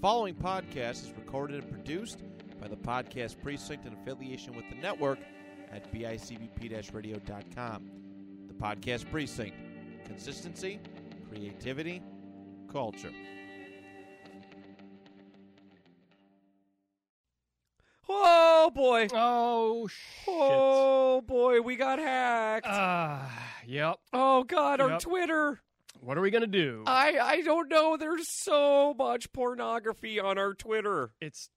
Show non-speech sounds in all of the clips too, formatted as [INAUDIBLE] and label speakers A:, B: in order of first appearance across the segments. A: following podcast is recorded and produced by the Podcast Precinct in affiliation with the network at bicbp radio.com. The Podcast Precinct consistency, creativity, culture.
B: Oh boy.
C: Oh shit.
B: Oh boy, we got hacked.
C: Ah, yep.
B: oh god, our
C: Yep.
B: Twitter.
C: What are we gonna do?
B: Uh, I I don't know. There's so much pornography on our Twitter.
C: it's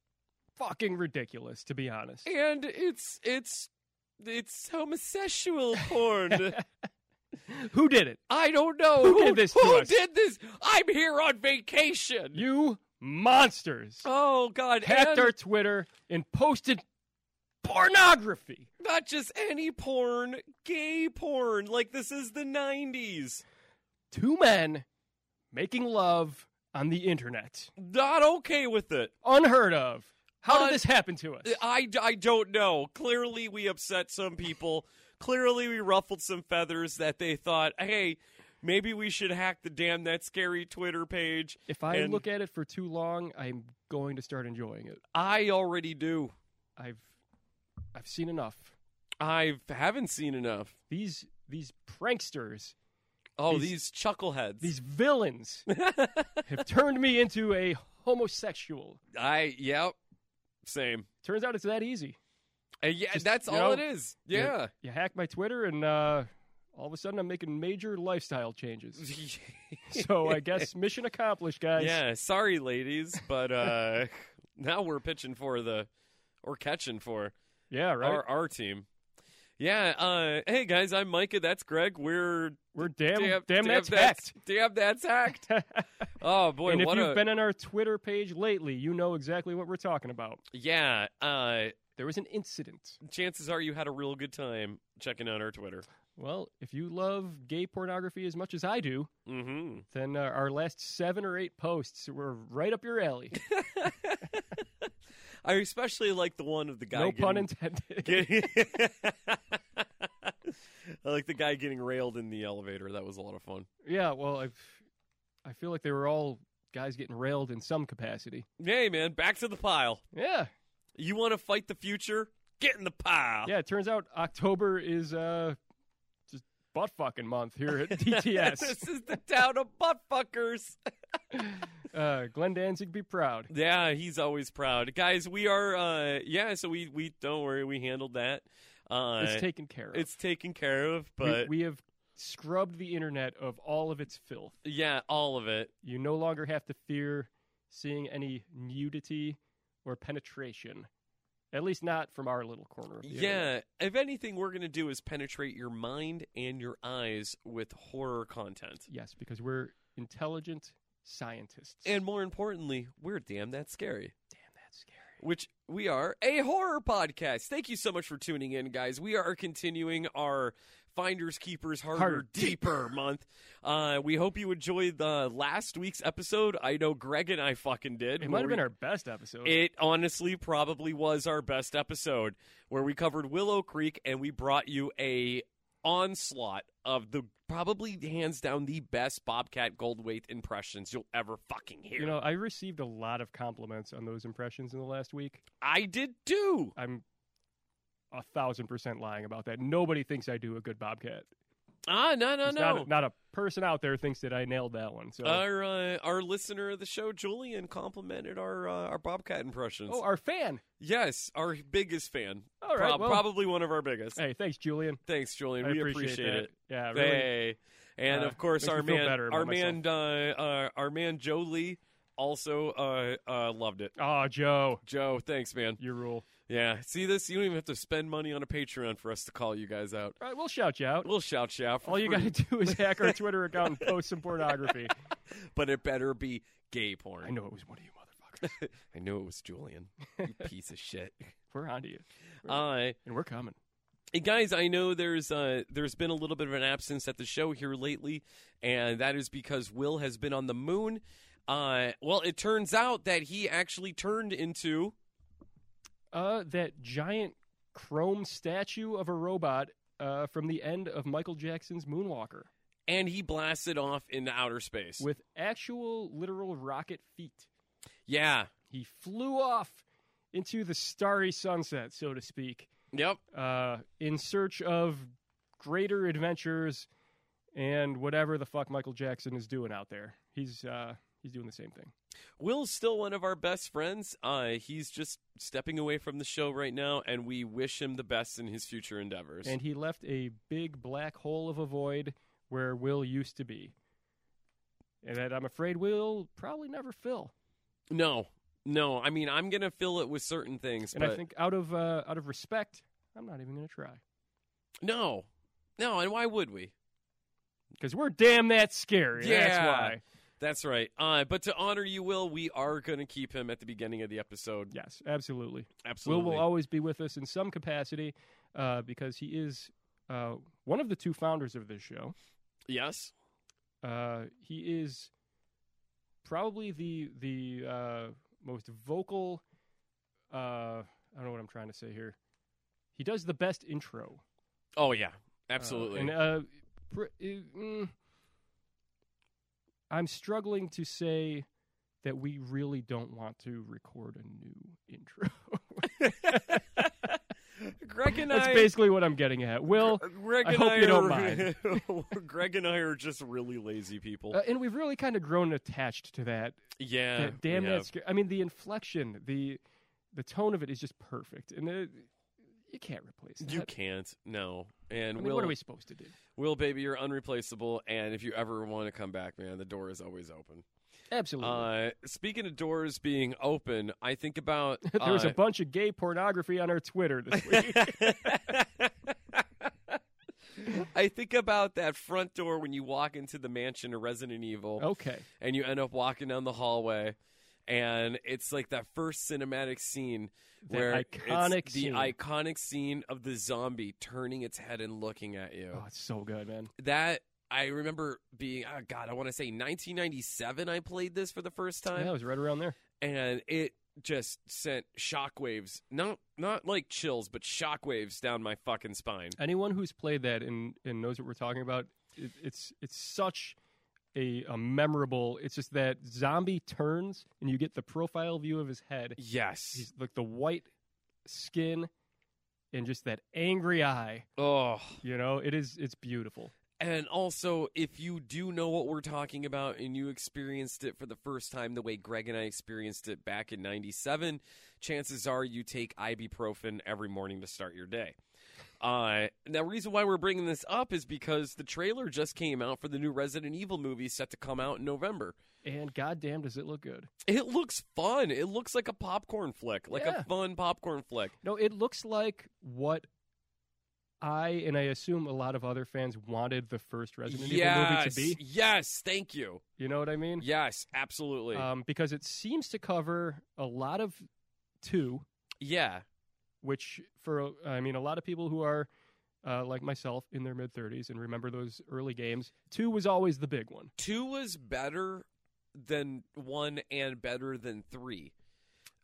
C: fucking ridiculous, to be honest.
B: And it's it's it's
C: [LAUGHS]
B: homosexual porn.
C: Who did it?
B: I don't know
C: Who did this to
B: Who
C: us?
B: did this? I'm here on vacation.
C: You monsters
B: oh God!
C: hacked
B: and
C: our Twitter and posted pornography.
B: not just any porn, gay porn. Like this is the '90s.
C: Two men making love on the internet.
B: Not okay with it.
C: Unheard of. How
B: Un-
C: did this happen to us?
B: I, I don't know. Clearly, we upset some people. Clearly, we ruffled some feathers that they thought, hey, maybe we should hack the damn that scary Twitter page.
C: If I
B: And
C: look at it for too long, I'm going to start enjoying it.
B: I already do.
C: I've I've seen enough.
B: I haven't seen enough.
C: These these pranksters
B: Oh,
C: These-
B: these, chuckleheads.
C: these
B: [LAUGHS]
C: villains have turned me into a homosexual.
B: I yep. Same.
C: Turns out it's that easy.
B: Uh, yeah,
C: Just,
B: that's
C: you
B: all
C: know,
B: it is. Yeah.
C: You, you hack my Twitter, and uh, all of a sudden I'm making major
B: [LAUGHS]
C: lifestyle changes. so I guess mission accomplished, guys.
B: yeah, sorry ladies, but uh [LAUGHS] now we're pitching for the or catching for
C: Yeah, right.
B: our our team. Yeah, uh hey guys, I'm Micah, that's Greg. We're
C: We're damn,
B: damn,
C: damn, that's hacked.
B: Damn that's
C: [LAUGHS]
B: hacked. oh boy,
C: and if
B: what
C: you've
B: a
C: been on our Twitter page lately, you know exactly what we're talking about.
B: Yeah, uh
C: There was an incident.
B: chances are you had a real good time checking out our Twitter.
C: Well, if you love gay pornography as much as I do,
B: Mhm.
C: then uh, our last seven or eight posts were right up your alley.
B: I especially like the one of the guy
C: no
B: getting,
C: pun intended.
B: Getting- [LAUGHS] I like the guy getting railed in the elevator. That was a lot of fun.
C: Yeah, well, I I feel like they were all guys getting railed in some capacity.
B: Hey, man, back to the pile.
C: Yeah,
B: You want to fight the future? Get in the pile.
C: yeah. It turns out October is uh just butt fucking month here
B: [LAUGHS]
C: at DTS.
B: this is the town of butt fuckers.
C: uh, Glenn Danzig be proud.
B: Yeah, he's always proud. Guys, we are, uh, yeah, so we, we, don't worry, we handled that. Uh,
C: It's taken care of.
B: it's taken care of,
C: We-
B: but
C: we, have scrubbed the internet of all of its filth.
B: yeah, all of it.
C: You no longer have to fear seeing any nudity or penetration. At least not from our little corner. Of the internet.
B: Yeah, if anything, we're going to do is penetrate your mind and your eyes with horror content.
C: Yes, because we're intelligent scientists.
B: And more importantly, we're damn that scary,
C: damn, that's scary.
B: which we are a horror podcast. Thank you so much for tuning in, guys. We are continuing our Finders Keepers Harder,
C: Harder,
B: Deeper month. Uh, we hope you enjoyed the last week's episode. I know Greg and I fucking did.
C: It might have
B: Where
C: been
B: we-
C: our best episode.
B: It honestly probably was our best episode where we covered Willow Creek and we brought you a onslaught of the probably hands down the best Bobcat Goldthwait impressions you'll ever fucking hear.
C: you know, I received a lot of compliments on those impressions in the last week.
B: I did too.
C: I'm a thousand percent lying about that. Nobody thinks I do a good Bobcat.
B: Ah, no, no,
C: There's
B: no.
C: Not, a, not a person out there thinks that I nailed that one. So,
B: our uh, our listener of the show, Julian, complimented our uh, our Bobcat impressions.
C: oh, our fan.
B: yes, our biggest fan.
C: All right, well-
B: probably one of our biggest.
C: Hey, thanks, Julian.
B: Thanks, Julian.
C: I
B: we
C: appreciate, that.
B: it.
C: Yeah, really.
B: Hey. And
C: Uh,
B: of course,
C: makes me
B: our
C: feel
B: man,
C: better about
B: our man, uh, uh, our man Joe Lee also uh, uh, loved it.
C: Oh, Joe,
B: Joe, thanks, man.
C: you rule.
B: Yeah, see this? You don't even have to spend money on a Patreon for us to call you guys out.
C: All right, we'll shout you out.
B: We'll shout you out. For
C: All you got
B: free,
C: to do [LAUGHS] is hack our Twitter account and post some pornography.
B: but it better be gay porn.
C: I know it was one of you [LAUGHS] motherfuckers.
B: I knew it was
C: [LAUGHS]
B: Julian. you piece of shit.
C: We're onto you,
B: Uh,
C: and we're coming.
B: And guys, I know there's uh, there's been a little bit of an absence at the show here lately, and that is because Will has been on the moon. Uh, well, it turns out that he actually turned into
C: Uh, that giant chrome statue of a robot uh, from the end of Michael Jackson's Moonwalker
B: and he blasted off into outer space.
C: with actual literal rocket feet.
B: Yeah.
C: He flew off into the starry sunset, so to speak,
B: Yep.
C: uh, in search of greater adventures and whatever the fuck Michael Jackson is doing out there. He's uh, he's doing the same thing.
B: Will's still one of our best friends. Uh, he's just stepping away from the show right now, and we wish him the best in his future endeavors.
C: And he left a big black hole of a void where Will used to be. And that I'm afraid Will probably never fill.
B: no, no. I mean, I'm gonna fill it with certain things,
C: And
B: but
C: I think out of uh, out of respect, I'm not even gonna try.
B: no, no. And why would we?
C: Because we're damn that scary. That's
B: Yeah.
C: why.
B: That's right. Uh, but to honor you, Will, we are gonna keep him at the beginning of the episode.
C: Yes, absolutely.
B: Absolutely.
C: Will will always be with us in some capacity uh, because he is uh, one of the two founders of this show.
B: yes.
C: Uh, he is probably the the uh, most vocal. Uh, I don't know what I'm trying to say here. He does the best intro.
B: Oh yeah.
C: uh,
B: Absolutely.
C: and uh, pr- uh, mm, I'm struggling to say that we really don't want to record a new intro. [LAUGHS]
B: Greg
C: [LAUGHS]
B: and
C: That's
B: I.
C: basically what I'm getting at. Will
B: Greg
C: I
B: and
C: hope
B: I
C: you don't
B: are, [LAUGHS] Greg and I are just really lazy people.
C: Uh, and we've really kind of grown attached to that.
B: yeah.
C: that
B: [LAUGHS]
C: damn
B: we
C: that.
B: have.
C: Sc- I mean, the inflection, the the tone of it is just perfect, and it, you can't replace that.
B: You can't. No. And
C: I mean,
B: Will,
C: what are we supposed to do?
B: Will, baby, you're unreplaceable. And if you ever want to come back, man, the door is always open.
C: Absolutely.
B: Uh, speaking of doors being open, I think about
C: [LAUGHS] [LAUGHS] there was
B: uh,
C: a bunch of gay pornography on our Twitter
B: [LAUGHS]
C: this week.
B: I think about that front door when you walk into the mansion of Resident Evil,
C: okay.
B: and you end up walking down the hallway, and it's like that first cinematic scene
C: That
B: where it's
C: iconic scene.
B: the iconic scene of the zombie turning its head and looking at you.
C: Oh, it's so good, man.
B: That I remember being, oh God, I want to say 1997. I played this for the first time
C: Yeah, it was right around there.
B: and it just sent shockwaves not not like chills but shockwaves down my fucking spine
C: Anyone who's played that and, and knows what we're talking about, it, it's it's such a, a memorable. It's just that zombie turns and you get the profile view of his head,
B: yes
C: he's like the white skin and just that angry eye
B: oh
C: you know it is it's beautiful
B: and also if you do know what we're talking about and you experienced it for the first time the way greg and i experienced it back in 97 chances are you take ibuprofen every morning to start your day uh, now, the reason why we're bringing this up is because the trailer just came out for the new Resident Evil movie set to come out in November.
C: and goddamn does it look good
B: It looks fun. It looks like a popcorn flick, like
C: Yeah.
B: a fun popcorn flick.
C: no it looks like what i and i assume a lot of other fans wanted the first resident evil movie
B: yes,
C: to be
B: yes, thank you.
C: you know what i mean
B: Yes, absolutely.
C: um, because it seems to cover a lot of two
B: yeah,
C: which for i mean a lot of people who are uh, like myself in their mid 30s and remember those early games two was always the big one
B: two was better than one and better than three.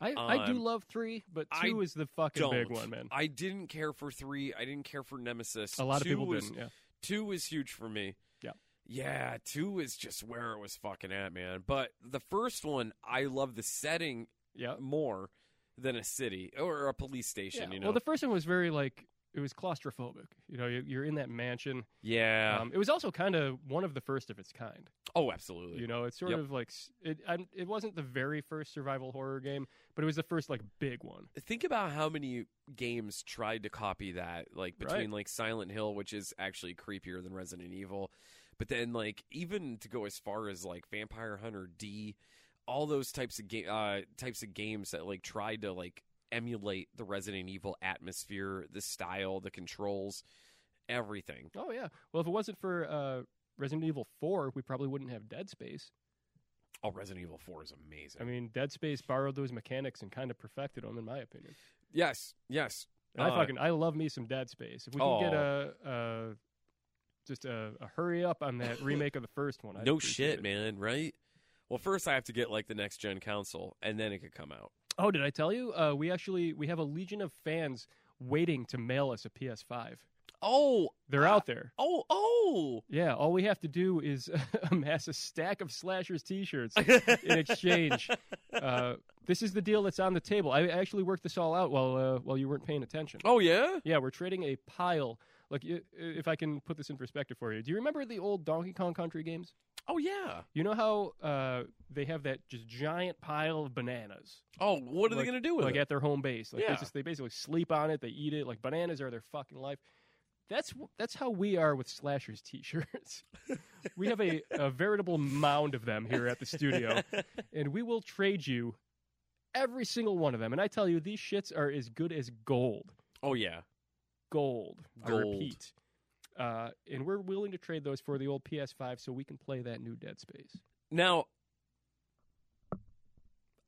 C: [LAUGHS] I, I do
B: Um,
C: love three, but
B: I
C: two is the fucking
B: Don't.
C: big one, man.
B: I didn't care for three. I didn't care for Nemesis.
C: A lot of
B: two
C: people
B: was,
C: didn't. Yeah.
B: Two was huge for me.
C: Yeah.
B: Yeah, two is just where it was fucking at, man. But the first one, I love the setting
C: Yeah.
B: more than a city or a police station,
C: Yeah.
B: you know?
C: Well, the first one was very like it was claustrophobic. You know, you- you're in that mansion.
B: yeah.
C: Um, it was also kind of one of the first of its kind.
B: Oh, absolutely.
C: You know, it's sort
B: Yep.
C: of like s- it. I, it wasn't the very first survival horror game, but it was the first like big one.
B: Think about how many games tried to copy that, like between
C: Right.
B: like Silent Hill, which is actually creepier than Resident Evil, but then like even to go as far as like Vampire Hunter D, all those types of game uh, types of games that like tried to like emulate the Resident Evil atmosphere, the style, the controls, everything.
C: Oh yeah. Well, if it wasn't for uh, Resident Evil Four, we probably wouldn't have Dead Space.
B: Oh, Resident Evil Four is amazing.
C: I mean, Dead Space borrowed those mechanics and kind of perfected them, in my opinion.
B: yes, yes,
C: And I
B: Uh,
C: fucking I love me some Dead Space. If we can get
B: Oh.
C: a, a just a, a hurry up on that remake of the first one, I'd
B: no
C: appreciate
B: shit,
C: it.
B: man. Right. Well, first I have to get like the next gen console, and then it could come out.
C: Oh, did I tell you? Uh, we actually we have a legion of fans waiting to mail us a PS5.
B: Oh,
C: They're
B: Ah.
C: out there.
B: oh, oh.
C: Yeah, all we have to do is [LAUGHS] amass a stack of
B: [LAUGHS]
C: Slashers T-shirts in exchange. Uh, this is the deal that's on the table. I actually worked this all out while uh, while you weren't paying attention.
B: oh yeah.
C: Yeah, we're trading a pile. Like, i- if I can put this in perspective for you, do you remember the old Donkey Kong Country games?
B: Oh yeah.
C: You know how uh, they have that just giant pile of bananas,
B: Oh, what are
C: Like-
B: they gonna do with
C: like
B: it?
C: at their home base. Like they
B: Yeah.
C: just they basically sleep on it, they eat it. Like bananas are their fucking life. That's wh- that's how we are with slashers t-shirts. [LAUGHS] we have a, a veritable mound of them here at the studio, and we will trade you every single one of them. And I tell you, these shits are as good as gold.
B: [LAUGHS] oh yeah.
C: gold. I
B: Gold.
C: repeat. Uh, and we're willing to trade those for the old PS5 so we can play that new Dead Space.
B: Now,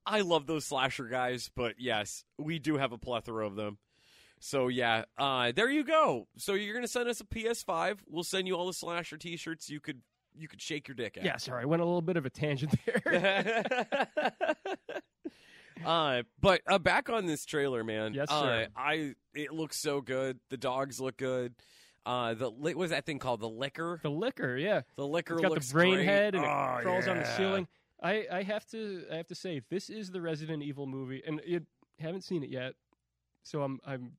B: I love those slasher guys, but yes, we do have a plethora of them. So yeah, uh, there you go. So you're gonna send us a PS5. We'll send you all the slasher T-shirts you could you could shake your dick at.
C: Yeah, sorry, I went a little bit of a tangent
B: [LAUGHS]
C: there.
B: uh, but uh, back on this trailer, man.
C: Yes,
B: Uh,
C: sir.
B: I it looks so good. The dogs look good. Uh, the li- what's that thing called? The liquor.
C: the liquor, yeah,
B: The liquor
C: it's got
B: looks
C: the brain
B: great.
C: head and
B: Oh,
C: it crawls on the
B: yeah.
C: ceiling. I, I have to I have to say this is the Resident Evil movie, and it haven't seen it yet, so I'm I'm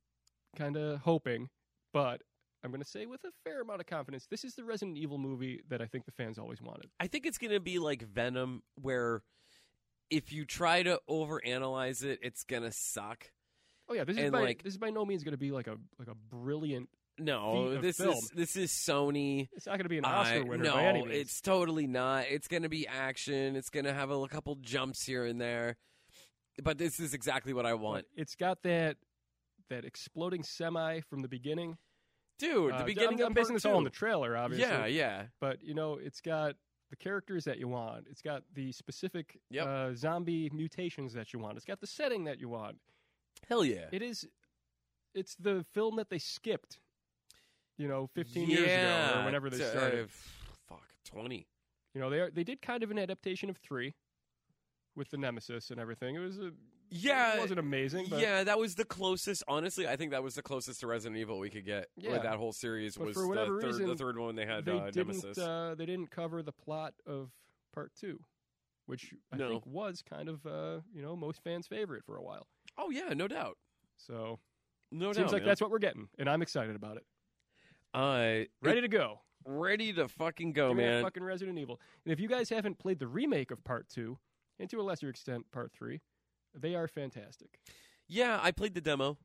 C: kind of hoping, but I'm going to say with a fair amount of confidence, this is the Resident Evil movie that I think the fans always wanted.
B: I think it's gonna be like Venom, where if you try to overanalyze it, it's gonna suck.
C: Oh yeah, this is
B: And,
C: by,
B: like-
C: this is by no means going to be like a like a brilliant Feat
B: No,
C: of
B: this
C: film.
B: is this is Sony.
C: It's not going to be an Oscar
B: Uh,
C: winner
B: no,
C: by any means.
B: it's totally not. It's going to be action. It's going to have a, l- couple jumps here and there, but this is exactly what I
C: But
B: want,
C: It's got that that exploding semi from the beginning.
B: dude. The
C: Uh, I'm-
B: beginning
C: I'm,
B: of
C: basing
B: part
C: this all on
B: two.
C: the trailer, obviously.
B: yeah, yeah,
C: But you know, it's got the characters that you want. It's got the specific
B: Yep.
C: uh, zombie mutations that you want. It's got the setting that you want.
B: hell yeah.
C: It is. It's the film that they skipped. You know, 15
B: yeah.
C: years ago or whenever they
B: t- uh,
C: started.
B: f- fuck, twenty.
C: You know, they are, they did kind of an adaptation of three, with the Nemesis and everything. It was a
B: Yeah,
C: It wasn't amazing, but
B: yeah. That was the closest. Honestly, I think that was the closest to Resident Evil we could get
C: Yeah.
B: with that whole series.
C: But
B: was
C: for
B: the
C: whatever
B: third, the
C: reason,
B: third one they had
C: they
B: uh,
C: didn't
B: Nemesis.
C: uh, they didn't cover the plot of part two, which I
B: No.
C: think was kind of uh, you know most fans' favorite for a while.
B: oh yeah, no doubt,
C: So
B: no doubt.
C: seems like
B: man.
C: that's what we're getting, and I'm excited about it.
B: uh,
C: Ready to go.
B: ready to fucking go,
C: Give me that
B: man.
C: fucking Resident Evil. And if you guys haven't played the remake of part two, and to a lesser extent part three, they are fantastic.
B: Yeah, I played the demo.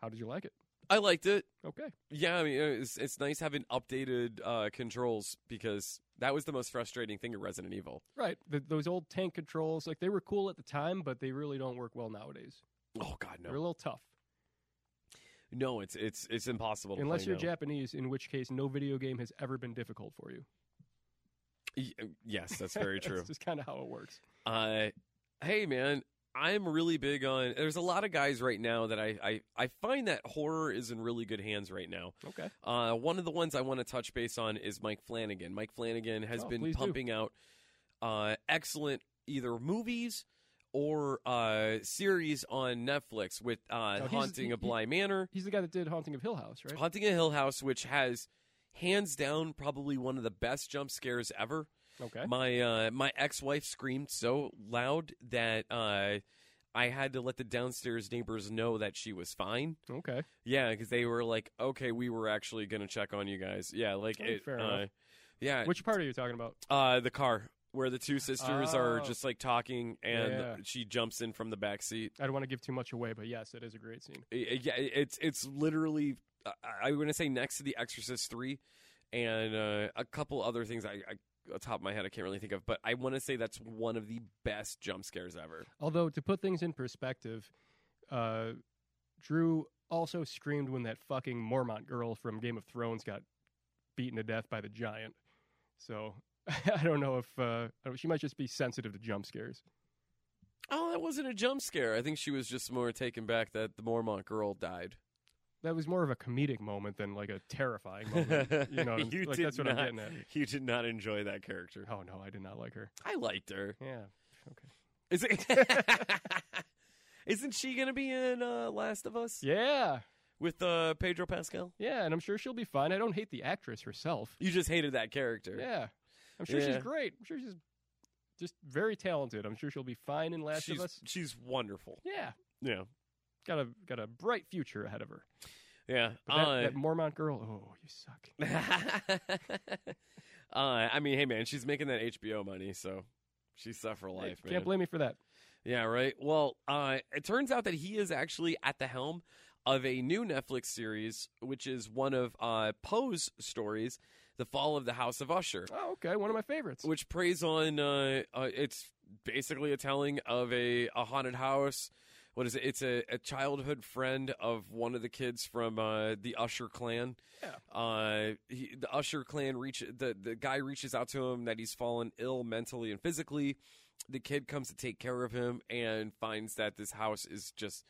C: How did you like it?
B: I liked it.
C: Okay.
B: Yeah, I mean, uh, it's, it's nice having updated uh, controls because that was the most frustrating thing in Resident Evil.
C: Right. Th those old tank controls, like they were cool at the time, but they really don't work well nowadays.
B: Oh God,
C: They're a
B: no,
C: little tough.
B: no, it's it's it's impossible. To
C: Unless
B: play
C: you're
B: now.
C: Japanese, in which case no video game has ever been difficult for you.
B: Y- yes, that's
C: [LAUGHS]
B: very true.
C: That's just kind of how it works.
B: Uh, hey, man, I'm really big on. There's a lot of guys right now that I I, I find that horror is in really good hands right now.
C: Okay.
B: Uh, one of the ones I want to touch base on is Mike Flanagan. Mike Flanagan has
C: Oh,
B: been
C: please do.
B: pumping out uh, excellent either movies or uh, series on Netflix with uh,
C: he's-
B: Haunting
C: he-
B: of Bly Manor,
C: He's the guy that did Haunting of Hill House, right?
B: Haunting of Hill House, which has hands down probably one of the best jump scares ever.
C: Okay.
B: My uh, my ex wife screamed so loud that uh, I had to let the downstairs neighbors know that she was fine.
C: Okay.
B: Yeah, because they were like, okay, we were actually gonna check on you guys. Yeah, like
C: Oh,
B: it.
C: fair
B: uh,
C: enough.
B: yeah,
C: Which part are you talking about?
B: uh, the car where the two sisters are
C: Oh.
B: just like talking, and
C: Yeah.
B: she jumps in from the back seat.
C: I don't want to give too much away, but yes, it is a great scene.
B: I- I- Yeah, it's it's literally I, I'm gonna say next to The Exorcist three, and uh, a couple other things. I, I, off the top of my head, I can't really think of, but I want to say that's one of the best jump scares ever.
C: Although to put things in perspective, uh, Drew also screamed when that fucking Mormont girl from Game of Thrones got beaten to death by the giant. So [LAUGHS] I don't know if uh, she might just be sensitive to jump scares.
B: Oh, that wasn't a jump scare. I think she was just more taken back that the Mormont girl died.
C: That was more of a comedic moment than like a terrifying
B: [LAUGHS]
C: moment. You know, what I'm-
B: You
C: like,
B: did
C: that's what
B: not-
C: I'm getting at.
B: You did not enjoy that character.
C: Oh no, I did not like her.
B: I liked her.
C: Yeah.
B: Is [LAUGHS] it? Isn't she going to be in uh, Last of Us?
C: Yeah.
B: with uh, Pedro Pascal?
C: Yeah, and I'm sure she'll be fine. I don't hate the actress herself.
B: You just hated that character.
C: Yeah, I'm sure
B: Yeah.
C: she's great. I'm sure she's just very talented. I'm sure she'll be fine in Last
B: she's,
C: of Us.
B: she's wonderful.
C: Yeah,
B: Yeah.
C: got a got a bright future ahead of her.
B: Yeah.
C: But that,
B: uh,
C: that Mormont girl, oh, you suck.
B: uh, [LAUGHS] I mean, hey, man, she's making that HBO money, so she's set for
C: Hey,
B: [LAUGHS] life, man.
C: can't blame me for that.
B: yeah, right. Well, uh, it turns out that he is actually at the helm of a new Netflix series, which is one of uh, Poe's stories, "The Fall of the House of Usher,"
C: Oh, okay, one of my favorites.
B: which preys on uh, uh, it's basically a telling of a, a haunted house. What is it? It's a, a childhood friend of one of the kids from uh, the Usher clan.
C: Yeah.
B: Uh, he, the Usher clan reach the the guy reaches out to him that he's fallen ill mentally and physically. The kid comes to take care of him and finds that this house is just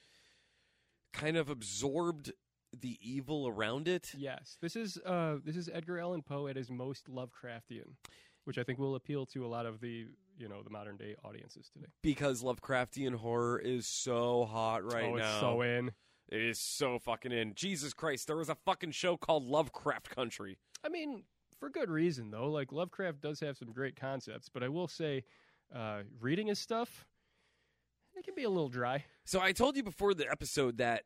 B: kind of absorbed the evil around it.
C: Yes, this is uh, this is Edgar Allan Poe at his most Lovecraftian, which I think will appeal to a lot of the you know the modern day audiences today.
B: Because Lovecraftian horror is so hot right
C: oh,
B: now.
C: it's so in.
B: It is so fucking in. Jesus Christ, there was a fucking show called Lovecraft Country.
C: I mean, for good reason though. Like Lovecraft does have some great concepts, but I will say, uh, reading his stuff, it can be a little dry.
B: So I told you before the episode that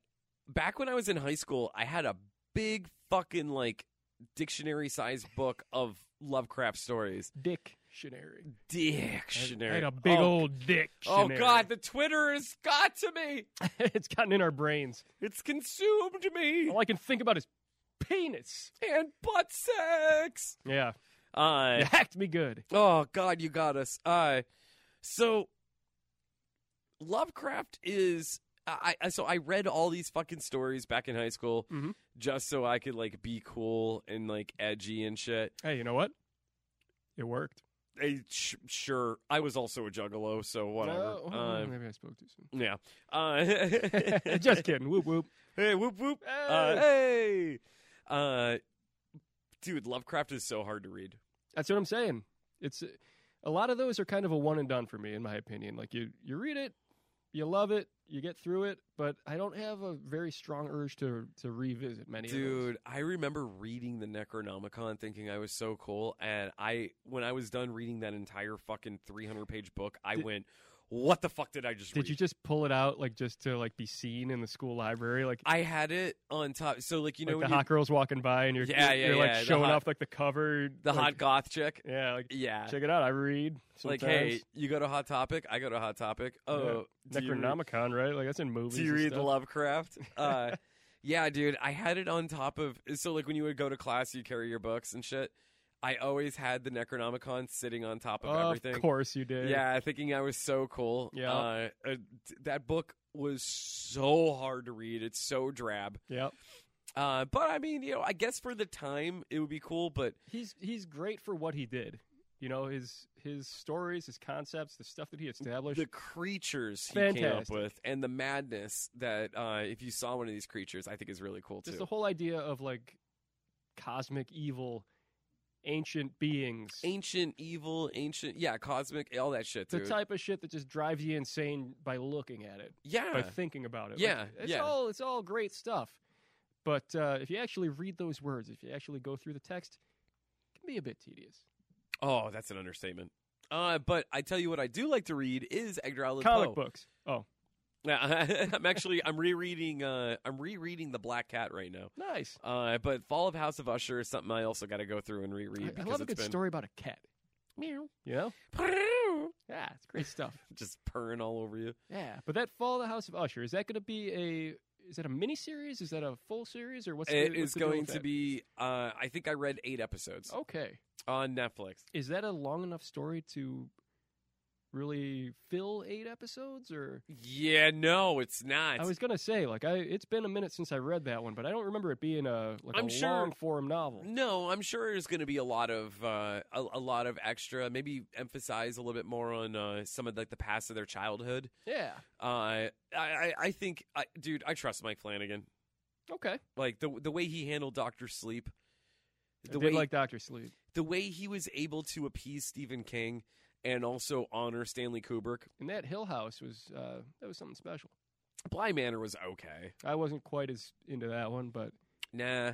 B: back when I was in high school, I had a big fucking like dictionary sized book of Lovecraft stories.
C: Dictionary.
B: Dictionary.
C: I had a big
B: oh,
C: old dick.
B: Oh god, the Twitter has got to me.
C: [LAUGHS] it's gotten in our brains.
B: It's consumed me.
C: All I can think about is penis.
B: And butt sex.
C: Yeah,
B: Uh
C: you hacked me good.
B: Oh God, you got us. Uh, so Lovecraft is. I, I so I read all these fucking stories back in high school
C: Mhm.
B: just so I could like be cool and like edgy and shit.
C: Hey, you know what? It worked.
B: I, sh- sure, I was also a juggalo, so whatever.
C: Oh,
B: Uh,
C: maybe I spoke too soon.
B: yeah. [LAUGHS] Uh,
C: [LAUGHS] Just kidding. Whoop whoop.
B: hey, whoop whoop. Uh, hey, uh, dude, Lovecraft is so hard to read.
C: That's what I'm saying. It's a lot of those are kind of a one and done for me, in my opinion. Like you, you read it, you love it, you get through it, but I don't have a very strong urge to to revisit many. of those.
B: Dude, I remember reading the Necronomicon thinking I was so cool and I when I was done reading that entire fucking 300-page book, I
C: Did-
B: went, "What the fuck did I just
C: did
B: read?"
C: you just pull it out like just to like be seen in the school library, like?
B: I had it on top. So like, you know
C: like the
B: when you-
C: hot girls walking by and you're
B: Yeah, yeah,
C: you're like
B: yeah, the
C: showing
B: hot-
C: off like the cover
B: the
C: like,
B: hot goth chick?
C: yeah like
B: Yeah.
C: check it out I read
B: like,
C: sometimes.
B: hey, you go to Hot Topic, I go to Hot Topic. Oh, do you read-
C: Necronomicon right like that's in movies
B: Do you
C: and
B: read
C: stuff. [LAUGHS]
B: Lovecraft? Uh, yeah, dude. I had it on top of so like when you would go to class, you carry your books and shit. I always had the Necronomicon sitting on top of everything.
C: of course you did
B: Yeah, thinking I was so cool.
C: Yeah.
B: uh, uh, t- that book was so hard to read. It's so drab.
C: yep
B: Uh, but I mean, you know, I guess for the time it would be cool. But
C: he's he's great for what he did. You know his his stories, his concepts, the stuff that he established.
B: the creatures he came up
C: Fantastic.
B: with and the madness that uh, if you saw one of these creatures, I think is really cool too.
C: just the whole idea of like cosmic evil, ancient beings.
B: ancient evil, ancient yeah, cosmic, all that shit,
C: the
B: dude.
C: type of shit that just drives you insane by looking at it,
B: yeah,
C: by thinking about it. Like,
B: Yeah,
C: it's
B: yeah.
C: all it's all great stuff. But uh, if you actually read those words, if you actually go through the text, it can be a bit tedious.
B: oh, that's an understatement. Uh, but I tell you what, I do like to read is Edgar Allan
C: Comic
B: Poe.
C: books. Oh,
B: Yeah, [LAUGHS] I'm actually I'm rereading uh I'm rereading The Black Cat right now.
C: nice.
B: Uh but Fall of House of Usher is something I also got to go through and reread
C: I, I
B: because
C: love a
B: it's
C: good story about a cat.
B: been
C: You know? Yeah, it's great stuff.
B: [LAUGHS] just purring all over you.
C: [LAUGHS] Yeah, but that Fall of the House of Usher is that going to be a is that a mini series? Is that a full series or what's
B: It
C: the, what's
B: is
C: the deal
B: going
C: with
B: to
C: that? Oh.
B: be uh I think I read 8 episodes
C: okay.
B: on Netflix.
C: Is that a long enough story to really fill eight episodes? Or
B: Yeah, no, it's not.
C: I was going to say like I it's been a minute since I read that one, but I don't remember it being a like
B: I'm
C: a
B: sure-
C: long form novel.
B: no, I'm sure there's going to be a lot of uh, a, a lot of extra. Maybe emphasize a little bit more on uh, some of like the past of their childhood.
C: Yeah.
B: Uh, I, I I think, I, dude, I trust Mike Flanagan.
C: Okay.
B: like the the way he handled Doctor Sleep,
C: I
B: the
C: did
B: way
C: like Doctor Sleep.
B: the way he was able to appease Stephen King and also honor Stanley Kubrick.
C: And that Hill House was uh that was something special.
B: Bly Manor was okay.
C: I wasn't quite as into that one, but
B: Nah,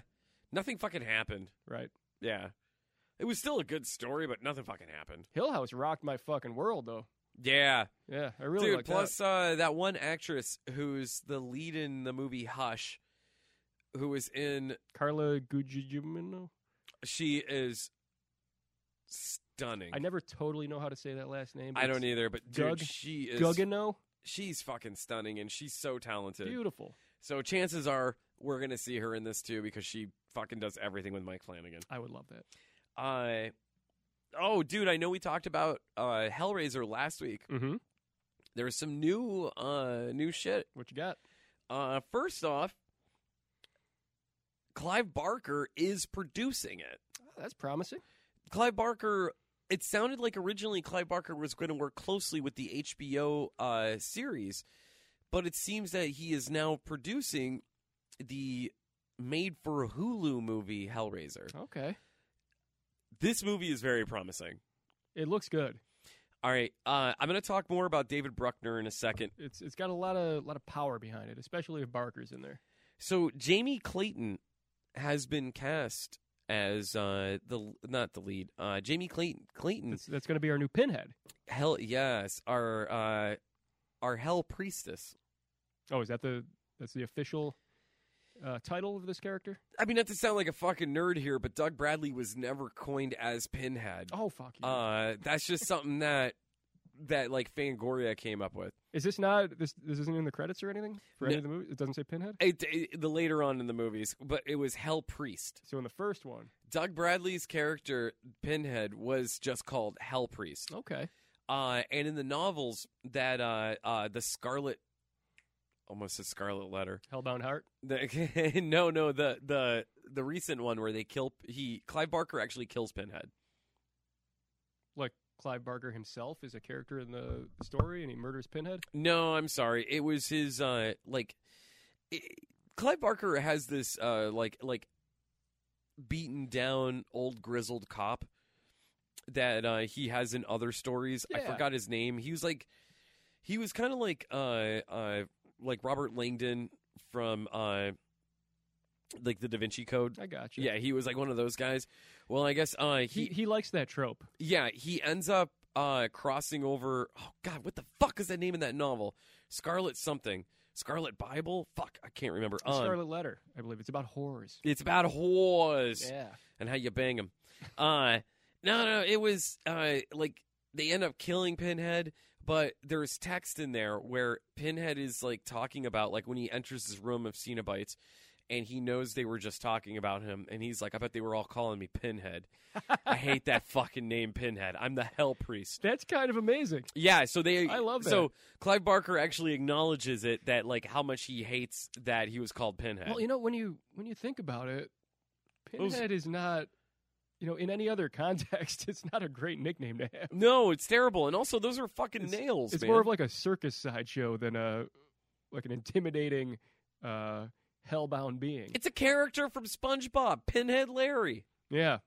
B: nothing fucking happened.
C: right.
B: Yeah, it was still a good story, but nothing fucking happened.
C: Hill House rocked my fucking world though.
B: Yeah,
C: Yeah, I really
B: dude.
C: like
B: plus Uh, that one actress who's the lead in the movie Hush, who was in
C: that. Carla Gugino.
B: she is stunning.
C: I never totally know how to say that last name.
B: I don't e-, either, but dude,
C: Gug-
B: she is
C: Gugino,
B: she's fucking stunning and she's so talented.
C: beautiful.
B: So chances are we're gonna see her in this too because she fucking does everything with Mike Flanagan.
C: I would love that.
B: Uh oh, dude, I know we talked about uh, Hellraiser last week.
C: Mm-hmm.
B: There was some new uh, new shit.
C: What you got?
B: Uh, first off, Clive Barker is producing it.
C: That's promising.
B: Clive Barker. It sounded like originally Clive Barker was going to work closely with the HBO uh, series, but it seems that he is now producing the made-for-Hulu movie Hellraiser.
C: Okay,
B: This movie is very promising.
C: it looks good.
B: All right, uh, I'm going to talk more about David Bruckner in a second.
C: It's it's got a lot of lot of power behind it, especially if Barker's in there.
B: So Jamie Clayton has been cast as uh, the not the lead. Uh, Jamie Clayton Clayton
C: That's that's going to be our new pinhead.
B: Hell yes, our uh, our Hell Priestess.
C: Oh, is that the that's the official uh, title of this character?
B: I mean, not to sound like a fucking nerd here, but Doug Bradley was never coined as Pinhead.
C: Oh fuck you!
B: Uh, that's just something that that like Fangoria came up with.
C: is this not this? This isn't in the credits or anything for any
B: No.
C: of the movies. It doesn't say Pinhead.
B: It, it- the later on in the movies, but it was Hell Priest.
C: So in the first one,
B: Doug Bradley's character Pinhead was just called Hell Priest.
C: okay,
B: Uh, and in the novels that uh, uh, the Scarlet, almost a Scarlet Letter.
C: Hellbound Heart.
B: The, [LAUGHS] no, no, the the the recent one where they kill he Clive Barker actually kills Pinhead.
C: Like Clive Barker himself is a character in the story, and he murders Pinhead.
B: No, I'm sorry. It was his uh like i Clive Barker has this uh like like beaten down old grizzled cop that uh he has in other stories. I
C: Yeah.
B: forgot his name. He was like he was kind of like uh uh like Robert Langdon from uh like the Da Vinci Code.
C: I got you.
B: Yeah, he was like one of those guys. Well, I guess uh
C: he he likes that trope.
B: yeah, he ends up uh crossing over. Oh God, what the fuck is that name in that novel? Scarlet something. Scarlet Bible? Fuck, I can't remember.
C: The
B: Um,
C: Scarlet Letter, I believe. It's about horrors.
B: It's about whores
C: Yeah.
B: and how you bang them. Uh, no, no, it was uh like they end up killing Pinhead, but there's text in there where Pinhead is like talking about like when he enters this room of Cenobites. And he knows they were just talking about him, and he's like, "I bet they were all calling me Pinhead. I hate
C: [LAUGHS]
B: that fucking name, Pinhead. I'm the Hell Priest."
C: That's kind of amazing.
B: Yeah, so they.
C: I love
B: So Clive Barker actually acknowledges it that like how much he hates that he was called Pinhead.
C: Well, you know, when you when you think about it,
B: was-
C: Pinhead is not, you know, in any other [LAUGHS] context, it's not a great nickname to have.
B: no, it's terrible, and also those are fucking
C: It's-
B: nails.
C: It's
B: man.
C: more of like a circus sideshow than a like an intimidating uh hellbound being.
B: it's a character from SpongeBob, Pinhead Larry.
C: yeah.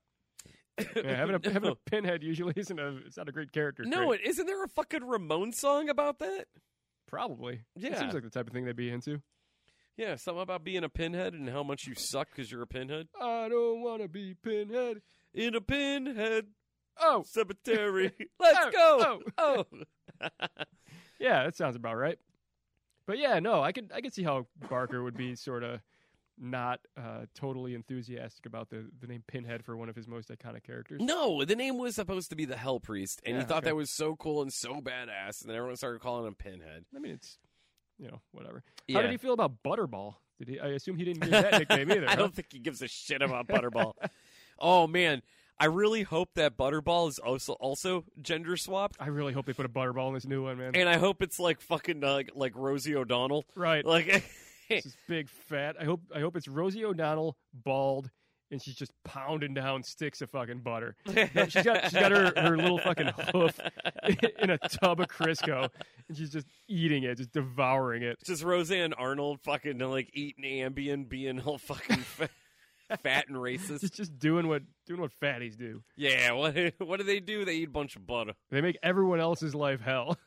C: Yeah, having a
B: [LAUGHS] no,
C: having a pinhead usually [LAUGHS] isn't a it's not a great character.
B: no,
C: trait.
B: it, isn't there a fucking Ramon song about that?
C: probably. It
B: Yeah.
C: seems like the type of thing they'd be into.
B: Yeah, something about being a pinhead and how much you suck because you're a pinhead.
C: I don't want to be pinhead.
B: In a pinhead
C: Oh,
B: cemetery,
C: [LAUGHS]
B: let's
C: Oh,
B: go. Oh,
C: Yeah, that sounds about right. But yeah, no, I could I could see how Barker
B: [LAUGHS]
C: would be sort of not uh, totally enthusiastic about the, the name Pinhead for one of his most iconic characters.
B: No, the name was supposed to be the Hell Priest, and he
C: Yeah,
B: thought
C: okay.
B: that was so cool and so badass, and then everyone started calling him Pinhead.
C: I mean, it's you know whatever.
B: Yeah.
C: How did he feel about Butterball? Did he? I assume
B: [LAUGHS]
C: he didn't get that nickname either.
B: I
C: huh?
B: don't think he gives a shit about
C: [LAUGHS]
B: Butterball. oh man, I really hope that Butterball is also also gender swapped,
C: I really hope they put a Butterball in this new one, man.
B: and I hope it's like fucking uh, like, like Rosie O'Donnell,
C: right,
B: like. [LAUGHS]
C: this is big fat. I hope I hope it's Rosie O'Donnell bald. And she's just pounding down sticks of fucking butter. No, she's got she's got her, her little fucking hoof [LAUGHS] in a tub of Crisco, and she's just eating it, just devouring it. [LAUGHS]
B: Just Roseanne Arnold fucking like eating Ambien, being all fucking. Fat. fat and racist.
C: Just just doing what doing what fatties do.
B: Yeah, [LAUGHS] what what do they do? They eat a bunch of butter.
C: They make everyone else's life hell.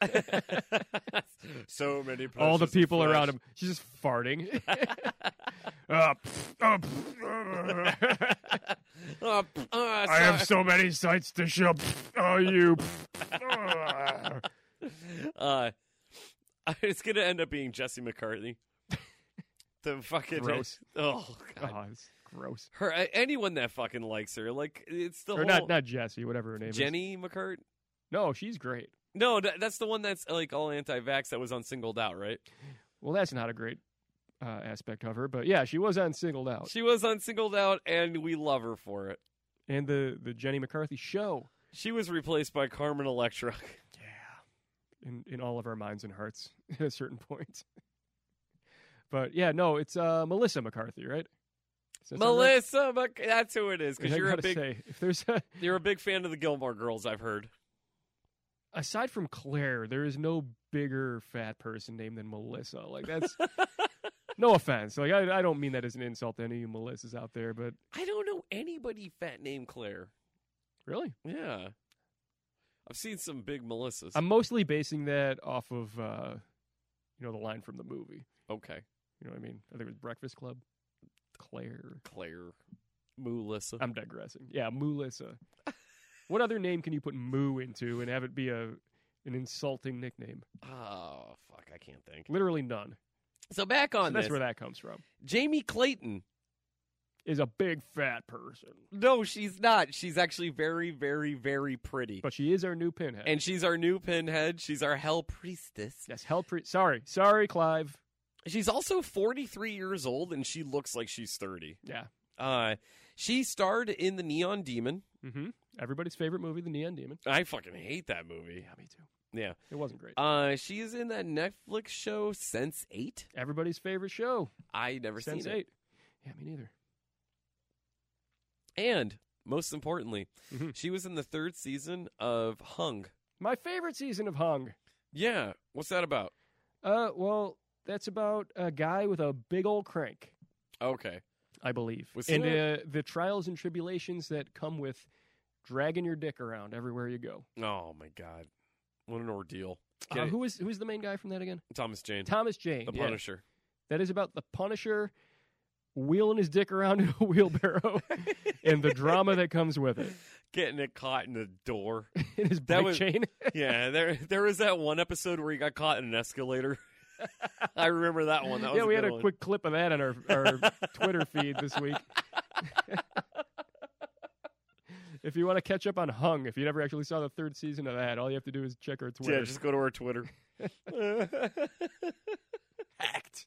B: so many.
C: All the
B: pleasures of
C: people
B: flesh.
C: around him. She's just farting. [LAUGHS] Ah, pff, ah, pff,
B: Oh, p- oh,
C: I have
B: sorry.
C: so many sights to show. Pff, Oh, you. pff, ah.
B: [LAUGHS] Uh, it's gonna end up being Jesse [LAUGHS] McCarthy. the fucking
C: Gross.
B: [LAUGHS] Oh god.
C: Oh, it's gross.
B: Her anyone that fucking likes her, like it's the
C: Or
B: whole
C: not, not Jessie, whatever her name is.
B: Jenny McCart.
C: No, she's great.
B: No, that, that's the one that's like all anti-vax that was on singled out, right?
C: Well, that's not a great uh, aspect of her, but yeah, she was on Singled Out.
B: She was on singled out, and we love her for it.
C: And the, the Jenny McCarthy show.
B: She was replaced by Carmen Electra.
C: Yeah. In in all of our minds and hearts [LAUGHS] at a certain point. But yeah, no, it's uh, Melissa McCarthy, right?
B: [LAUGHS]
C: Is that sound right?
B: Melissa, Mc- that's who it is. Because
C: I
B: you're a
C: gotta
B: big,
C: say, if there's a,
B: you're a big fan of the Gilmore Girls. I've heard.
C: aside from Claire, there is no bigger fat person name than Melissa.
B: [LAUGHS]
C: Like that's no offense. Like I, I don't mean that as an insult to any of you Melissas out there, but
B: I don't know anybody fat named Claire.
C: really,
B: Yeah, I've seen some big Melissas.
C: I'm mostly basing that off of uh, you know the line from the movie.
B: okay,
C: You know what I mean? I think it was Breakfast Club. Claire.
B: Claire, Melissa.
C: I'm digressing. Yeah,
B: [LAUGHS]
C: Moolissa. what other name can you put Moo into and have it be a an insulting nickname?
B: oh fuck, I can't think.
C: Literally none.
B: So back
C: So
B: on
C: that's
B: this,
C: where that comes from.
B: Jamie Clayton.
C: Is a big fat person,
B: No, she's not. She's actually very, very, very pretty.
C: but she is our new pinhead.
B: and she's our new pinhead. She's our hell priestess.
C: yes, hell pre. Sorry, sorry, Clive.
B: She's also 43 years old, and she looks like she's 30.
C: Yeah.
B: Uh, she starred in The Neon Demon.
C: Mm-hmm. Everybody's favorite movie, The Neon Demon.
B: I fucking hate that movie.
C: Yeah, me too.
B: Yeah.
C: It wasn't great.
B: Uh, she is in that Netflix show Sense Eight.
C: Everybody's favorite show,
B: I never
C: Sense
B: seen it.
C: Eight. Yeah, me neither.
B: And most importantly,
C: Mhm.
B: she was in the third season of Hung.
C: My favorite season of Hung.
B: Yeah, what's that about?
C: Uh, well, that's about a guy with a big old crank.
B: Okay,
C: I believe.
B: Was
C: and uh,
B: that-
C: the trials and tribulations that come with dragging your dick around everywhere you go.
B: Oh my god, what an ordeal! Get
C: Uh,
B: it.
C: who is who's the main guy from that again?
B: Thomas Jane,
C: Thomas Jane.
B: the
C: yeah.
B: Punisher.
C: That is about the Punisher wheeling his dick around [LAUGHS] in a wheelbarrow
B: [LAUGHS]
C: and the drama that comes with it. [LAUGHS]
B: Getting it caught in the [LAUGHS] door.
C: In his
B: That
C: bike
B: was-
C: chain.
B: yeah, there there was that one episode where he got caught in an [LAUGHS] escalator. I remember that one. That was
C: yeah, we
B: good
C: had a
B: one.
C: quick clip of that on our, our
B: [LAUGHS]
C: Twitter feed this week. [LAUGHS] if you want to catch up on Hung, if you never actually saw the third season of that, all you have to do is check our Twitter.
B: Yeah, just go to our Twitter. [LAUGHS]
C: hacked.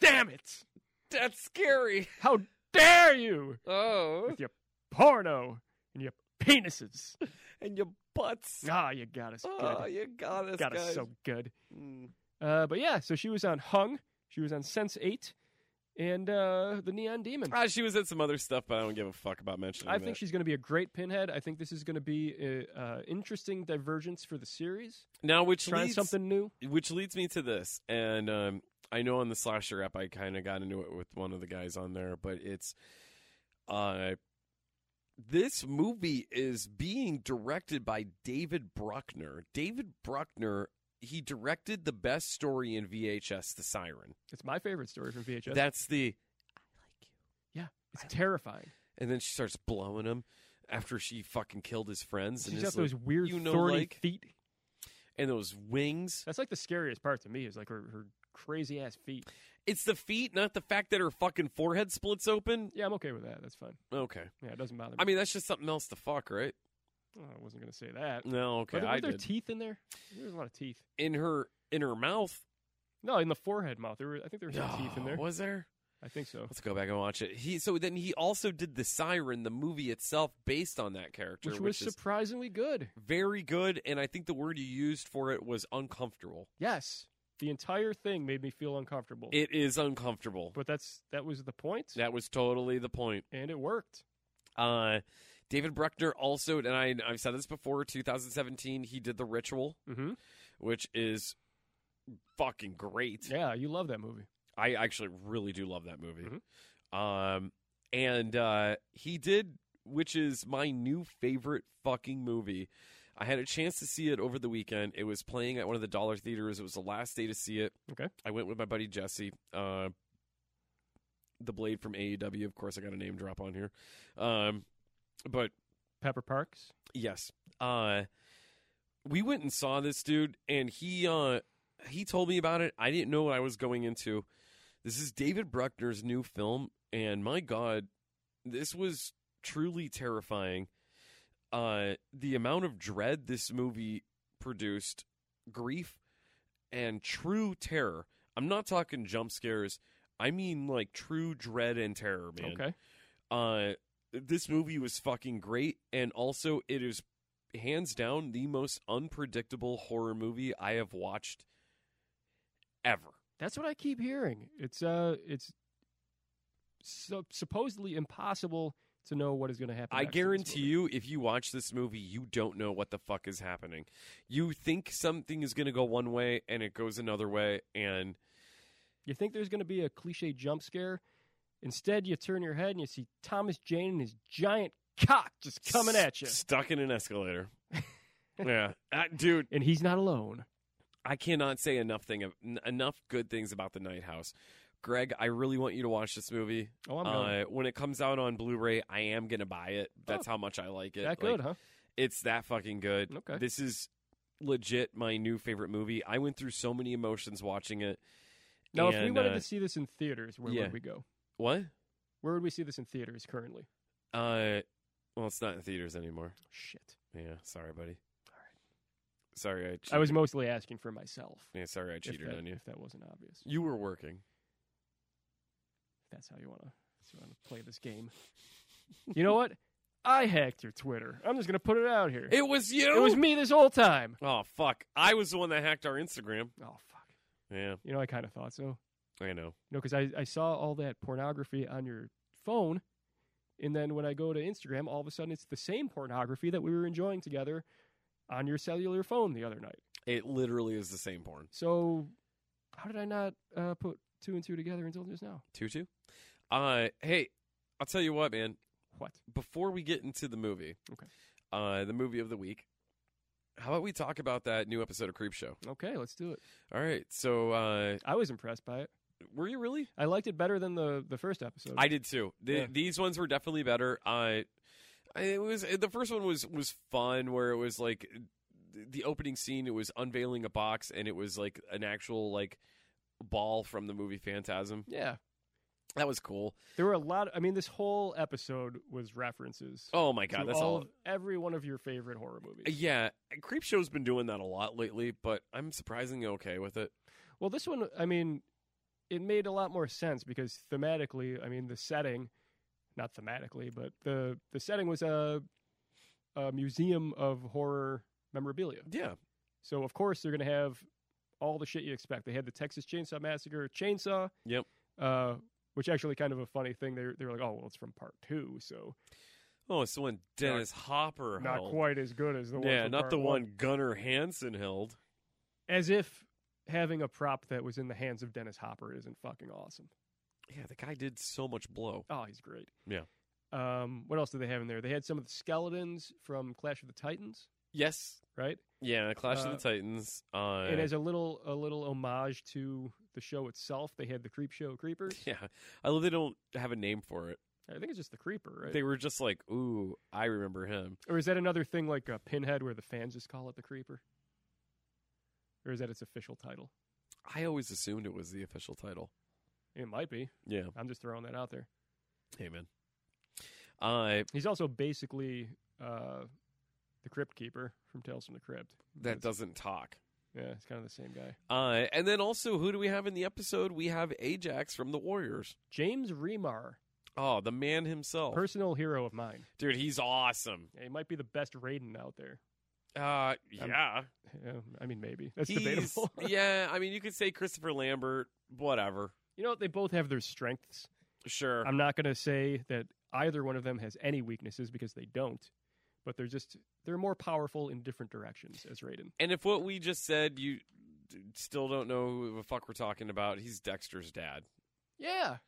C: Damn it!
B: That's scary.
C: How dare you
B: Oh,
C: with your porno and your penises?
B: [LAUGHS] and your butts.
C: Ah, you got us
B: Oh,
C: good.
B: you got us,
C: got
B: guys.
C: us so good.
B: Mm.
C: Uh, but yeah, so she was on Hung. She was on Sense Eight, and uh, the Neon Demon.
B: Ah, she was in some other stuff, but I don't give a fuck about mentioning.
C: I think
B: that.
C: she's going to be a great pinhead. I think this is going to be an uh, interesting divergence for the series.
B: now, which
C: Trying
B: leads
C: something new.
B: which leads me to this, and um, I know on the slasher app, I kind of got into it with one of the guys on there, but it's, uh, this movie is being directed by David Bruckner. David Bruckner, he directed the best story in VHS, The Siren.
C: It's my favorite story from VHS.
B: That's the
C: it's terrifying.
B: and then she starts blowing him after she fucking killed his friends. and
C: She's got
B: it's
C: those
B: like-
C: weird
B: you know,
C: thorny
B: like-
C: feet.
B: and those wings.
C: That's like the scariest part to me is like her, her crazy ass feet.
B: It's the feet, not the fact that her fucking forehead splits open.
C: Yeah, I'm okay with that. That's fine.
B: Okay,
C: Yeah, it doesn't bother me.
B: I mean that's just something else to fuck, right?
C: Oh, I wasn't going to say that.
B: No, okay,
C: Were there,
B: I
C: were there
B: did.
C: teeth in there? There's a lot of teeth.
B: in her in her mouth.
C: No, in the forehead mouth. There were, I think there were some teeth in
B: No,
C: there.
B: Was there?
C: I think so.
B: Let's go back and watch it. He so then he also did the siren, the movie itself, based on that character,
C: Which
B: which,
C: was
B: is
C: surprisingly good.
B: very good. And I think the word you used for it was uncomfortable.
C: Yes. The entire thing made me feel uncomfortable.
B: It is uncomfortable.
C: but that's that was the point,
B: That was totally the point.
C: and it worked.
B: Uh, David Bruckner also, and I, I've said this before, 2017, he did The Ritual,
C: Mm-hmm.
B: which is fucking great.
C: Yeah, you love that movie.
B: I actually really do love that movie.
C: Mhm.
B: Um, and uh, he did, which is my new favorite fucking movie. I had a chance to see it over the weekend. It was playing at one of the dollar theaters. It was the last day to see it.
C: Okay.
B: I went with my buddy Jesse, uh, the Blade from AEW. Of course, I got a name drop on here, um, but
C: Pepper Parks.
B: Yes. Uh we went and saw this dude and he uh he told me about it. I didn't know what I was going into. This is David Bruckner's new film and my god, this was truly terrifying. Uh the amount of dread this movie produced, grief and true terror. I'm not talking jump scares. I mean like true dread and terror, man
C: Okay.
B: uh this movie was fucking great and also it is hands down the most unpredictable horror movie i have watched ever
C: That's what I keep hearing. It's uh, it's sup- supposedly impossible to know what is going to happen.
B: i
C: next in this
B: guarantee
C: movie.
B: you if you watch this movie you don't know what the fuck is happening you think something is going to go one way and it goes another way and
C: You think there's going to be a cliche jump scare? Instead, you turn your head and you see Thomas Jane and his giant cock just coming at you,
B: s- stuck in an
C: [LAUGHS]
B: escalator yeah Uh, dude
C: and he's not alone.
B: I cannot say enough thing of, n- enough good things about the Night House. Greg, I really want you to watch this movie.
C: Oh, I'm going. Oh.
B: Uh, when it comes out on Blu-ray, I am gonna buy it. That's how much I like it.
C: that
B: Like,
C: good, huh?
B: It's that fucking good.
C: Okay.
B: This is legit my new favorite movie. I went through so many emotions watching it.
C: Now, if we
B: and,
C: wanted
B: uh,
C: to see this in theaters, where
B: yeah.
C: would we go?
B: What?
C: Where would we see this in theaters currently?
B: Uh, well, it's not in theaters anymore.
C: Shit,
B: Yeah, sorry, buddy. Sorry, I. Cheated.
C: I was mostly asking for myself.
B: Yeah, sorry, I
C: if
B: cheated
C: that-
B: on you.
C: If that wasn't obvious,
B: You were working.
C: If that's how you want to play this game. you know what? I hacked your Twitter. I'm just gonna put it out here.
B: It was you.
C: It was me this whole time.
B: Oh fuck! I was the one that hacked our Instagram.
C: Oh fuck.
B: Yeah,
C: You know, I kind of thought so. You
B: I know.
C: know, because I, I saw all that pornography on your phone, and then when I go to Instagram, all of a sudden it's the same pornography that we were enjoying together on your cellular phone the other night.
B: It literally is the same porn.
C: So how did I not uh, put two and two together until just now?
B: Tutu. Uh, hey, I'll tell you what, man.
C: What?
B: Before we get into the movie,
C: Okay.
B: Uh, the movie of the week. How about we talk about that new episode of Creep Show?
C: Okay, let's do it.
B: All right. So, uh,
C: I was impressed by it.
B: were you really?
C: I liked it better than the the first episode.
B: I did too. The,
C: Yeah.
B: These ones were definitely better. I, I it was the first one was was fun where it was like the opening scene. It was unveiling a box and it was like an actual like ball from the movie Phantasm.
C: yeah.
B: That was cool.
C: There were a lot. I mean, this whole episode was references.
B: Oh my
C: to
B: god, that's
C: all,
B: all
C: of every one of your favorite horror movies.
B: Yeah, Creep Show's been doing that a lot lately, but I'm surprisingly okay with it.
C: Well, this one, I mean, it made a lot more sense because thematically, I mean, the setting, not thematically, but the the setting was a a museum of horror memorabilia.
B: Yeah,
C: So of course they're going to have all the shit you expect. They had the Texas Chainsaw Massacre chainsaw.
B: Yep.
C: Uh, which actually kind of a funny thing. They they were like, oh well, it's from part two, so
B: Oh, it's the one Dennis Hopper
C: not
B: held.
C: quite as good as the one.
B: yeah,
C: from
B: not
C: part
B: the one Gunnar Hansen held.
C: As if having a prop that was in the hands of Dennis Hopper isn't fucking awesome.
B: Yeah, the guy did so much blow.
C: Oh, he's great.
B: Yeah.
C: Um, what else did they have in there? They had some of the skeletons from Clash of the Titans,
B: Yes.
C: right?
B: Yeah, Clash of
C: Uh,
B: the Titans. Uh,
C: and as a little a little homage to the show itself, they had the Creep Show Creepers.
B: [LAUGHS] yeah, I love they don't have a name for it.
C: I think it's just the Creeper, right?
B: They were just like, "Ooh, I remember him."
C: or is that another thing like uh, Pinhead where the fans just call it the Creeper? Or is that its official title?
B: I always assumed it was the official title.
C: It might be.
B: Yeah,
C: I'm just throwing that out there.
B: hey man. Uh,
C: He's also basically uh, the Crypt Keeper from Tales from the Crypt.
B: that doesn't talk.
C: Yeah, it's kind of the same guy.
B: Uh, and then also, who do we have in the episode? We have Ajax from the Warriors.
C: James Remar,
B: Oh, the man himself.
C: personal hero of mine.
B: Dude, he's awesome.
C: Yeah, he might be the best Raiden out there.
B: Uh,
C: Um,
B: yeah.
C: Yeah, I mean, maybe that's
B: He's-
C: debatable. [LAUGHS]
B: yeah, I mean, you could say Christopher Lambert, whatever.
C: you know, they both have their strengths.
B: Sure.
C: I'm not going to say that either one of them has any weaknesses because they don't, but they're just they're more powerful in different directions as Raiden.
B: and if what we just said, you d- still don't know who the fuck we're talking about, he's Dexter's dad.
C: Yeah,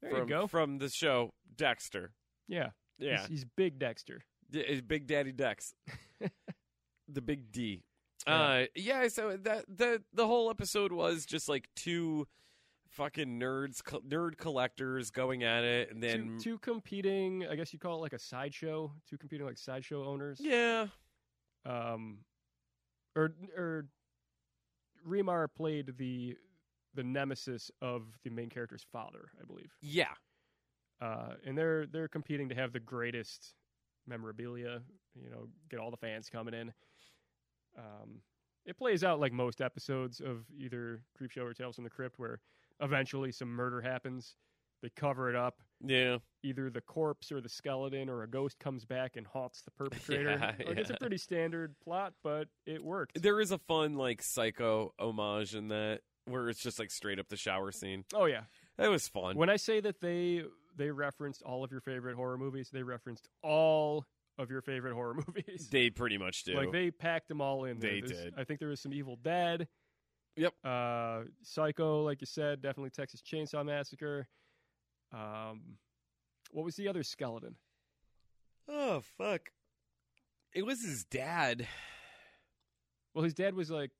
C: There
B: from
C: you go.
B: from the show Dexter.
C: Yeah.
B: Yeah,
C: He's, he's big Dexter.
B: D- is Big Daddy
C: [LAUGHS]
B: Dex, the Big D. Uh,
C: Yeah.
B: yeah. So that the the whole episode was just like two fucking nerds, co- nerd collectors going at it, and then
C: two, two competing, I guess you call it like a sideshow, two competing like sideshow owners.
B: yeah,
C: Um or or Remar played the the nemesis of the main character's father, I believe.
B: yeah,
C: Uh and they're they're competing to have the greatest memorabilia, you know, get all the fans coming in. Um it plays out like most episodes of either Creepshow or Tales from the Crypt where eventually some murder happens. They cover it up
B: yeah.
C: either the corpse or the skeleton or a ghost comes back and haunts the perpetrator.
B: [LAUGHS] Yeah,
C: like it's a
B: yeah.
C: pretty standard plot, but it worked.
B: There is a fun like psycho homage in that where it's just like straight up the shower scene.
C: oh yeah.
B: That was fun.
C: When I say that they they referenced all of your favorite horror movies, they referenced all of your favorite horror [LAUGHS] movies.
B: they pretty much do.
C: Like they packed them all in. There.
B: They
C: There's-
B: did.
C: I think there was some Evil Dead.
B: Yep.
C: Uh, Psycho, like you said, definitely Texas Chainsaw Massacre. Um, what was the other skeleton?
B: oh fuck! It was his dad.
C: Well, his dad was like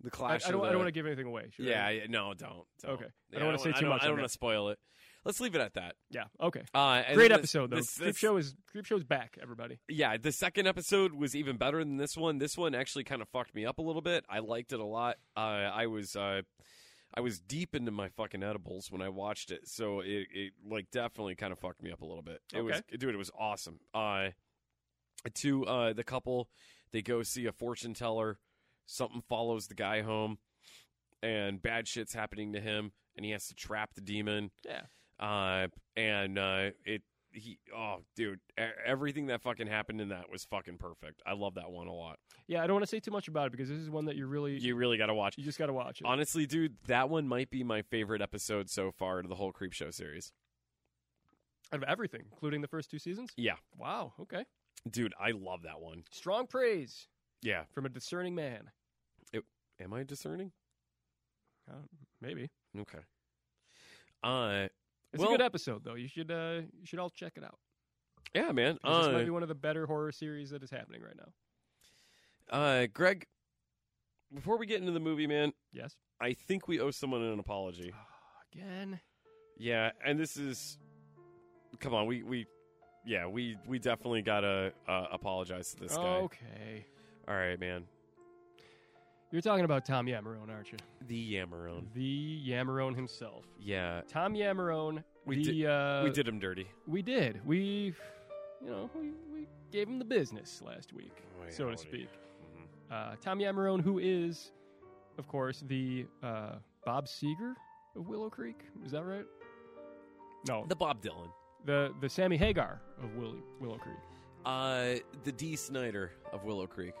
B: The
C: I, I
B: clash.
C: don't.
B: Of the,
C: I don't want to give anything away. Should I?
B: Yeah, yeah, no, don't. don't.
C: Okay.
B: Yeah,
C: I don't want to say
B: I
C: too
B: don't-
C: much.
B: I
C: on
B: don't want
C: that.
B: to spoil it. Let's leave it at that.
C: Yeah. Okay.
B: Uh, and
C: Great
B: this-
C: episode though.
B: this-
C: Creep
B: this-
C: Show is Creep Show's back, everybody.
B: Yeah, the second episode was even better than this one. This one actually kind of fucked me up a little bit. I liked it a lot. Uh, I was uh, I was deep into my fucking edibles when I watched it, so it, it like definitely kind of fucked me up a little bit. It was dude, it was awesome. Uh, to uh, the couple, they go see a fortune teller. Something follows the guy home, and bad shit's happening to him, and he has to trap the demon
C: Yeah.
B: uh, and uh, it he oh dude e- everything that fucking happened in that was fucking perfect i love that one a lot
C: Yeah, I don't want to say too much about it because this is one that you really you,
B: you really gotta watch
C: just got to watch it.
B: honestly dude that one might be my favorite episode so far to the whole creep show series
C: Out of everything, including the first two seasons.
B: Yeah.
C: Wow. Okay.
B: dude i love that one
C: Strong praise
B: yeah
C: from a discerning man.
B: am i discerning
C: Uh, maybe
B: okay uh
C: it's
B: Well-
C: a good episode though. You should uh, you should all check it out.
B: yeah man
C: 'Cause this
B: Uh,
C: might be one of the better horror series that is happening right now.
B: uh greg before we get into the movie man
C: Yes. Ah,
B: i think we owe someone an apology
C: Again.
B: Yeah, and this is come on, we we yeah, we we definitely got to uh, apologize to this guy.
C: Okay.
B: All right, man.
C: You're talking about Tom Yamarone, aren't you?
B: The Yamarone.
C: The Yamarone himself.
B: Yeah.
C: Tom Yamarone.
B: We
C: the, uh,
B: we did him dirty.
C: We did. We, you know, we, we gave him the business last week,
B: Wait,
C: so to
B: howdy.
C: speak.
B: Mhm.
C: Uh, Tom Yamarone, who is, of course, the uh, Bob Seeger of Willow Creek. Is that right? No,
B: The Bob Dylan.
C: the the Sammy Hagar of Willow, Willow Creek.
B: Uh the D Snyder of Willow Creek.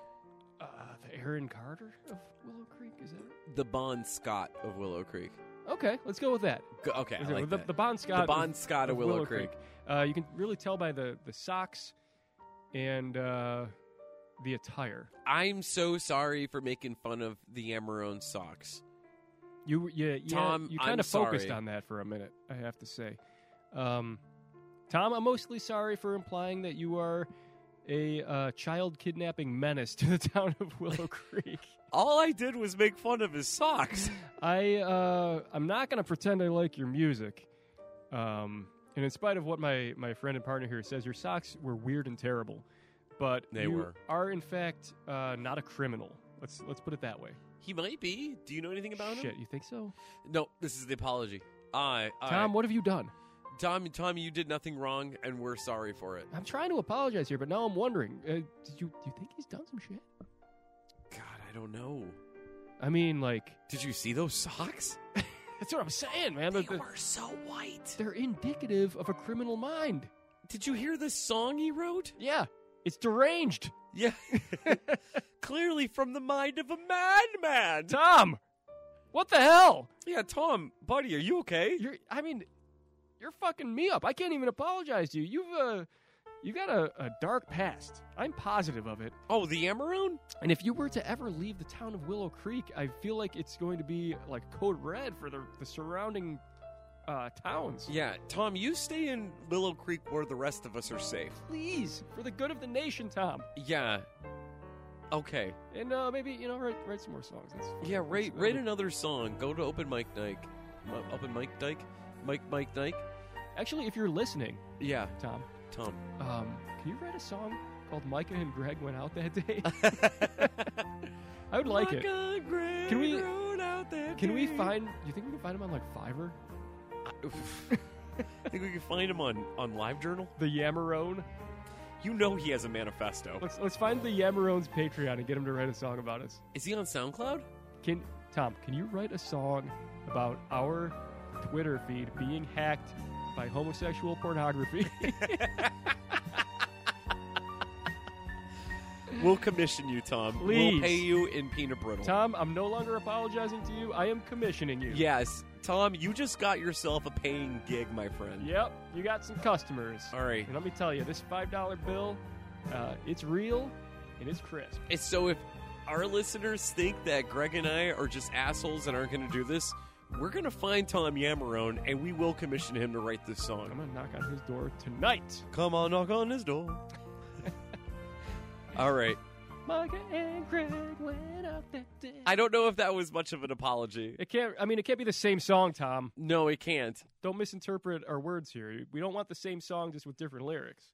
C: Uh, the Aaron Carter of Willow Creek. Is that right?
B: The Bon Scott of Willow Creek.
C: Okay, let's go with that.
B: Go, okay, I
C: Okay,
B: like
C: the,
B: that.
C: the Bon Scott.
B: the
C: of-
B: Bon Scott of, Willow, Creek.
C: Uh, you can really tell by the the socks and uh, the attire.
B: I'm so sorry for making fun of the Amarone socks.
C: You, yeah, yeah,
B: Tom,
C: you
B: I'm
C: kind of focused
B: sorry.
C: on that for a minute. I have to say, um, Tom, I'm mostly sorry for implying that you are a uh, child kidnapping menace to the [LAUGHS] town
B: [LAUGHS]
C: of Willow Creek.
B: All I did was make fun of his socks.
C: I, uh, I'm not going to pretend I like your music. Um, and in spite of what my my friend and partner here says, your socks were weird and terrible, but
B: They
C: you
B: were.
C: are in fact uh, not a criminal. Let's let's put it that way.
B: [LAUGHS] He might be. Do you know anything about him?
C: Shit, you think so,
B: No, this is the apology. I, I
C: Tom? What have you done?
B: Tom, Tom, you did nothing wrong, and we're sorry for it.
C: I'm trying to apologize here, but now I'm wondering, uh, did you do you think he's done some shit?
B: God, I don't know.
C: I mean, like
B: Did you see those socks?
C: that's what I'm saying, man.
B: They
C: They're-
B: were so white.
C: they're indicative of a criminal mind.
B: Did you hear the song he wrote?
C: Yeah, it's deranged.
B: Yeah, [LAUGHS] clearly from the mind of a madman.
C: Tom, what the hell?
B: Yeah, Tom, buddy, are you okay?
C: You're, I mean, you're fucking me up. I can't even apologize to you. You've uh, you got a, a dark past. I'm positive of it.
B: Oh, the Amarone?
C: And if you were to ever leave the town of Willow Creek, I feel like it's going to be like code red for the, the surrounding uh, towns.
B: Yeah, Tom, you stay in Willow Creek where the rest of us are safe.
C: Please, for the good of the nation, Tom.
B: Yeah. Okay.
C: And uh, maybe you know, write, write some more songs. That's
B: Yeah, rate
C: That'll
B: rate
C: be-
B: another song. Go to Open Mike Nike. M- Open Mike Dyke. Mike Mike Nike.
C: actually, if you're listening,
B: Yeah,
C: Tom,
B: Tom.
C: um, can you write a song called "Micah and Greg Went Out That Day"? [LAUGHS] I would like it. Can we- Can we find? Do you think we can find them on like Fiverr?
B: [LAUGHS] I think we can find him on on LiveJournal.
C: The Yamarone.
B: You know he has a manifesto.
C: Let's let's find the Yamarone's Patreon and get him to write a song about us.
B: Is he on SoundCloud?
C: Can Tom? Can you write a song about our Twitter feed being hacked by homosexual pornography? [LAUGHS]
B: We'll commission you, Tom.
C: Please.
B: We'll pay you in peanut brittle.
C: Tom, I'm no longer apologizing to you. I am commissioning you.
B: Yes, Tom, you just got yourself a paying gig, my friend.
C: Yep. You got some customers.
B: All right.
C: And let me tell you, this five dollar bill, uh, it's real and it's crisp.
B: And so if our listeners think that Greg and I are just assholes and aren't going to do this, we're going to find Tom Yamarone and we will commission him to write this
C: I'm
B: song.
C: gonna knock on his door tonight.
B: Come on, knock on his door. All right.
C: Micah and Greg went out that day.
B: I don't know if that was much of an apology.
C: it can't. I mean, it can't be the same song, Tom.
B: No, it can't.
C: Don't misinterpret our words here. We don't want the same song just with different lyrics.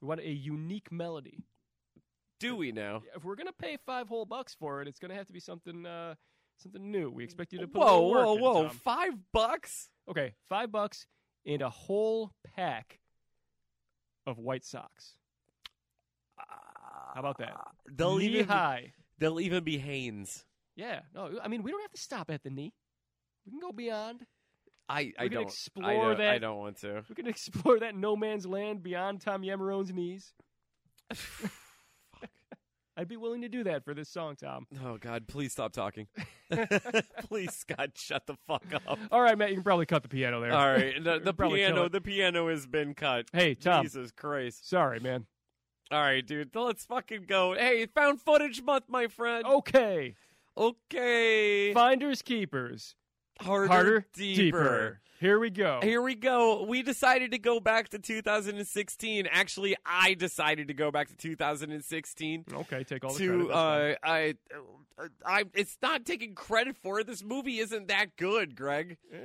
C: We want a unique melody.
B: Do we now?
C: If we're gonna pay five whole bucks for it, it's gonna have to be something uh, something new. We expect you to put a
B: Whoa,
C: little work
B: whoa,
C: in,
B: whoa.
C: Tom.
B: Five bucks?
C: Okay, five bucks and a whole pack of white socks. How about that?
B: They'll
C: knee
B: even,
C: high.
B: they'll even be Haynes.
C: Yeah. No, I mean we don't have to stop at the knee. We can go beyond.
B: I, I
C: We can
B: don't I
C: explore
B: don't, I
C: that-
B: don't want to.
C: We can [LAUGHS] explore that no man's land beyond Tom Yamarone's knees. [LAUGHS] I'd be willing to do that for this song, Tom.
B: Oh God! Please stop
C: [LAUGHS]
B: talking. [LAUGHS] please, Scott, shut the fuck up.
C: All right, Matt, you can probably cut the piano there.
B: All right, the, the
C: [LAUGHS] Probably kill
B: piano,
C: it.
B: the piano has been cut.
C: Hey, Tom.
B: Jesus Christ!
C: Sorry, man.
B: All right, dude, let's fucking go. Hey, found footage month, my friend.
C: Okay. Oh.
B: okay.
C: Finders keepers.
B: harder,
C: Harder,
B: deeper.
C: deeper. Here we go.
B: Here we go. We decided to go back to 2016. Actually, I decided to go back to 2016.
C: Okay, take all the credit.
B: to
C: That's fine.
B: uh, I, I, it's not taking credit for it. This movie isn't that good, Greg.
C: Mm.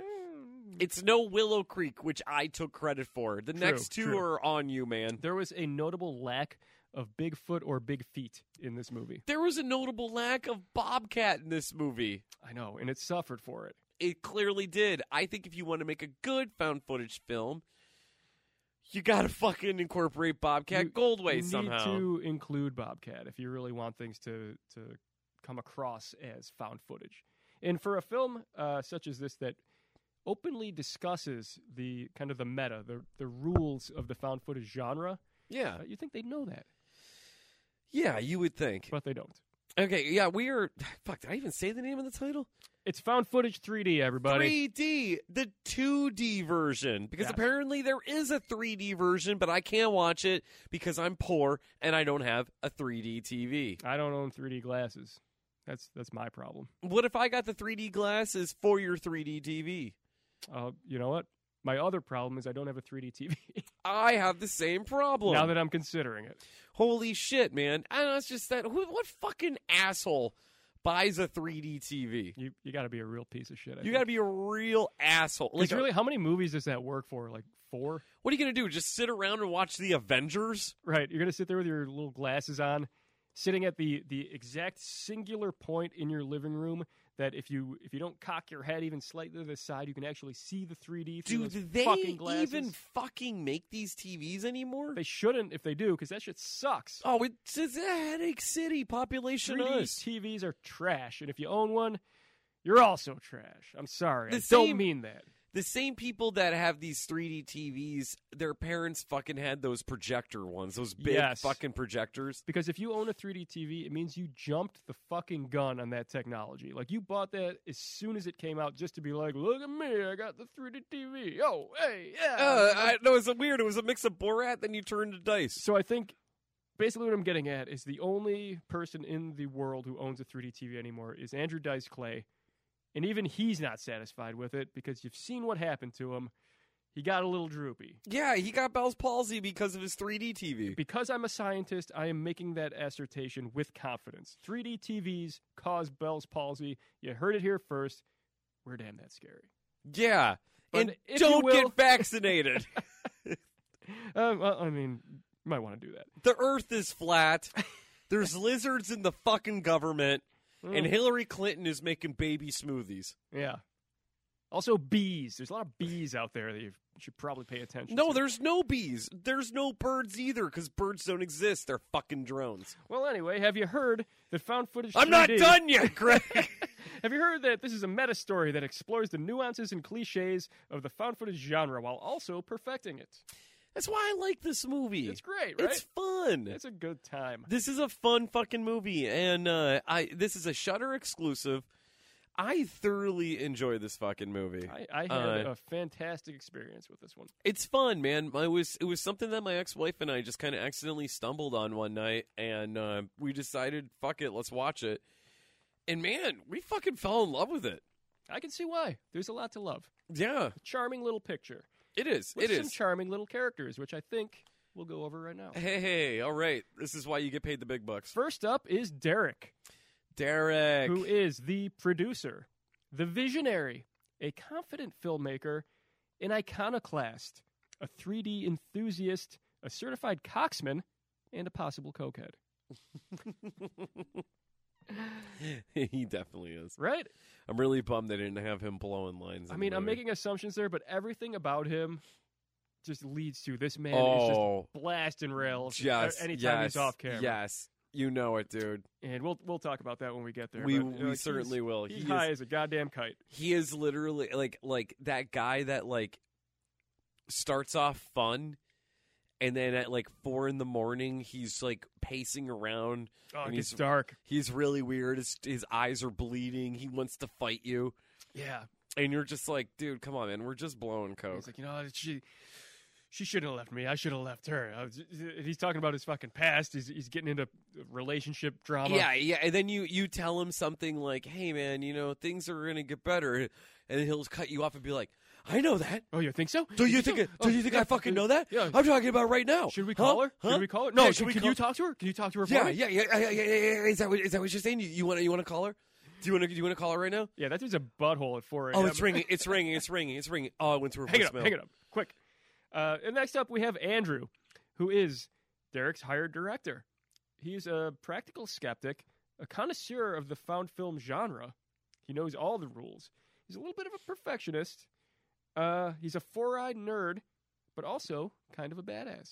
B: It's no Willow Creek, which I took credit for. The
C: True,
B: next two
C: true.
B: are on you, man.
C: there was a notable lack of Bigfoot or Big Feet in this movie.
B: There was a notable lack of Bobcat in this movie.
C: I know, and it suffered for it.
B: It clearly did. I think if you want to make a good found footage film, you gotta fucking incorporate Bobcat
C: You-
B: Goldway
C: you need
B: somehow.
C: to include Bobcat if you really want things to to come across as found footage. And for a film uh, such as this that openly discusses the kind of the meta, the the rules of the found footage genre,
B: Yeah,
C: uh, you think they know that,
B: yeah, you would think.
C: but they don't.
B: Okay, yeah, we are. [SIGHS] Fuck, did I even say the name of the title?
C: It's found footage 3D, everybody.
B: 3D, the 2D version, because
C: Yes.
B: apparently there is a 3D version, but I can't watch it because I'm poor and I don't have a 3D TV.
C: I don't own 3D glasses. That's that's my problem.
B: What if I got the 3D glasses for your 3D TV?
C: Uh, you know what? My other problem is I don't have a 3D [LAUGHS] TV.
B: I have the same problem.
C: now that I'm considering it,
B: Holy shit, man! I know it's just that who, what fucking asshole buys a 3D TV?
C: you you got to be a real piece of shit. I
B: You got to be a real asshole. Like,
C: Like, really, how many movies does that work for? Like four,
B: what are you gonna do? Just sit around and watch the Avengers?
C: right? You're gonna sit there with your little glasses on, sitting at the the exact singular point in your living room that if you if you don't cock your head even slightly to the side, you can actually see the 3D. through
B: Do
C: those
B: they
C: fucking glasses.
B: even fucking make these TVs anymore?
C: They shouldn't if they do, because that shit sucks.
B: Oh, it's, it's a headache city population.
C: 3D
B: us.
C: TVs are trash, and if you own one, you're also trash. I'm sorry,
B: The
C: I
B: same-
C: don't mean that.
B: The same people that have these 3D TVs, their parents fucking had those projector ones, those big
C: Yes.
B: fucking projectors.
C: Because if you own a 3D TV, it means you jumped the fucking gun on that technology. Like you bought that as soon as it came out, just to be like, look at me, I got the 3D TV. Oh, hey, yeah.
B: Uh, I, no, it was a weird. It was a mix of Borat, then you turned to dice.
C: so I think basically what I'm getting at is the only person in the world who owns a 3D TV anymore is Andrew Dice Clay, And even he's not satisfied with it because you've seen what happened to him. He got a little droopy.
B: Yeah, he got Bell's palsy because of his 3D TV.
C: Because I'm a scientist, I am making that assertion with confidence. 3D TVs cause Bell's palsy. You heard it here first. We're damn that scary.
B: Yeah.
C: But
B: and
C: if you
B: don't
C: will-
B: get
C: [LAUGHS]
B: vaccinated.
C: Um, well, I mean, you might want to do that.
B: the earth is
C: [LAUGHS]
B: flat. There's lizards in the fucking government. And
C: Mm,
B: Hillary Clinton is making baby smoothies.
C: yeah. Also, bees. There's a lot of bees out there that you should probably pay attention.
B: No,
C: to.
B: there's no bees. There's no birds either because birds don't exist. They're fucking drones.
C: Well, anyway, have you heard that found footage?
B: I'm not
C: 3D
B: done
C: [LAUGHS]
B: yet, Greg.
C: Have you heard that this is a meta story that explores the nuances and cliches of the found footage genre while also perfecting it?
B: That's why I like this movie.
C: It's great, right?
B: It's fun.
C: It's a good time.
B: This is a fun fucking movie, and uh, I this is a Shutter exclusive. I thoroughly enjoy this fucking movie.
C: I, I had
B: Uh,
C: a fantastic experience with this one.
B: It's fun, man. I was it was something that my ex wife and I just kind of accidentally stumbled on one night, and uh, we decided, fuck it, let's watch it. And man, we fucking fell in love with it.
C: I can see why. There's a lot to love.
B: Yeah,
C: Charming little picture
B: it is.
C: with
B: it
C: some
B: is.
C: charming little characters, which I think we'll go over right now.
B: hey, hey, all right. This is why you get paid the big bucks,
C: First up is Derek,
B: Derek.
C: who is the producer, the visionary, a confident filmmaker, an iconoclast, a 3D enthusiast, a certified coxman, and a possible cokehead.
B: [LAUGHS] he definitely is.
C: Right?
B: I'm really bummed they didn't have him blowing lines. in
C: I
B: the
C: mean, I'm
B: movie.
C: making assumptions there, but everything about him just leads to this man is just
B: Oh,
C: blasting rails a-
B: yes.
C: anytime
B: yes,
C: he's off camera.
B: Yes. You know it, dude.
C: And we'll we'll talk about that when we get there.
B: we
C: but, uh,
B: we
C: he's-
B: certainly will.
C: he's
B: He
C: high
B: is,
C: as a goddamn kite.
B: he is literally like like that guy that like starts off fun and then at like four in the morning he's like pacing around.
C: Oh,
B: And
C: it gets
B: he's-
C: dark.
B: He's really weird. His his eyes are bleeding. He wants to fight you.
C: Yeah.
B: And you're just like, dude, come on, man. We're just blowing coke.
C: He's like, you know, she she shouldn't have left me. I should have left her. I was, and he's talking about his fucking past. He's he's getting into relationship drama.
B: Yeah, yeah. And then you you tell him something like, "Hey, man, you know things are gonna get better," and he'll cut you off and be like, "I know that.
C: Oh, you think so?
B: Do you think?
C: so?
B: Do you
C: [LAUGHS] Oh,
B: think
C: yeah,
B: I fucking
C: uh,
B: know that?
C: Yeah.
B: I'm talking about right now.
C: Should we
B: Huh?
C: call her?
B: Huh?
C: Should we call her?
B: Yeah,
C: No.
B: should
C: can
B: we
C: can
B: call-
C: you talk to her? Can you talk to her? for
B: Yeah,
C: me?
B: yeah, yeah, yeah, yeah, yeah, yeah. Is that what, is that what you're saying? You, you want to you want to call her? Do you want to do you want to call her right now?
C: Yeah, that dude's a butthole at 4 a.m.
B: Oh, it's ringing, it's ringing, it's ringing, it's ringing. Oh, I went to her
C: Hang it
B: voicemail.
C: up, hang it up, quick. Uh, and next up, we have Andrew, who is Derek's hired director. He's a practical skeptic, a connoisseur of the found film genre. He knows all the rules. He's a little bit of a perfectionist. Uh, he's a four eyed nerd, but also kind of a badass.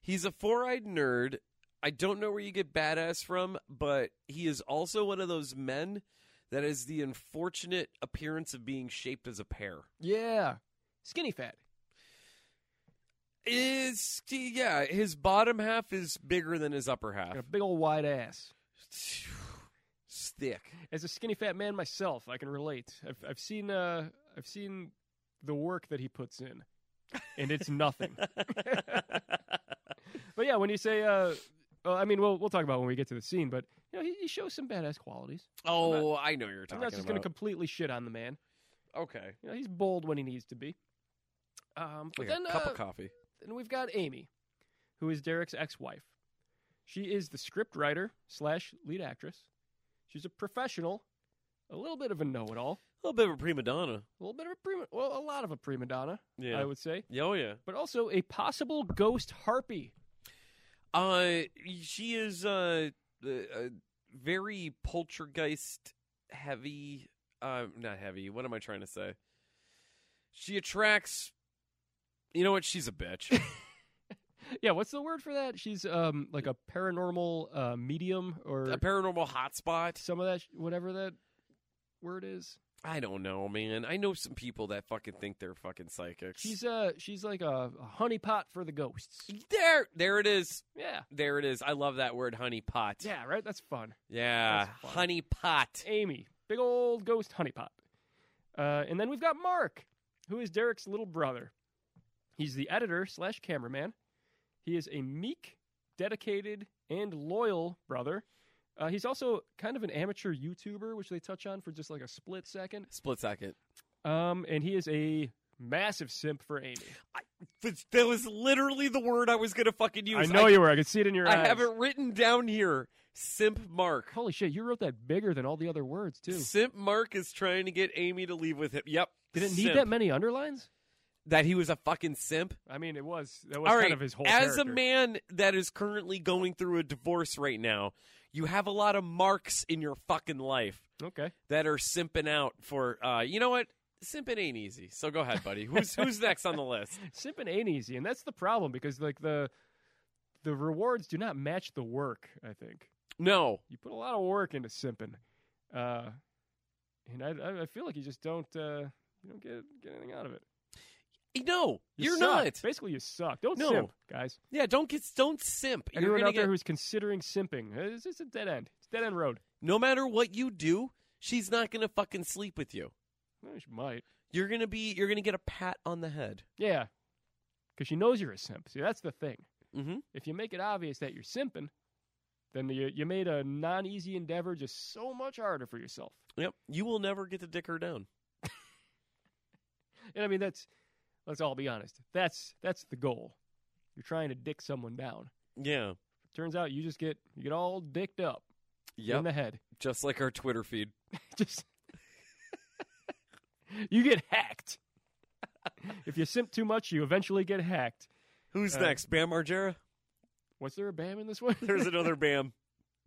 B: He's a four-eyed nerd. I don't know where you get badass from, but he is also one of those men that has the unfortunate appearance of being shaped as a pear.
C: Yeah. Skinny fat.
B: is yeah his bottom half is bigger than his upper half
C: Got a big old wide ass. [LAUGHS]
B: stick
C: As a skinny fat man myself, I can relate. I've, I've seen uh, I've seen the work that he puts in, and it's nothing. But yeah, when you say, uh, well, I mean, we'll we'll talk about it when we get to the scene, but you know, he, he shows some badass qualities.
B: oh i know what you're
C: I'm
B: talking
C: not just going
B: about
C: to completely shit on the man.
B: okay
C: You know, he's bold when he needs to be. Um, but
B: like
C: then,
B: a cup
C: uh,
B: of coffee
C: then we've got Amy, who is Derek's ex-wife. She is the script writer slash lead actress. She's a professional, a little bit of a know-it-all,
B: a little bit of a prima donna
C: a little bit of a prima, well, a lot of a prima donna,
B: yeah
C: I would say,
B: Yeah, oh yeah
C: but also a possible ghost harpy.
B: uh she is uh, uh uh, very poltergeist heavy uh not heavy what am i trying to say she attracts you know what she's a [LAUGHS] bitch
C: Yeah, what's the word for that? She's um like a paranormal uh, medium or
B: a paranormal hotspot
C: some of that, sh- whatever that word is.
B: I don't know, man. I know some people that fucking think they're fucking psychics.
C: She's uh she's like a, a honeypot for the ghosts.
B: there, there it is.
C: Yeah,
B: There it is. I love that word, honey pot.
C: yeah, right. That's fun.
B: Yeah,
C: That's fun.
B: honey pot.
C: Amy, big old ghost honeypot. Uh, and then we've got Mark, who is Derek's little brother. He's the editor slash cameraman. He is a meek, dedicated, and loyal brother. Uh, he's also kind of an amateur YouTuber, which they touch on for just like a split second.
B: Split second.
C: Um, and he is a massive simp for Amy.
B: But That was literally the word I was gonna fucking
C: I
B: use.
C: know you were. I could see it in your
B: I
C: eyes.
B: have it written down here. Simp Mark.
C: Holy shit! You wrote that bigger than all the other words too.
B: Simp Mark is trying to get Amy to leave with him. Yep.
C: Did it need
B: Simp.
C: that many underlines?
B: That he was a fucking simp.
C: I mean, it was that was
B: All
C: kind
B: right,
C: of his whole.
B: As a
C: character.
B: man that is currently going through a divorce right now, you have a lot of marks in your fucking life
C: okay.
B: that are simping out for. Uh, you know what? Simping ain't easy. So go ahead, buddy.
C: [LAUGHS]
B: Who's who's next on the list?
C: Simping ain't easy, and that's the problem because like the the rewards do not match the work. I think
B: No.
C: you put a lot of work into simping, uh, and I- I, I feel like you just don't uh, you don't get get anything out of it.
B: Eh, No,
C: You
B: you're
C: suck.
B: not.
C: Basically, you suck. Don't
B: No.
C: simp, guys.
B: Yeah, don't get don't simp. You're
C: Anyone
B: gonna
C: out there
B: get-
C: who's considering simping, uh, it's, it's a dead end. It's a dead end road.
B: no matter what you do, she's not gonna fucking sleep with you.
C: Well, you might.
B: You're gonna be you're gonna get a pat on the head.
C: Yeah, because she knows you're a simp. See, that's the thing.
B: Mm-hmm.
C: if you make it obvious that you're simping, then you, you made a non easy endeavor just so much harder for yourself.
B: Yep. You will never get to dick her down.
C: And I mean, that's let's all be honest. That's that's the goal. You're trying to dick someone down.
B: Yeah.
C: Turns out you just get you get all dicked up in
B: Yep.
C: the head. [LAUGHS]
B: Just like our Twitter feed.
C: Just [LAUGHS] you get hacked. [LAUGHS] if you simp too much, you eventually get hacked.
B: Who's
C: Uh,
B: next? Bam Margera?
C: Was there a bam in this one?
B: [LAUGHS] There's another Bam.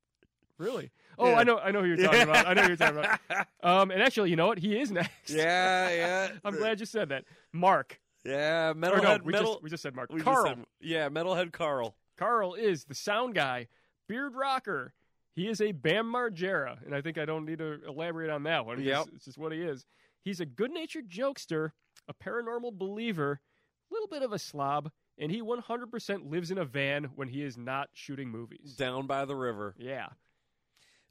C: [LAUGHS] really? Oh,
B: Yeah.
C: I know, I know who you're talking about. I know who you're talking about.
B: [LAUGHS]
C: Um, and actually, you know what? He is next.
B: [LAUGHS] yeah, yeah.
C: [LAUGHS] I'm glad you said that. Mark.
B: Yeah,
C: Or
B: metalhead.
C: no, we,
B: metal.
C: just, we just said Mark.
B: we just
C: Carl.
B: said- yeah, metalhead Carl.
C: Carl is the sound guy, beard rocker. He is a Bam Margera, and I think I don't need to elaborate on that one.
B: Yep.
C: It's, it's just what he is. He's a good-natured jokester, a paranormal believer, a little bit of a slob, and he 100% lives in a van when he is not shooting movies.
B: Down by the river.
C: Yeah,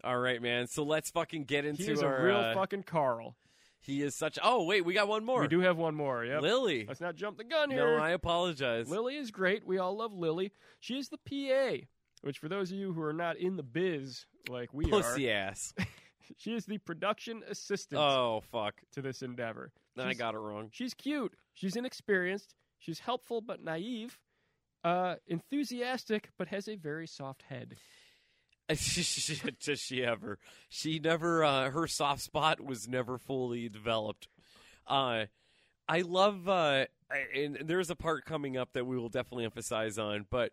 B: All right, man. So let's fucking get into
C: he is
B: our.
C: a real
B: uh,
C: fucking Carl.
B: he is such. Oh wait, we got one more.
C: We do have one more. Yep.
B: Lily.
C: Let's not jump the gun
B: No,
C: here.
B: I apologize.
C: Lily is great. We all love Lily. She is the PA, which for those of you who are not in the biz like we are,
B: Pussy
C: [LAUGHS]
B: ass.
C: She is the production assistant
B: Oh fuck.
C: to this endeavor.
B: Then I
C: She's-
B: got it wrong.
C: She's cute. She's inexperienced. She's helpful but naive. Uh, enthusiastic but has a very soft head.
B: [LAUGHS] Does she ever? She never. Uh, her soft spot was never fully developed. Uh, I love. Uh, I- and there's a part coming up that we will definitely emphasize on. But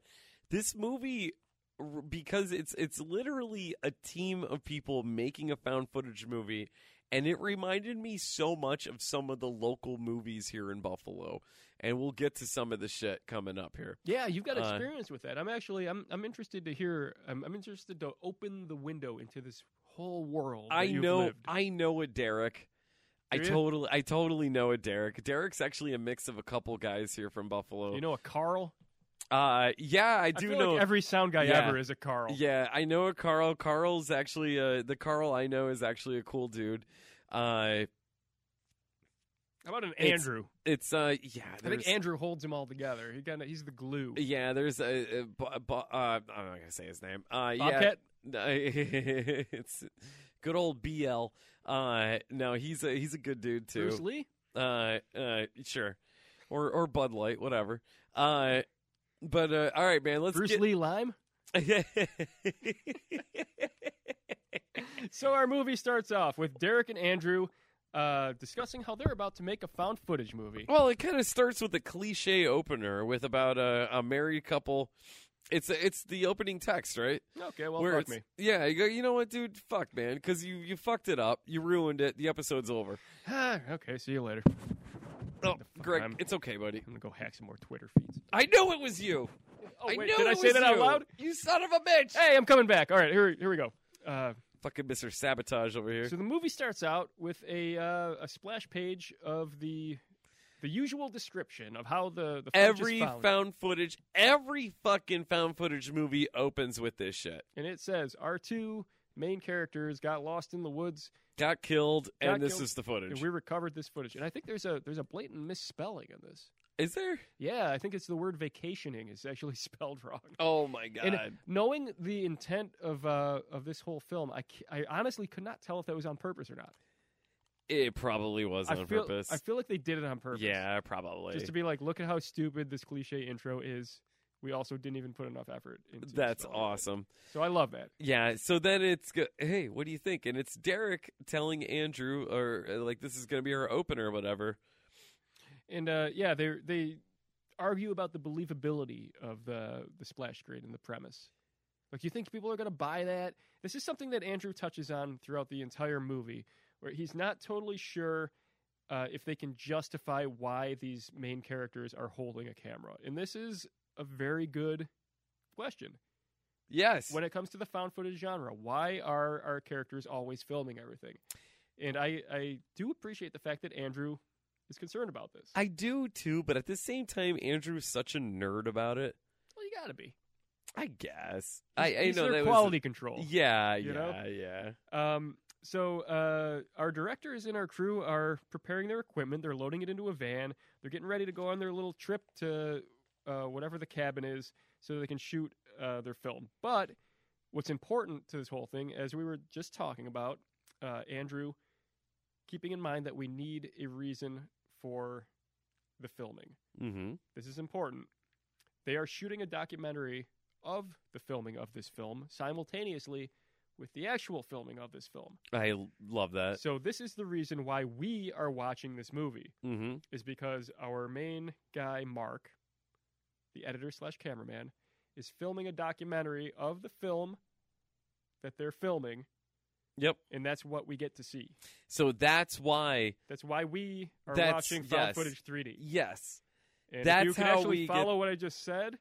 B: this movie, r- because it's it's literally a team of people making a found footage movie, and it reminded me so much of some of the local movies here in Buffalo. And we'll get to some of the shit coming up here.
C: Yeah, you've got
B: Uh,
C: experience with that. I'm actually I'm I'm interested to hear. I'm, I'm interested to open the window into this whole world. that
B: I
C: you've
B: know
C: lived.
B: I know it, Derek. I
C: Do you?
B: totally I totally know it, Derek. Derek's actually a mix of a couple guys here from Buffalo.
C: you know a Carl.
B: uh yeah, I
C: I
B: do
C: feel
B: know
C: like every sound guy
B: Yeah.
C: ever is a Carl.
B: Yeah, I know a Carl. Carl's actually uh the Carl I know is actually a cool dude. Uh
C: How about an
B: It's-
C: Andrew?
B: it's uh yeah,
C: I think
B: there's-
C: Andrew holds them all together. He kind of he's the glue.
B: yeah, there's a, a, bu- bu- uh, I'm not gonna say his name. Uh, yeah,
C: Bobcat?
B: No, [LAUGHS] it's good old BL. Uh, no, he's a he's a good dude too.
C: Bruce Lee.
B: Uh, uh, sure, or or Bud Light, whatever. Uh, but uh, all right, man. Let's
C: Bruce
B: get.
C: Lee Lime. so our movie starts off with Derek and Andrew uh, discussing how they're about to make a found footage movie.
B: [LAUGHS] well, it kind of starts with a cliche opener with about a, a married couple. It's it's the opening text, right?
C: Okay, well,
B: Where
C: fuck
B: it's-
C: me.
B: Yeah, you go. You know what, dude? Fuck, man, because you you fucked it up. You ruined it. The episode's over.
C: Ah, [SIGHS] okay, see you later.
B: Oh,
C: The fuck,
B: Greg,
C: I'm-
B: it's okay, buddy.
C: I'm gonna go hack some more Twitter feeds.
B: I know it was you.
C: Oh,
B: I
C: wait,
B: know it
C: did I say
B: was
C: that out
B: you.
C: loud?
B: You son of a bitch!
C: Hey, I'm coming back. All right, here, here we go. Uh,
B: Fucking Mr. Sabotage over here.
C: so the movie starts out with a uh, a splash page of the the usual description of how the the footage is
B: every
C: found.
B: found footage, every fucking found footage movie opens with this shit.
C: and it says our two main characters got lost in the woods
B: Got killed,
C: Got
B: and this
C: killed.
B: is the
C: and
B: footage.
C: we recovered this footage. And I think there's a there's a blatant misspelling in this.
B: Is there?
C: Yeah, I think it's the word vacationing is actually [LAUGHS] spelled wrong.
B: Oh my
C: And knowing the intent of uh, of this whole film, I, c- I honestly could not tell if that was on purpose or not.
B: it probably was
C: I
B: on
C: feel
B: purpose.
C: I feel like they did it on purpose.
B: Yeah, probably.
C: just to be like, look at how stupid this cliche intro is. We also didn't even put enough effort into.
B: That's
C: spelling it right.
B: awesome.
C: So I love that.
B: Yeah, so then it's go- hey, what do you think? And it's Derek telling Andrew or uh, like this is going to be her opener or whatever.
C: And uh, yeah, they they argue about the believability of the the splash grid and the premise. Like, you think people are going to buy that? This is something that Andrew touches on throughout the entire movie, where he's not totally sure uh, if they can justify why these main characters are holding a camera. And this is a very good question.
B: Yes.
C: when it comes to the found footage genre why are our characters always filming everything and i i do appreciate the fact that andrew is concerned about this
B: I do too, but at the same time Andrew's such a nerd about it.
C: well you gotta be
B: I guess. I I
C: These
B: know
C: are
B: that
C: quality control
B: was Yeah,
C: you
B: yeah,
C: know?
B: yeah.
C: um so uh our directors and our crew are preparing their equipment they're loading it into a van they're getting ready to go on their little trip to uh, whatever the cabin is so they can shoot uh, their film but what's important to this whole thing as we were just talking about uh, andrew keeping in mind that we need a reason for the filming
B: Mhm.
C: this is important they are shooting a documentary of the filming of this film simultaneously with the actual filming of this film
B: I l- love that.
C: so this is the reason why we are watching this movie
B: Mhm.
C: is because our main guy Mark, the editor slash cameraman, is filming a documentary of the film that they're filming,
B: Yep.
C: and that's what we get to see.
B: So that's why
C: That's why we are
B: That's-
C: watching found
B: yes.
C: footage 3D.
B: yes.
C: And
B: That's
C: if you can
B: how
C: actually
B: we get-
C: follow what I just said.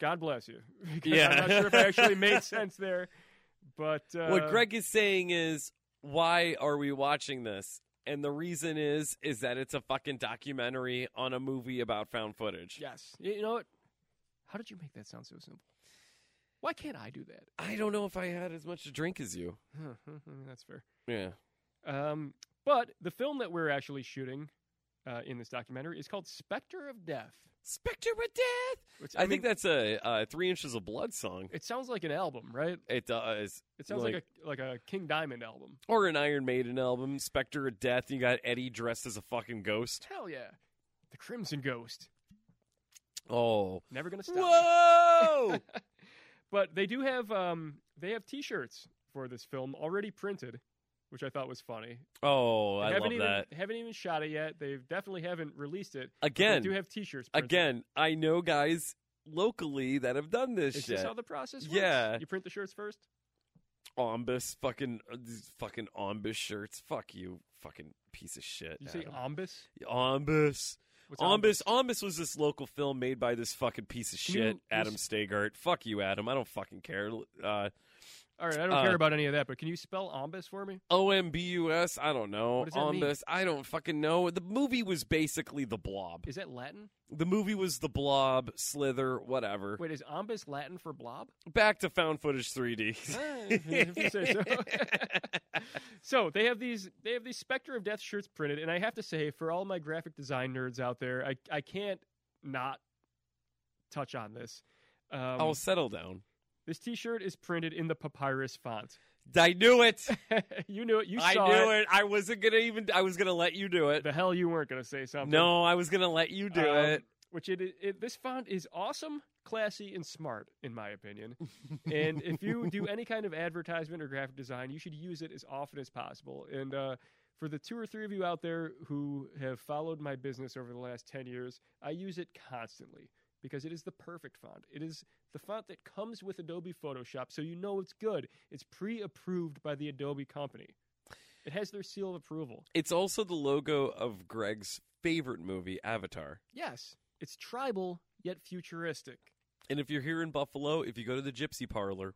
C: God bless you. [LAUGHS] Because
B: Yeah.
C: I'm not sure if I actually [LAUGHS] made sense there, but uh,
B: what Greg is saying is, why are we watching this? And the reason is, is that it's a fucking documentary on a movie about found footage.
C: Yes, Y- you know what? How did you make that sound so simple? Why can't I do that?
B: I don't know if I had as much to drink as you.
C: Huh, [LAUGHS] that's fair.
B: Yeah.
C: Um, but the film that we're actually shooting uh, in this documentary is called Spectre of Death.
B: Spectre with death.
C: Which,
B: I, think
C: mean,
B: that's a uh, Three Inches of Blood song.
C: it sounds like an album, right?
B: It does.
C: It sounds like, a like a King Diamond album.
B: Or an Iron Maiden album, Spectre of Death. You got Eddie dressed as a fucking ghost.
C: Hell yeah, the Crimson Ghost.
B: Oh.
C: Never gonna stop. me. [LAUGHS]
B: Whoa!
C: But they do have um they have T-shirts for this film already printed, which I thought was funny.
B: oh,
C: They
B: I love
C: haven't even
B: that.
C: haven't even shot it yet. They definitely haven't released it. but
B: Again,
C: they do have T-shirts. Printed.
B: again, I know guys locally that have done this
C: is
B: shit.
C: this how the process works?
B: Yeah.
C: you print the shirts first.
B: Ombus, fucking uh, these fucking Ombus shirts. Fuck you, fucking piece of shit.
C: You say
B: Adam.
C: Ombus?
B: Ombus.
C: What's
B: Ombus. Ombus was this local film made by this fucking piece of
C: Can
B: shit,
C: you-
B: Adam Stagart. Fuck you, Adam. I don't fucking care. Uh,
C: All right, I don't
B: Uh,
C: care about any of that, but can you spell ombus for me?
B: OMBUS. I don't know.
C: What does that mean?
B: Ombus. I don't fucking know. The movie was basically The Blob.
C: Is that Latin?
B: The movie was The Blob, Slither, whatever.
C: Wait, is ombus Latin for blob?
B: Back to Found Footage 3D.
C: if [LAUGHS] you say
B: [LAUGHS]
C: so. so [LAUGHS] they have these they have these Spectre of Death shirts printed, and I have to say, for all my graphic design nerds out there, I I can't not touch on this. Um,
B: I'll settle down.
C: this T-shirt is printed in the papyrus font. [LAUGHS]
B: I knew it.
C: you knew it. [LAUGHS] You
B: I
C: saw
B: knew it. I wasn't gonna even. I was gonna let you do it.
C: The hell, you weren't going to say something.
B: No, I was gonna let
C: [LAUGHS]
B: you do
C: Um,
B: it.
C: Which it, it this font is awesome, classy, and smart in my opinion. and if [LAUGHS] you do any kind of advertisement or graphic design, you should use it as often as possible. And uh, for the two or three of you out there who have followed my business over the last ten years, I use it constantly because it is the perfect font. It is the font that comes with Adobe Photoshop, so you know it's good. It's pre-approved by the Adobe company. It has their seal of approval.
B: It's also the logo of Greg's favorite movie, Avatar.
C: Yes, it's tribal yet futuristic.
B: And if you're here in Buffalo, if you go to the Gypsy Parlor,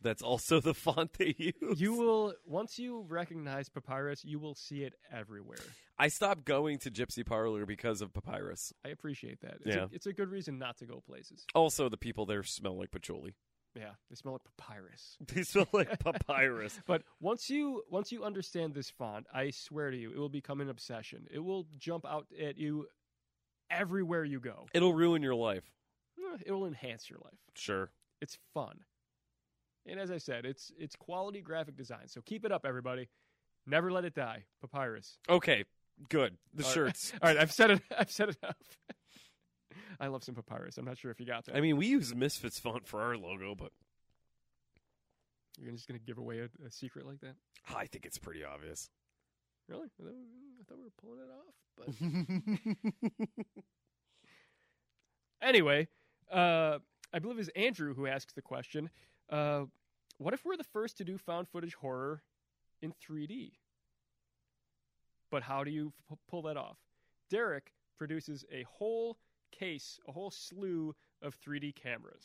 B: that's also the [LAUGHS] font they [LAUGHS] use.
C: You will once you recognize papyrus, you will see it everywhere.
B: I stopped going to Gypsy Parlor because of Papyrus.
C: I appreciate that. It's,
B: Yeah.
C: a, it's a good reason not to go places.
B: Also, the people there smell like patchouli. [LAUGHS]
C: Yeah, they smell like papyrus.
B: They smell
C: [LAUGHS]
B: like papyrus.
C: But once you once you understand this font, I swear to you, it will become an obsession. It will jump out at you everywhere you go.
B: It'll ruin your life.
C: Eh, It will enhance your life.
B: Sure.
C: It's fun. And as I said, it's it's quality graphic design. So keep it up, everybody. Never let it die. Papyrus.
B: Okay. Good. The
C: All right. [LAUGHS]
B: shirts.
C: All right, I've said it. I've said enough. I love some papyrus. I'm not sure if you got that.
B: I mean, we use Misfits font for our logo, but
C: You're just gonna give away a, a secret like that?
B: I think it's pretty obvious.
C: Really? I thought, I thought we were pulling it off. But anyway, uh, I believe it's Andrew who asks the question. Uh, what if we're the first to do found footage horror in 3D? But how do you f- pull that off? Derek produces a whole case, a whole slew of 3D cameras,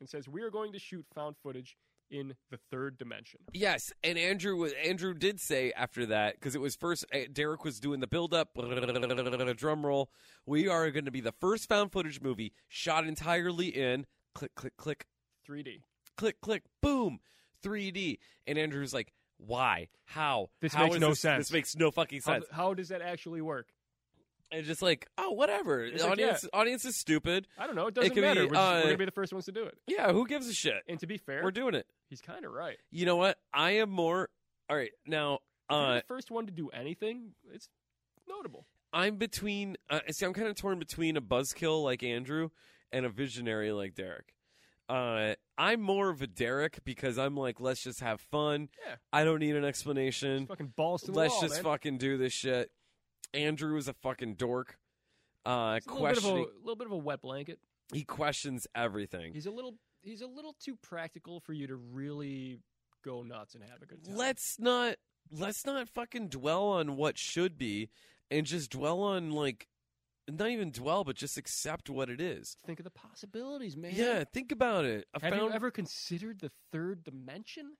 C: and says we are going to shoot found footage in the third dimension.
B: [LAUGHS] Yes, and Andrew was Andrew did say after that because it was first eh, Derek was doing the build up [LAUGHS] drum roll. We are going to be the first found footage movie shot entirely in click click click
C: 3D.
B: click click boom 3D. And Andrew's like, why? How?
C: This
B: How
C: makes
B: is
C: no
B: this-
C: sense.
B: This makes no fucking
C: How,
B: sense.
C: how does that actually work?
B: And just like, oh, whatever.
C: It's
B: The
C: like, yeah.
B: audience, audience is stupid.
C: I don't know. It doesn't
B: could be,
C: matter. we're, just- we're
B: uh,
C: gonna be the first ones to do it.
B: Yeah, who gives a shit?
C: And to be fair,
B: We're doing it.
C: he's kind of right.
B: You know what? I am more. All right, now
C: If you're
B: uh,
C: the first one to do anything, it's notable.
B: I'm between. Uh, see, I'm kind of torn between a buzzkill like Andrew and a visionary like Derek. Uh, I'm more of a Derek because I'm like, let's just have fun.
C: Yeah.
B: I don't need an
C: Just
B: explanation.
C: fucking balls to the
B: Let's
C: wall,
B: just
C: man.
B: fucking do this shit. Andrew is a fucking dork. Uh,
C: It's a little bit of a
B: questioning.
C: little bit of a wet blanket.
B: He questions everything.
C: He's a little he's a little too practical for you to really go nuts and have a good time.
B: let's not let's not fucking dwell on what should be and just dwell on like not even dwell but just accept what it is
C: think of the possibilities, man.
B: yeah think about it I
C: Have
B: found,
C: you ever considered the third dimension?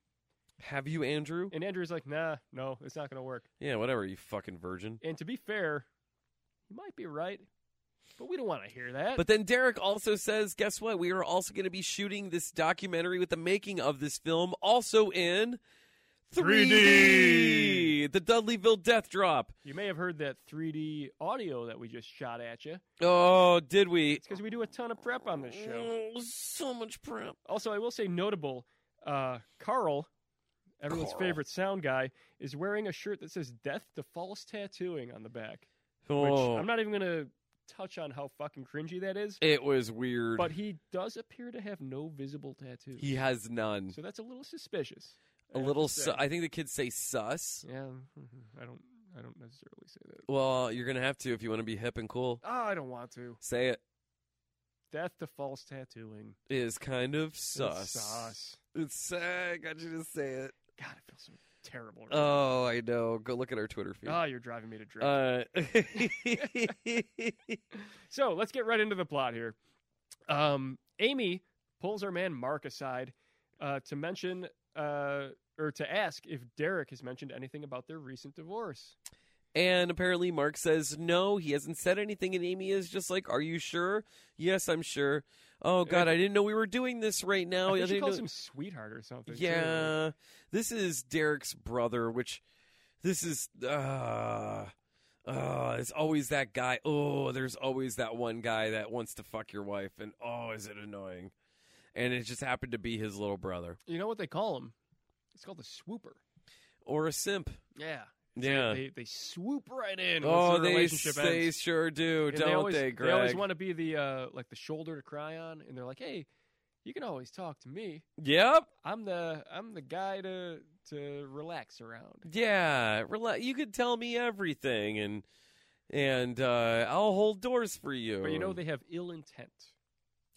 B: have you andrew
C: And Andrew's like, nah, no, it's not going to work.
B: yeah whatever you fucking virgin
C: And to be fair, he might be right, but we don't want to hear that.
B: but then Derek also says, guess what? We are also going to be shooting this documentary with the making of this film, also in 3D. The Dudleyville Death Drop.
C: you may have heard that 3D audio that we just shot at you.
B: Oh, did we?
C: It's because we do a ton of prep on this show.
B: Oh, so much prep.
C: Also, I will say notable, uh, Carl, everyone's
B: Carl.
C: favorite sound guy, is wearing a shirt that says "Death to False Tattooing" on the back. Which
B: Oh,
C: I'm not even gonna touch on how fucking cringy that is.
B: it was weird.
C: But he does appear to have no visible tattoos,
B: He has none.
C: so that's a little suspicious. I
B: A
C: have
B: little.
C: to
B: Su-
C: say.
B: I think the kids say sus.
C: yeah, mm-hmm. I don't. I don't necessarily say that.
B: Well, you're gonna have to if you want to be hip and cool.
C: Oh, I don't want to.
B: Say it
C: Death to false tattooing.
B: is kind of sus.
C: It's sus.
B: It's. Uh, I got you to say it.
C: God, I feel so terrible. Right
B: Oh, I know. Go look at our Twitter feed.
C: now. Ah, you're driving me to drink.
B: Uh,
C: So let's get right into the plot here. Um, Amy pulls her man Mark aside uh, to mention uh, or to ask if Derek has mentioned anything about their recent divorce.
B: [LAUGHS] and apparently, Mark says no. He hasn't said anything, and Amy is just like, "Are you sure? Yes, I'm sure. Oh God, I didn't know we were doing this right now.
C: I
B: I
C: think she
B: didn't
C: calls
B: know-
C: him sweetheart or something. too.
B: Yeah, this is Derek's brother, which this is uh, uh it's always that guy. Oh, there's always that one guy that wants to fuck your wife, and oh, is it annoying? And it just happened to be his little brother
C: you know what they call him? It's called the swooper.
B: or a simp.
C: Yeah,
B: Yeah.
C: they they swoop right in.
B: Uh. Oh,
C: once the
B: they
C: relationship
B: they
C: ends.
B: sure do,
C: And
B: don't
C: they?
B: they,
C: Always,
B: Greg?
C: always want to be the uh, like the shoulder to cry on, and they're like, hey, you can always talk to me.
B: Yep.
C: I'm the I'm the guy to to relax around.
B: Yeah. Rela- you could tell me everything, and and uh, I'll hold doors for you.
C: But you know
B: and-
C: they have ill intent.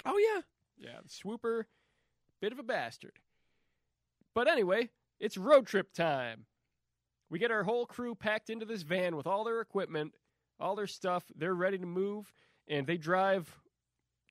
B: Oh yeah.
C: Yeah, Swooper, bit of a bastard. But anyway, it's road trip time. We get our whole crew packed into this van with all their equipment, all their stuff. They're ready to move, and they drive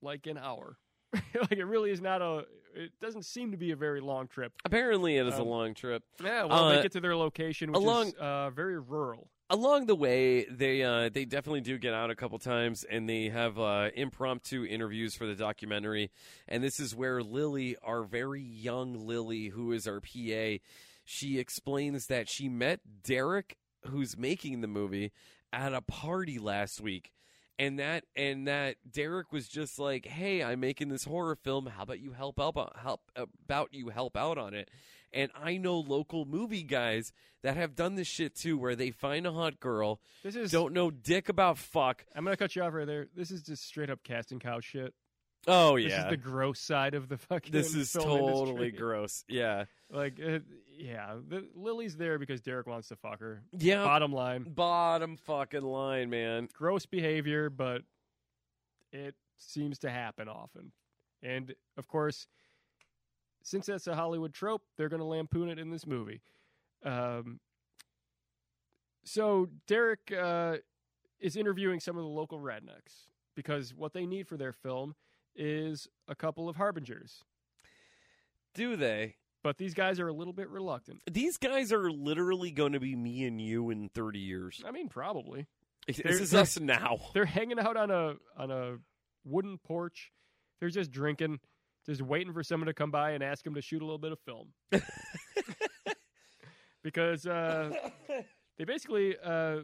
C: like an hour. [LAUGHS] like it really is not a. It doesn't seem to be a very long trip.
B: Apparently, it is a
C: Um,
B: long trip.
C: Yeah, well, they
B: Uh,
C: get to their location, which
B: along-
C: is uh, very rural.
B: along the way they uh, they definitely do get out a couple times and they have uh, impromptu interviews for the documentary and this is where lily our very young lily who is our pa she explains that she met derek who's making the movie at a party last week and that and that Derek was just like, "Hey, I'm making this horror film. How about you help out help about you help out on it?" And I know local movie guys that have done this shit too, where they find a hot girl,
C: This is.
B: don't know dick about fuck.
C: I'm gonna cut you off right there. This is just straight up casting couch shit.
B: Oh
C: This is
B: yeah,
C: the gross side of the fucking.
B: this is,
C: film
B: totally
C: industry.
B: gross. Yeah,
C: Like, uh, yeah, the, Lily's there because Derek wants to fuck her.
B: yeah.
C: Bottom line,
B: bottom fucking line, man.
C: gross behavior, but it seems to happen often. And of course, since that's a Hollywood trope, they're going to lampoon it in this movie. Um, so Derek uh, is interviewing some of the local rednecks because what they need for their film is a couple of harbingers.
B: Do they?
C: But these guys are a little bit reluctant.
B: These guys are literally going to be me and you in 30 years.
C: I mean, probably
B: this is us now.
C: [LAUGHS] they're hanging out on a on a wooden porch. They're just drinking, just waiting for someone to come by and ask them to shoot a little bit of film. because uh, they basically uh,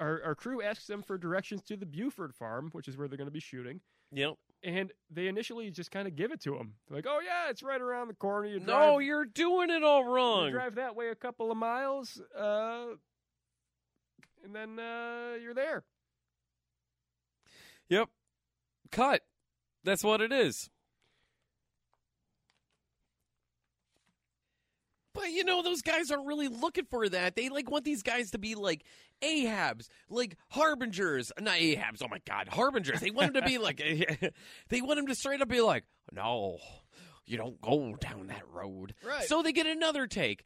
C: our our crew asks them for directions to the Buford farm, which is where they're going to be shooting.
B: yep.
C: And they initially just kind of give it to them. They're like, "Oh yeah, it's right around the corner." You drive,
B: No, you're doing it all
C: you
B: wrong.
C: drive that way a couple of miles, uh, and then uh, you're there.
B: Yep. Cut. That's what it is. But you know, those guys aren't really looking for that. They like want these guys to be like Ahabs, like harbingers. Not Ahabs. Oh my God, harbingers. They want them to be like. [LAUGHS] they want them to straight up be like, no, you don't go down that road.
C: Right.
B: So they get another take.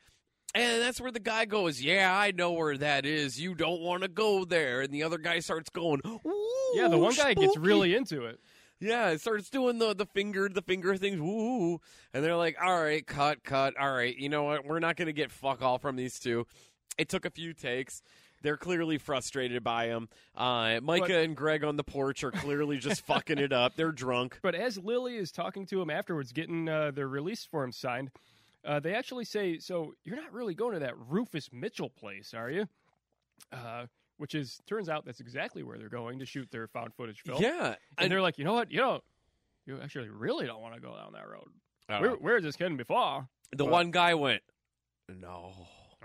B: And that's where the guy goes, Yeah, I know where that is. You don't want to go there. And the other guy starts going, Ooh,
C: Yeah, the one guy gets
B: spooky."
C: really into it.
B: Yeah, it starts doing the the finger the finger things, woo. And they're like, All right, cut, cut, all right, you know what? We're not gonna get fuck all from these two. It took a few takes. They're clearly frustrated by him. Uh, Micah
C: But-
B: and Greg on the porch are clearly
C: [LAUGHS]
B: just fucking it up. They're drunk.
C: But as Lily is talking to him afterwards, getting uh, their release form signed, uh, they actually say, "So you're not really going to that Rufus Mitchell place, are you?" Uh, which is turns out that's exactly where they're going to shoot their found footage film.
B: Yeah,
C: and
B: and-
C: they're like, "You know what? You don't. You actually really don't want to go down that road.
B: I don't
C: Where,
B: know.
C: where's this kid before?"
B: the one guy went, No.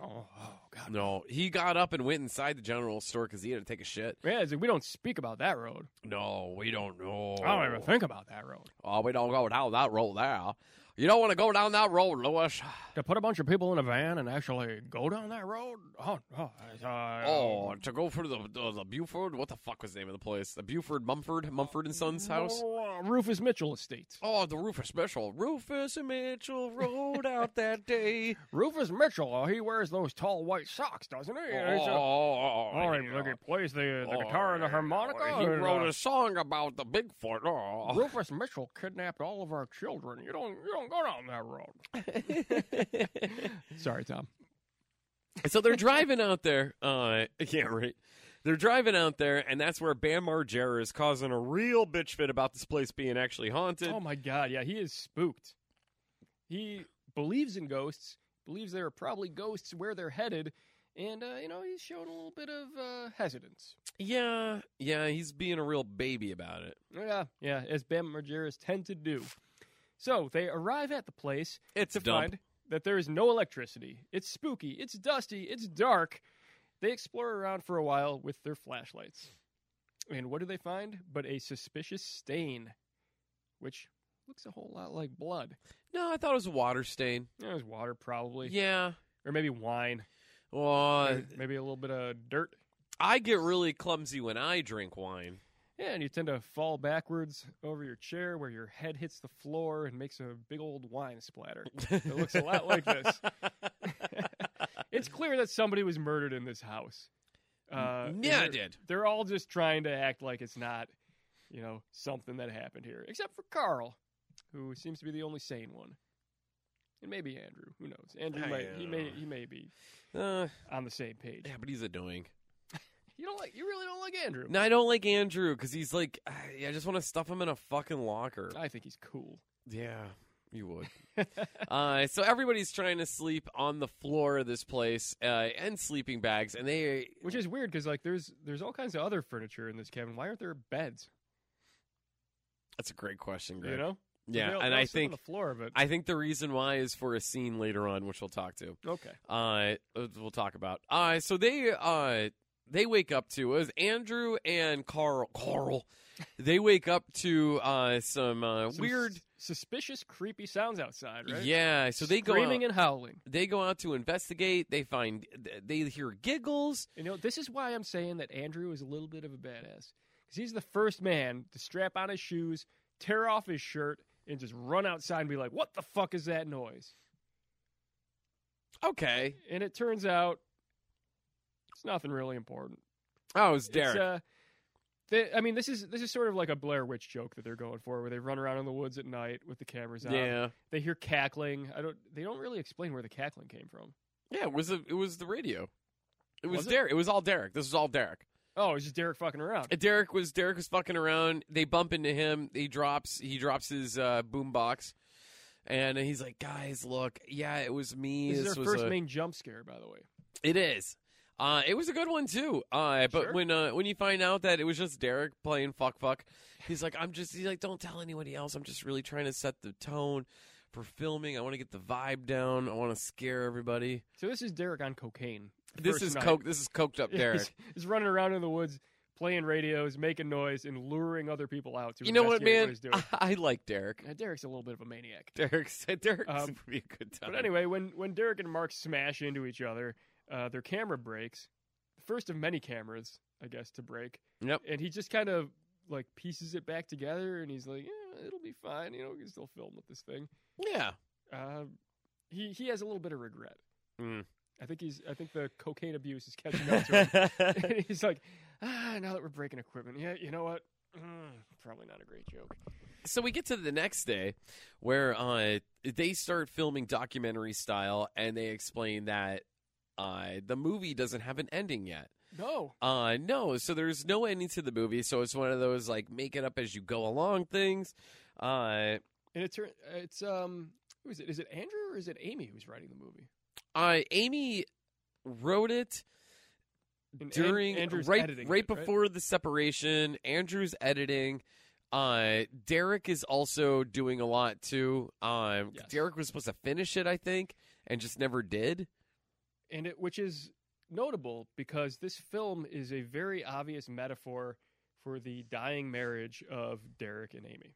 C: Oh, oh God.
B: No, he got up and went inside the general store because he had to take a shit.
C: Yeah, it's like, we don't speak about that road.
B: No, we don't know.
C: I don't ever think about that road.
B: Oh, we don't go down that road there. You don't want to go down that road, Lewis.
C: To put a bunch of people in a van and actually go down that road? Oh, no. I- I-
B: Oh, to go for the, the the Buford. What the fuck was the name of the place? The Buford Mumford Mumford and Sons house.
C: uh, Rufus Mitchell Estate.
B: Oh, the Rufus Special. Rufus and Mitchell rode out
C: [LAUGHS]
B: that day.
C: Rufus Mitchell, oh, he wears those tall white socks, doesn't he?
B: Oh,
C: He's a-
B: oh,
C: oh, he,
B: yeah.
C: look, he plays the, the
B: Oh,
C: guitar and the
B: yeah.
C: harmonica.
B: He
C: and,
B: wrote
C: uh,
B: a song about the Bigfoot. Oh.
C: Rufus Mitchell kidnapped all of our children. You don't, you don't go down that road. [LAUGHS] Sorry, Tom.
B: so they're driving out there. Uh, [LAUGHS] yeah, right. They're driving out there, and that's where Bam Margera is causing a real bitch fit about this place being actually haunted.
C: Oh my God, yeah, he is spooked. He believes in ghosts. Believes there are probably ghosts where they're headed, and uh, you know he's showing a little bit of uh, hesitance.
B: yeah, yeah, he's being a real baby about it.
C: Yeah, yeah, as Bam Margera's tend to do. So they arrive at the place
B: It's
C: to find that there is no electricity. It's spooky, it's dusty, it's dark. They explore around for a while with their flashlights. And what do they find but a suspicious stain, which looks a whole lot like blood.
B: No, I thought it was a water stain.
C: It was water, probably.
B: Yeah. Uh,
C: Or maybe wine.
B: Well,
C: or maybe a little bit of dirt.
B: I get really clumsy when I drink wine.
C: Yeah, and you tend to fall backwards over your chair where your head hits the floor and makes a big old wine splatter. It looks a lot like
B: [LAUGHS]
C: this. [LAUGHS] it's clear that somebody was murdered in this house. Uh, and
B: yeah, I
C: they're-
B: did.
C: They're all just trying to act like it's not, you know, something that happened here, except for Carl, who seems to be the only sane one, and maybe Andrew. Who knows? Andrew
B: I
C: might he may
B: know.
C: he may be
B: Uh,
C: on the same page.
B: yeah, but he's annoying.
C: You don't like you really don't like Andrew.
B: No, I don't like Andrew because he's like, I I just want to stuff him in a fucking locker.
C: I think he's cool.
B: Yeah. You would.
C: [LAUGHS]
B: uh, so everybody's trying to sleep on the floor of this place uh, and sleeping bags, and they
C: Which is weird because like there's there's all kinds of other furniture in this cabin. Why aren't there beds?
B: That's a great question, Greg.
C: You know? They
B: Yeah,
C: all-
B: and
C: they all
B: I
C: sleep on
B: think
C: the floor, but
B: I think the reason why is for a scene later on, which we'll talk to.
C: okay.
B: Uh, we'll talk about. Uh, so they uh they wake up to it was Andrew and Carl. Carl, they wake up to uh some uh
C: Some
B: weird.
C: s- suspicious, creepy sounds outside, right?
B: Yeah, so they go out,
C: screaming and howling.
B: they go out to investigate. They find they hear giggles.
C: You know, this is why I'm saying that Andrew is a little bit of a badass because he's the first man to strap on his shoes, tear off his shirt, and just run outside and be like, "What the fuck is that noise?"
B: Okay,
C: And it turns out it's nothing really important.
B: oh, it's
C: It's,
B: Derek.
C: uh, they, I mean, this is this is sort of like a Blair Witch joke that they're going for, where they run around in the woods at night with the cameras on.
B: yeah,
C: They hear cackling. I don't. They don't really explain where the cackling came from.
B: yeah. It was a, it was the radio. It was,
C: Was it?
B: Derek. It was all Derek. This is all Derek.
C: Oh, it's just Derek fucking around.
B: Derek was Derek was fucking around. They bump into him. He drops he drops his uh, boombox, and he's like, "Guys, look, yeah, it was me.
C: This is
B: was
C: their first
B: a-
C: main jump scare, by the way.
B: It is. Uh, it was a good one too. Uh, but
C: Sure.
B: when uh, when you find out that it was just Derek playing fuck fuck, he's like, "I'm just he's like, don't tell anybody else. I'm just really trying to set the tone for filming. I want to get the vibe down. I want to scare everybody.
C: So this is Derek on cocaine. the
B: This
C: first
B: is
C: night. [LAUGHS]
B: coke. This is coked up,
C: Yeah,
B: Derek."
C: He's, he's running around in the woods, playing radios, making noise, and luring other people out to
B: you know what,
C: investigate
B: man? Ah.
C: he's doing.
B: I, [LAUGHS] I like Derek.
C: Now, Derek's a little bit of a maniac.
B: Derek's Derek's [LAUGHS]
C: Um,
B: be a good time.
C: But anyway, when when Derek and Mark smash into each other, uh, their camera breaks. The first of many cameras, I guess, to break.
B: Yep.
C: And he just kind of like pieces it back together, and he's like, "Yeah, it'll be fine. You know, we can still film with this thing."
B: [LAUGHS] Yeah.
C: Uh, he he has a little bit of regret.
B: Mm.
C: I think he's. I think the cocaine abuse is catching up
B: [LAUGHS]
C: to him. [LAUGHS] and he's like, ah, now that we're breaking equipment, yeah, you know what? Mm, probably not a great joke.
B: so we get to the next day where uh, they start filming documentary style and they explain that uh, the movie doesn't have an ending yet.
C: No,
B: Uh, no, so there's no ending to the movie. So it's one of those like make it up as you go along things. Uh,
C: and it's her- it's um, who is it? Is it Andrew or is it Amy who's writing the movie?
B: uh, Amy wrote it
C: And An-
B: during
C: Andrew's
B: right
C: editing
B: right
C: it,
B: before the separation. Andrew's editing. Uh, Derek is also doing a lot too. Um,
C: Yes.
B: Derek was supposed to finish it, I think, and just never did.
C: and it which is notable because this film is a very obvious metaphor for the dying marriage of Derek and Amy.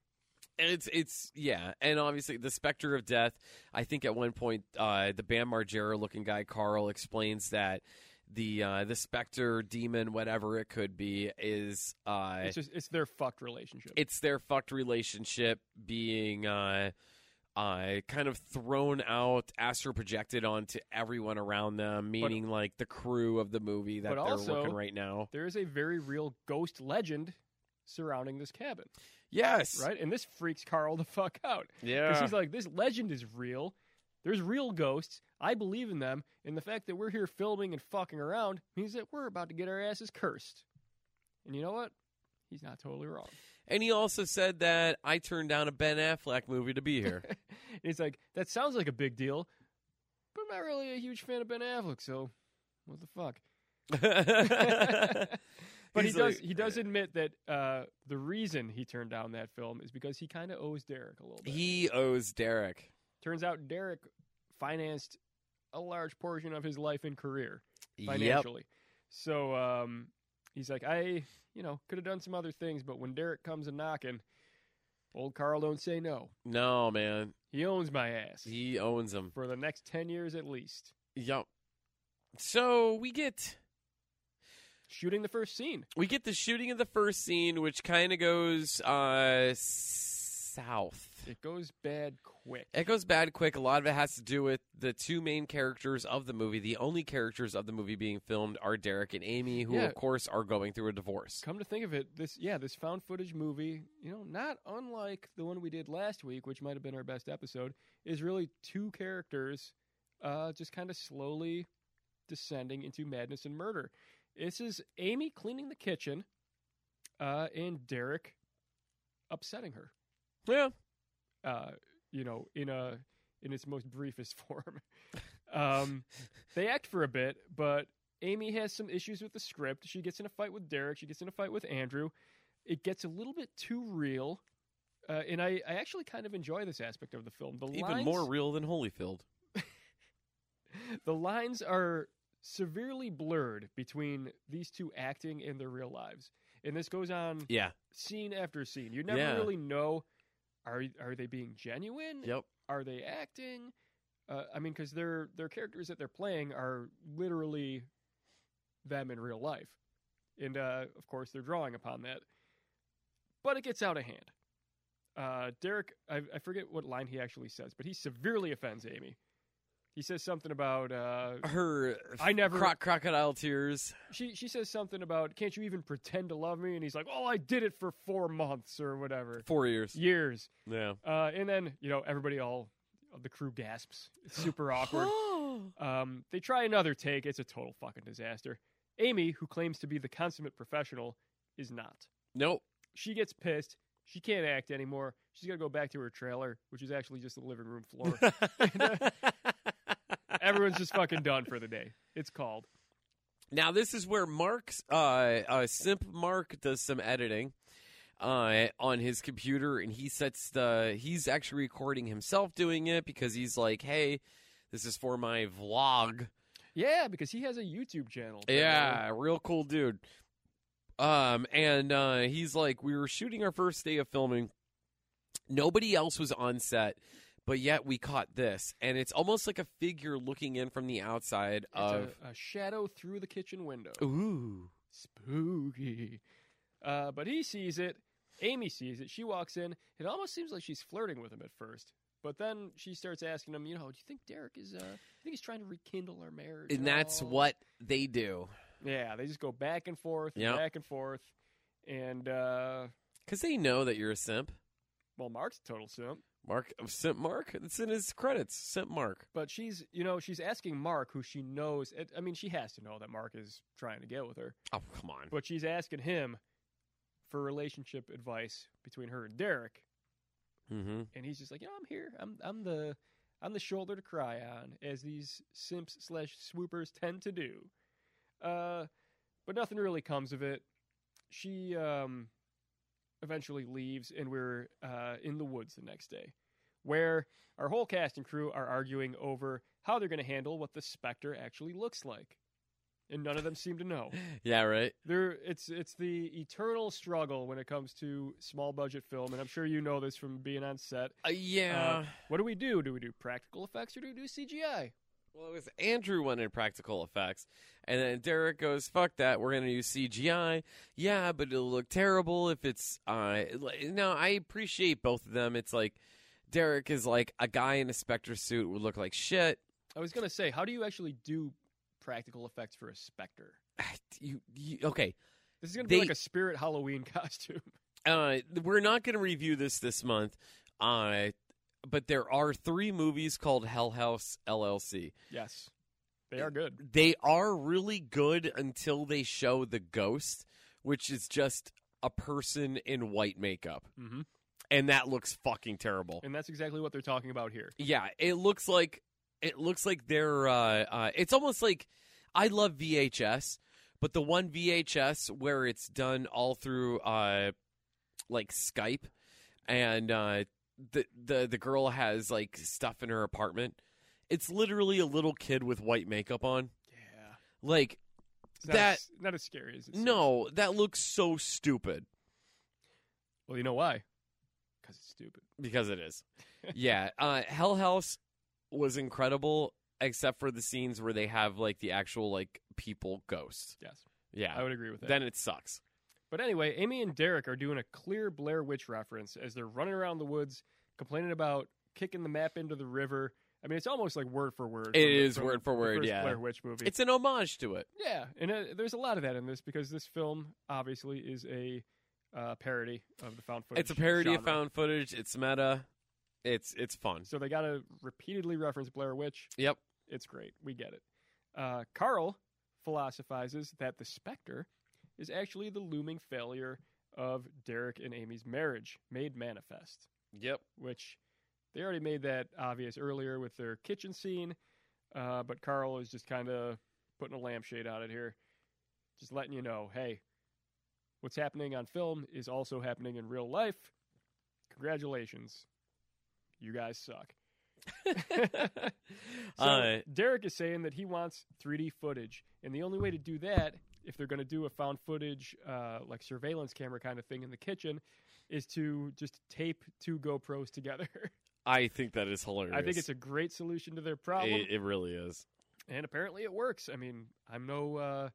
B: And it's it's yeah, and obviously the specter of death. I think at one point uh, the Bam Margera looking guy Carl explains that the uh, the specter demon whatever it could be is uh,
C: It's just it's their fucked relationship.
B: it's their fucked relationship being uh, uh, kind of thrown out, astral projected onto everyone around them, meaning like the crew of the movie that
C: but
B: they're
C: also-
B: working right now.
C: there is a very real ghost legend surrounding this cabin,
B: Yes,
C: right? And this freaks Carl the fuck out.
B: Yeah,
C: Because he's like, this legend is real. There's real ghosts. I believe in them. And the fact that we're here filming and fucking around means that we're about to get our asses cursed. And you know what? He's not totally wrong. [LAUGHS]
B: and he also said that I turned down a Ben Affleck movie to be here. [LAUGHS]
C: And he's like, that sounds like a big deal, but I'm not really a huge fan of Ben Affleck, so what
B: [LAUGHS]
C: the fuck? [LAUGHS] [LAUGHS] but he
B: He's
C: does
B: like-
C: he does admit that uh, the reason he turned down that film is because he kind of owes Derek a little bit.
B: He owes Derek.
C: Turns out Derek financed a large portion of his life and career.
B: Yep.
C: financially. So um, he's like, I, you know, could have done some other things, but when Derek comes a knocking, old Carl don't say no.
B: No, man.
C: He owns my ass
B: He owns him.
C: for the next ten years at least.
B: Yep. So we get
C: Shooting the first scene.
B: we get the shooting of the first scene, which kind of goes uh south.
C: It goes bad quick.
B: It goes bad quick. A lot of it has to do with the two main characters of the movie. The only characters of the movie being filmed are Derek and Amy, who
C: Yeah.
B: of course are going through a divorce.
C: Come to think of it, this yeah, this found footage movie, you know, not unlike the one we did last week, which might have been our best episode, is really two characters uh, just kind of slowly descending into madness and murder. This is Amy cleaning the kitchen, uh, and Derek upsetting her.
B: Yeah.
C: Uh, you know, in a in its most briefest [LAUGHS] form. um, they act for a bit, but Amy has some issues with the script. She gets in a fight with Derek. She gets in a fight with Andrew. It gets a little bit too real, uh, and I, I actually kind of enjoy this aspect of the film. The
B: Even
C: lines,
B: more real than Holyfield.
C: the lines are severely blurred between these two acting and their real lives, and this goes on
B: Yeah.
C: scene after scene. You never
B: Yeah.
C: really know are are they being genuine?
B: Yep.
C: Are they acting? Uh, I mean, because their their characters that they're playing are literally them in real life, and uh, of course they're drawing upon that. But it gets out of hand. Uh, Derek, I, I forget what line he actually says, but he severely offends Amy. He says something about uh,
B: Her.
C: I never-
B: Croc- crocodile tears.
C: she she says something about can't you even pretend to love me? And he's like, oh, I did it for four months or whatever
B: Four years.
C: years.
B: Yeah.
C: Uh, and then you know everybody all the crew gasps. It's super [GASPS] awkward. Um, they try another take. It's a total fucking disaster. Amy, who claims to be the consummate professional, is not.
B: [LAUGHS] nope.
C: She gets pissed. She can't act anymore. She's got to go back to her trailer, which is actually just the living room [LAUGHS] floor. Everyone's just fucking done for the day. It's called.
B: Now this is where Mark's uh, uh, simp Mark does some editing uh, on his computer, and he sets the he's actually recording himself doing it because he's like, "Hey, this is for my vlog."
C: Yeah, because he has a YouTube channel. apparently.
B: Yeah, real cool dude. Um, and uh, he's like, we were shooting our first day of filming. Nobody else was on set, but yet we caught this, and it's almost like a figure looking in from the outside of.
C: It's a, a shadow through the kitchen window.
B: Ooh.
C: spooky. Uh, but he sees it. Amy sees it. She walks in. It almost seems like she's flirting with him at first, but then she starts asking him, you know, do you think Derek is? Uh, do you think he's trying to rekindle our marriage?
B: And
C: at
B: that's
C: all?"
B: what they do.
C: Yeah, they just go back and forth, and
B: Yep.
C: back and forth, and uh,
B: Because they know that you're a simp.
C: well, Mark's a total simp,
B: Mark, simp Mark? It's in his credits. Simp Mark.
C: but she's, you know, she's asking Mark, who she knows. I mean, she has to know that Mark is trying to get with her.
B: Oh, come on.
C: But she's asking him for relationship advice between her and Derek.
B: Mm-hmm.
C: And he's just like, you know, I'm here. I'm I'm the I'm the shoulder to cry on, as these simps slash swoopers tend to do. Uh, but nothing really comes of it. She um, eventually leaves, and we're uh, in the woods the next day, where our whole cast and crew are arguing over how they're going to handle what the specter actually looks like, and none of them seem to know
B: Yeah, right?
C: there it's it's the eternal struggle when it comes to small budget film and i'm sure you know this from being on set
B: Uh, yeah.
C: what do we do do we do practical effects or do we do cgi
B: Well, it was Andrew wanted practical effects, and then Derek goes, "Fuck that! We're gonna use CGI." Yeah, but it'll look terrible if it's. Uh, li- no, I appreciate both of them. It's like Derek is like a guy in a Spectre suit would look like shit. [SIGHS]
C: i was going to say how do you actually do practical effects for a specter
B: You, you okay?
C: this is going to be
B: They-
C: like a spirit halloween [LAUGHS] costume
B: Uh, we're not gonna review this this month. Uh, but there are three movies called Hell House LLC.
C: yes they are good
B: They are really good until they show the ghost, which is just a person in white makeup.
C: mm-hmm.
B: and that looks fucking terrible.
C: and that's exactly what they're talking about here
B: Yeah, it looks like it looks like they're. Uh, uh, it's almost like I love VHS, but the one VHS where it's done all through uh, like Skype, and uh, the the the girl has like stuff in her apartment. It's literally a little kid with white makeup on.
C: yeah
B: Like,
C: it's not
B: That-
C: as, not as scary as it seems.
B: no, that looks so stupid.
C: well you know why because it's stupid
B: because it is.
C: [LAUGHS]
B: yeah, uh, Hell House was incredible, except for the scenes where they have like the actual like people ghosts.
C: yes i
B: Yeah,
C: would agree with that
B: then it sucks.
C: But anyway, Amy and Derek are doing a clear Blair Witch reference as they're running around the woods complaining about kicking the map into the river. I mean, it's almost like word for word.
B: It
C: It is
B: is word for word, yeah.
C: Blair Witch movie.
B: It's an homage to it.
C: yeah, and uh, there's a lot of that in this because this film obviously is a uh, parody of the found footage.
B: It's a parody of
C: genre.
B: found footage. It's meta. It's it's fun.
C: So they got to repeatedly reference Blair Witch.
B: Yep.
C: It's great. We get it. Uh, Carl philosophizes that the specter is actually the looming
B: [LAUGHS]
C: [LAUGHS] failure of Derek and Amy's marriage made manifest.
B: Yep.
C: which They already made that obvious earlier with their kitchen scene, uh, but Carl is just kind of putting a lampshade on it here, just letting you know, hey, what's happening on film is also happening in real life. Congratulations, you guys suck. So
B: uh,
C: Derek is saying that he wants 3D footage, and the only way to do that, if they're going to do a found footage uh, like surveillance camera kind of thing in the kitchen, is to just tape two GoPros [LAUGHS] together.
B: I think that is hilarious.
C: I think it's a great solution to their problem,
B: It, it really is.
C: and apparently it works. I mean, I'm no uh,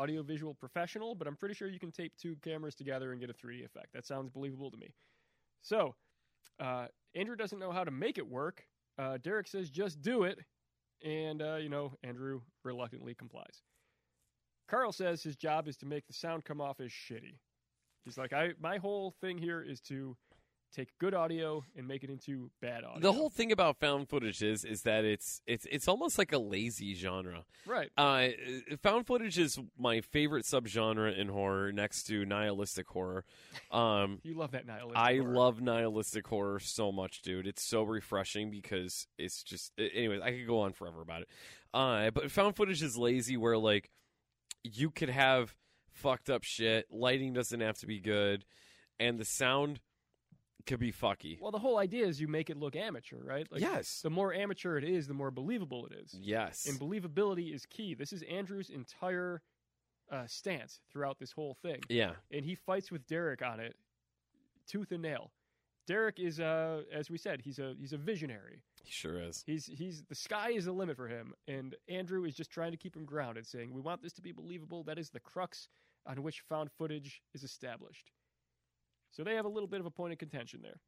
C: audiovisual professional, but I'm pretty sure you can tape two cameras together and get a 3D effect. That sounds believable to me. So uh, Andrew doesn't know how to make it work. Uh, Derek says, just do it. And, uh, you know, Andrew reluctantly complies. Carl says his job is to make the sound come off as shitty. He's like, I my whole thing here is to take good audio and make it into bad audio.
B: The whole thing about found footage is is that it's it's it's almost like a lazy genre.
C: right,
B: Uh, found footage is my favorite subgenre in horror, next to nihilistic horror. Um,
C: you love that nihilism.
B: I love nihilistic horror so much, dude. It's so refreshing because it's just. a- Anyways, I could go on forever about it. Uh, but found footage is lazy, where like you could have fucked up shit. Lighting doesn't have to be good, and the sound could be fucky.
C: Well, the whole idea is you make it look amateur, right?
B: Yes.
C: The more amateur it is, the more believable it is.
B: Yes,
C: And believability is key. This is Andrew's entire uh, stance throughout this whole thing,
B: yeah,
C: and he fights with Derek on it, tooth and nail. Derek is, uh, as we said, he's a he's a visionary.
B: he sure is.
C: He's he's the sky is the limit for him, and Andrew is just trying to keep him grounded, saying we want this to be believable. That is the crux on which found footage is established. So they have a little bit of a point of contention there.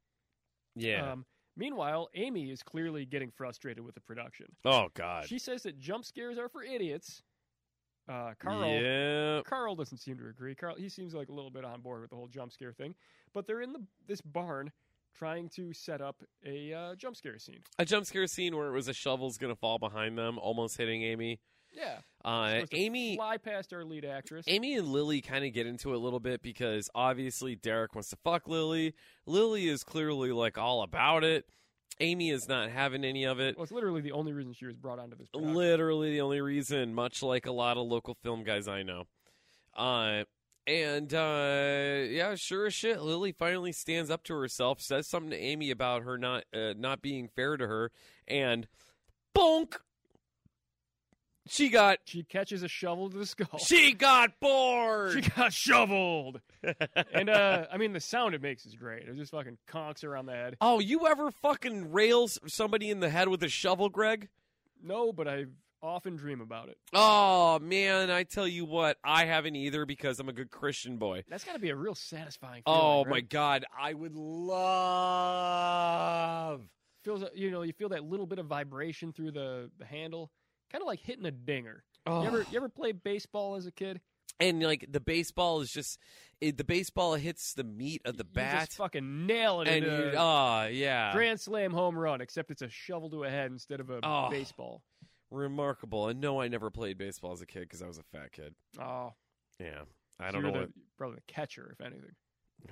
B: Yeah.
C: Um, meanwhile, Amy is clearly getting frustrated with the production.
B: oh God.
C: She says that jump scares are for idiots. Uh, Carl.
B: Yeah.
C: Carl doesn't seem to agree. Carl, he seems like a little bit on board with the whole jump scare thing, but they're in the this barn trying to set up a uh, jump scare scene.
B: A jump scare scene where it was a shovel's gonna fall behind them, almost hitting Amy.
C: Yeah,
B: Uh,
C: Supposed to
B: Amy.
C: fly past our lead actress.
B: Amy and Lily kind of get into it a little bit because obviously Derek wants to fuck Lily. Lily is clearly like all about it. Amy is not having any of it.
C: well, it's literally the only reason she was brought onto this. production.
B: Literally the only reason, much like a lot of local film guys I know. Uh, and uh, yeah, sure as shit, Lily finally stands up to herself, says something to Amy about her not uh, not being fair to her, and bonk, she got
C: she catches a shovel to the skull.
B: she got bored.
C: Oh. [LAUGHS] She got shoveled, [LAUGHS] and uh, I mean the sound it makes is great. It just fucking conks her on the head.
B: Oh, you ever fucking rails somebody in the head with a shovel, Greg?
C: No, but I often dream about it.
B: Oh man, I tell you what, I haven't either because I'm a good Christian boy.
C: That's got to be a real satisfying. Feeling,
B: Oh
C: right?
B: my god, I would love.
C: feels uh, you know you feel that little bit of vibration through the, the handle, kind of like hitting a dinger.
B: Oh.
C: You ever you ever play baseball as a kid?
B: and like the baseball is just it, the baseball hits the meat of the
C: you
B: bat,
C: just fucking nail it
B: and
C: into
B: you,
C: a
B: oh yeah,
C: grand slam home run, except it's a shovel to a head instead of a
B: Oh.
C: baseball.
B: remarkable. And no, I never played baseball as a kid because I was a fat kid.
C: Oh,
B: Yeah, I
C: so
B: don't
C: you're
B: know
C: the,
B: what.
C: probably the catcher, if anything.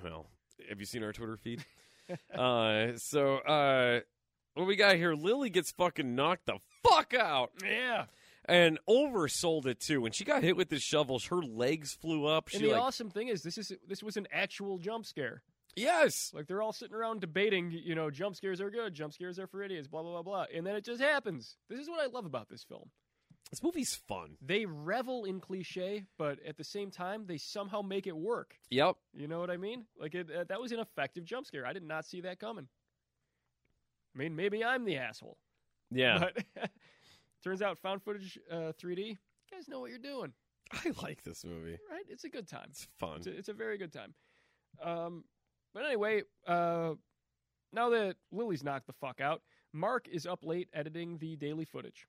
B: Well, have you seen our Twitter feed? [LAUGHS] uh, so uh, what we got here? Lily gets fucking knocked the fuck out
C: Yeah,
B: and oversold it too. When she got hit with the shovels, her legs flew up. She
C: and the
B: like,
C: awesome thing is this is this was an actual jump scare.
B: yes,
C: Like they're all sitting around debating, you know, jump scares are good, jump scares are for idiots, blah blah blah blah, and then it just happens. This is what I love about this film.
B: this movie's fun.
C: they revel in cliche, but at the same time, they somehow make it work.
B: Yep.
C: You know what I mean? Like it, uh, that was an effective jump scare. I did not see that coming. I mean, maybe I'm the asshole,
B: Yeah,
C: but [LAUGHS] turns out found footage uh, 3D. You guys know what you're doing,
B: I like this movie.
C: right? It's a good time.
B: It's fun.
C: It's a, it's a very good time. Um, but anyway, uh, now that Lily's knocked the fuck out, Mark is up late editing the daily footage.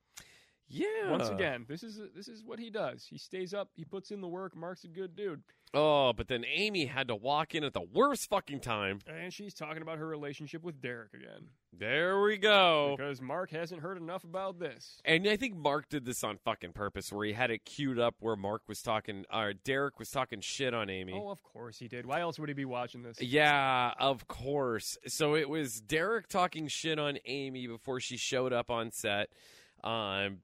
B: Yeah.
C: Once again, this is this is what he does. He stays up. He puts in the work. Mark's a good dude.
B: Oh, but then Amy had to walk in at the worst fucking time.
C: And she's talking about her relationship with Derek again
B: There we go.
C: because Mark hasn't heard enough about this.
B: And I think Mark did this on fucking purpose, where he had it queued up where Mark was talking, or Derek was talking shit on Amy.
C: Oh, of course he did. Why else would he be watching this?
B: Yeah, of course. So it was Derek talking shit on Amy before she showed up on set. Um,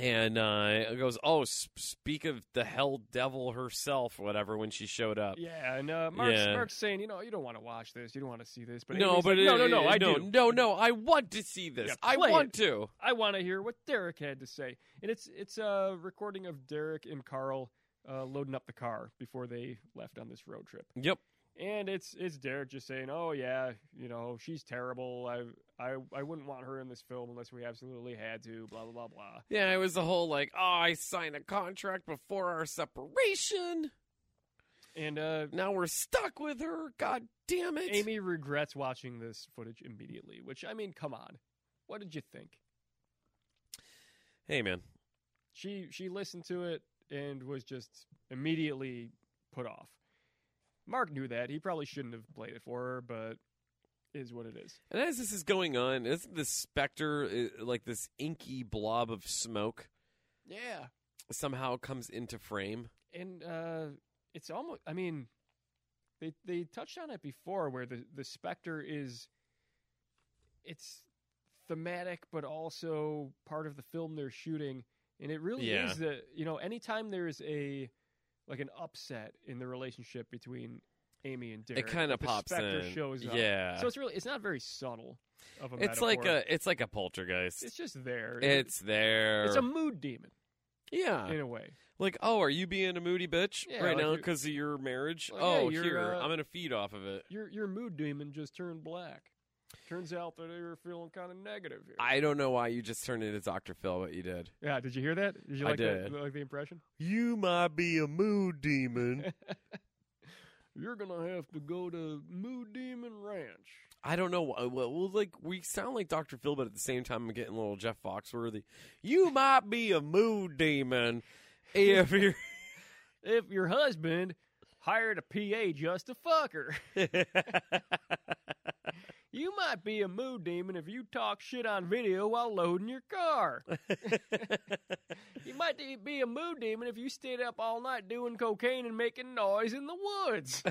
B: and uh, it goes, oh, s- speak of the hell devil herself, whatever, when she showed up.
C: Yeah, and uh, Mark's,
B: Yeah.
C: Mark's saying, you know, you don't want to watch this, you don't want to see this, but
B: no,
C: Amy's
B: but
C: like,
B: it-
C: no, no, no,
B: it-
C: I
B: no,
C: do.
B: no, no, I want to see this.
C: Yeah,
B: I
C: play
B: want
C: it.
B: to.
C: I want to hear what Derek had to say, and it's it's a recording of Derek and Carl uh, loading up the car before they left on this road trip,
B: Yep.
C: and it's it's Derek just saying, oh yeah, you know, she's terrible. I I I wouldn't want her in this film unless we absolutely had to. Blah blah blah blah.
B: Yeah, it was the whole like, oh, I signed a contract before our separation.
C: And uh,
B: Now we're stuck with her. God damn it.
C: Amy regrets watching this footage immediately, which I mean, come on, what did you think?
B: Hey, man.
C: she she listened to it and was just immediately put off. Mark knew that. He probably shouldn't have played it for her, but is what it is.
B: And as this is going on, isn't this specter uh, like this inky blob of smoke
C: Yeah.
B: somehow comes into frame?
C: And uh it's almost I mean they they touched on it before where the the specter is it's thematic but also part of the film they're shooting and it really
B: Yeah.
C: is the you know anytime there's a like an upset in the relationship between Amy and Derek
B: it kind of
C: the
B: pops
C: specter
B: in.
C: shows up
B: Yeah,
C: So it's really it's not very subtle of a
B: it's
C: metaphor.
B: like a it's like a poltergeist.
C: it's just there.
B: It's Uh. there.
C: it's a mood demon
B: yeah,
C: in a way.
B: like oh, are you being a moody bitch
C: Yeah,
B: right
C: like
B: now
C: you're-
B: because of your marriage?
C: Like,
B: oh,
C: yeah, you're,
B: here
C: uh,
B: I'm gonna feed off of it.
C: Your your mood demon just turned black. Turns out that they were feeling kind of negative here.
B: I don't know why you just turned into Doctor Phil, but you did.
C: yeah, did you hear that? Did you
B: I
C: like
B: did.
C: The, like the impression?
B: You might be a mood demon.
C: You're gonna have to go to Mood Demon Ranch.
B: I don't know. wh- Well, well, like we sound like Dr. Phil, but at the same time, I'm getting a little Jeff Foxworthy. You might be a mood demon if you're. [LAUGHS]
C: If your husband hired a PA just to fuck her, [LAUGHS] you might be a mood demon if you talk shit on video while loading your car. You might de- be a mood demon if you stayed up all night doing cocaine and making noise in the woods.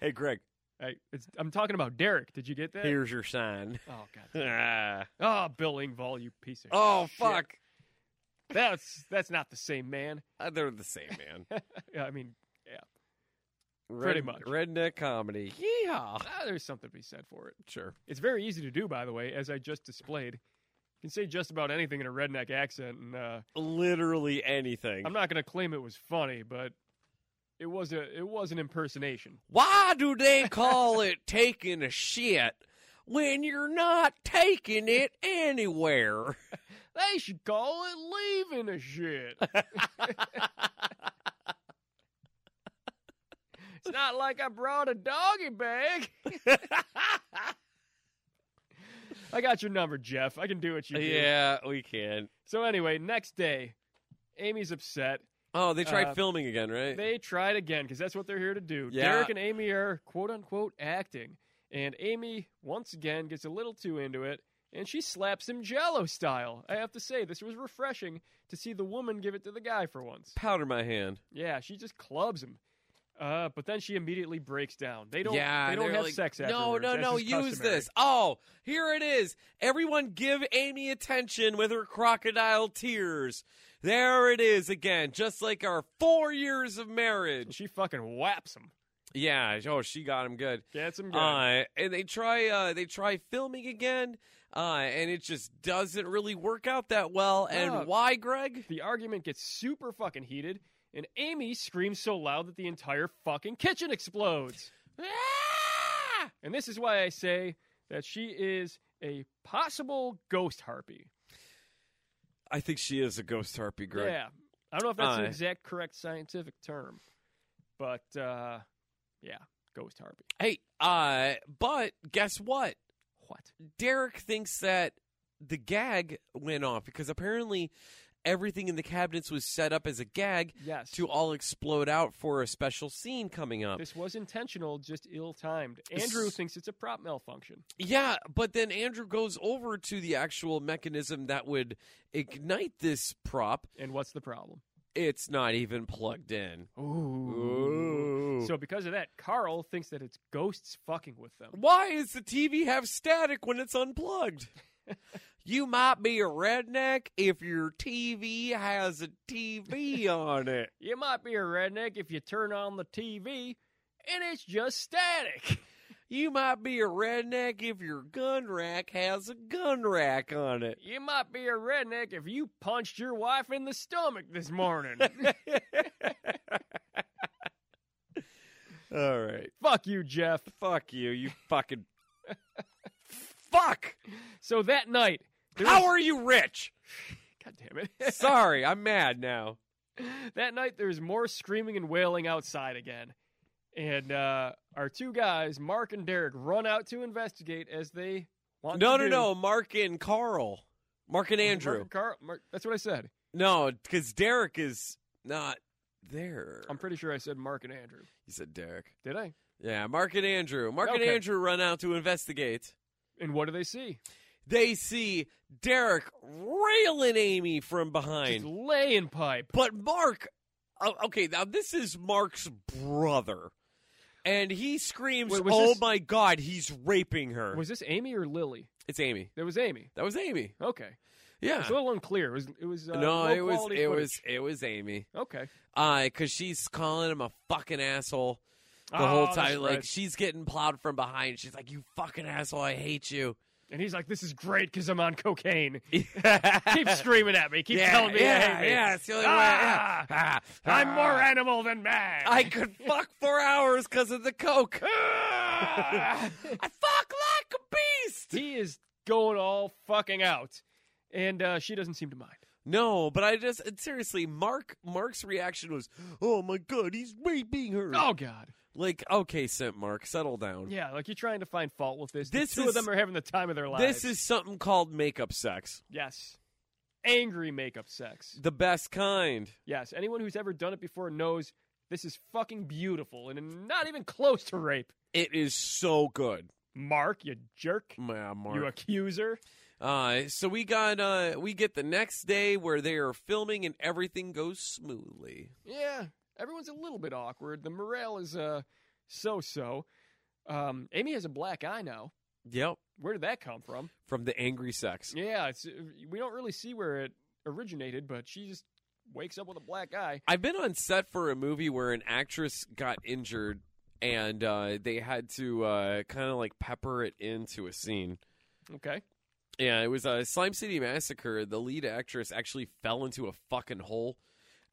B: hey, Greg,
C: [LAUGHS] hey, it's, I'm talking about Derek. Did you get that?
B: here's your sign. [LAUGHS]
C: Oh god.
B: Ah.
C: Oh, Bill Engvall, you piece of
B: oh,
C: shit.
B: fuck.
C: That's that's not the same man.
B: Uh, They're the same, man.
C: Yeah, I mean,
B: Red,
C: [LAUGHS] Pretty much.
B: Redneck comedy. Yeah.
C: ah, there's something to be said for it.
B: Sure.
C: It's very easy to do, by the way, as I just displayed. You can say just about anything in a redneck accent, and uh,
B: Literally anything.
C: I'm not going to claim it was funny, but it was a it was an impersonation.
B: Why do they call it taking a shit when you're not taking it anywhere?
C: They should call it leaving a shit. It's not like I brought a doggy bag. I got your number, Jeff. I can do what you do.
B: yeah, we can.
C: So anyway, next day, Amy's upset.
B: Oh, they tried
C: Uh,
B: filming again, [LAUGHS] right?
C: They tried again because that's what they're here to do.
B: Yeah.
C: Derek and Amy are quote unquote acting, and Amy once again gets a little too into it, and she slaps him Jello style. I have to say, this was refreshing to see the woman give it to the guy for once.
B: Powder my hand.
C: Yeah, she just clubs him. Uh, but then she immediately breaks down. They don't.
B: yeah,
C: they don't
B: they're
C: have
B: like,
C: sex.
B: No,
C: Afterwards.
B: no,
C: That's
B: no.
C: just
B: Use
C: customary.
B: this. Oh, here it is. Everyone, give Amy attention with her crocodile tears. There it is again, just like our four years of marriage.
C: She fucking whaps him.
B: Yeah. Oh, she got him good.
C: Gets him good.
B: Uh, and they try uh, they try filming again, uh, and it just doesn't really work out that well.
C: No.
B: And why, Greg?
C: the argument gets super fucking heated, and Amy screams so loud that the entire fucking kitchen explodes.
B: Ah!
C: And this is why I say that she is a possible ghost harpy.
B: I think she is a ghost harpy, Greg.
C: Yeah. I don't know if that's an
B: Aye.
C: exact correct scientific term, but uh, yeah, ghost harpy.
B: Hey, uh, but guess what?
C: What?
B: Derek thinks that the gag went off because apparently everything in the cabinets was set up as a gag
C: Yes.
B: to all explode out for a special scene coming up.
C: This was intentional, just ill timed. Andrew
B: S-
C: thinks it's a prop malfunction.
B: Yeah, but then Andrew goes over to the actual mechanism that would ignite this prop.
C: And what's the problem?
B: It's not even plugged in. Ooh.
C: So because of that, Carl thinks that it's ghosts fucking with them.
B: Why does the TV have static when it's
C: [LAUGHS]
B: unplugged? you might be a redneck if your TV has a TV on it.
C: You might be a redneck if you turn on the TV and it's just static.
B: You might be a redneck if your gun rack has a gun rack on it.
C: You might be a redneck if you punched your wife in the stomach
B: [LAUGHS]
C: this morning. [LAUGHS]
B: All right.
C: Fuck you, Jeff.
B: Fuck you, you
C: [LAUGHS]
B: fucking. Fuck!
C: So that night, there
B: How
C: was-
B: are you rich?
C: [LAUGHS] God damn it. [LAUGHS]
B: Sorry, I'm mad now.
C: that night there's more screaming and wailing outside again and uh, our two guys mark and derek run out to investigate as they want
B: No, no,
C: to do.
B: no. Mark and Carl. Mark and
C: Mark
B: Andrew.
C: and Carl- Mark- that's what i said
B: No, because Derek is not there.
C: i'm pretty sure i said mark and andrew
B: You said Derek.
C: did i
B: Yeah, Mark and Andrew. Mark and
C: Okay.
B: Andrew run out to investigate.
C: and what do they see
B: They see Derek railing Amy from
C: Just
B: behind.
C: laying pipe
B: But Mark, oh, okay, now this is Mark's brother. And he screams,
C: Wait, was
B: Oh
C: this-
B: my God, he's raping her.
C: was this amy or lily
B: It's Amy.
C: that was amy
B: That was Amy.
C: okay
B: Yeah.
C: it's a little unclear it was it was uh,
B: no,
C: low
B: it was
C: quality
B: it
C: footage.
B: was it was Amy.
C: okay
B: Uh, cause she's calling him a fucking asshole. the whole
C: Oh,
B: time.
C: that's
B: Like
C: right.
B: she's getting plowed from behind. She's like, "You fucking asshole! I hate
C: [LAUGHS]
B: you."
C: and he's like this is great because i'm
B: [LAUGHS]
C: on cocaine
B: Keep
C: keep screaming at me keep
B: yeah,
C: telling me
B: yeah,
C: you hate me.
B: yeah. It's the only
C: Ah!
B: [LAUGHS] way. Yeah. Ah,
C: I'm more
B: ah.
C: animal than man. [LAUGHS]
B: I [LAUGHS] could fuck for hours because of the [LAUGHS] coke. I
C: Ah!
B: fuck like a beast.
C: he is going all fucking out, and uh, she doesn't seem to mind.
B: No, but I just seriously, Mark. Mark's reaction was, "Oh my god, he's raping her."
C: Oh God,
B: Like, okay, Simp Mark, settle down.
C: yeah. Like you're trying to find fault with this.
B: This
C: the two
B: is-
C: of them are having the time of their lives.
B: This is something called makeup sex.
C: yes, angry makeup sex.
B: The best kind.
C: Yes, anyone who's ever done it before knows this is fucking beautiful and not even close to rape.
B: It is so good.
C: Mark, you jerk,
B: Yeah, Mark.
C: you accuser.
B: Uh, so we got uh, we get the next day where they are filming and everything goes smoothly.
C: Yeah, everyone's a little bit awkward. The morale is uh so-so. Um, Amy has a black eye now.
B: Yep,
C: Where did that come from?
B: from the angry sex.
C: Yeah, it's uh, we don't really see where it originated, but she just wakes up with a black eye.
B: I've been on set for a movie where an actress got injured and uh, they had to uh, kind of like pepper it into a scene.
C: Okay.
B: Yeah, it was uh, Slime City Massacre. The lead actress actually fell into a fucking hole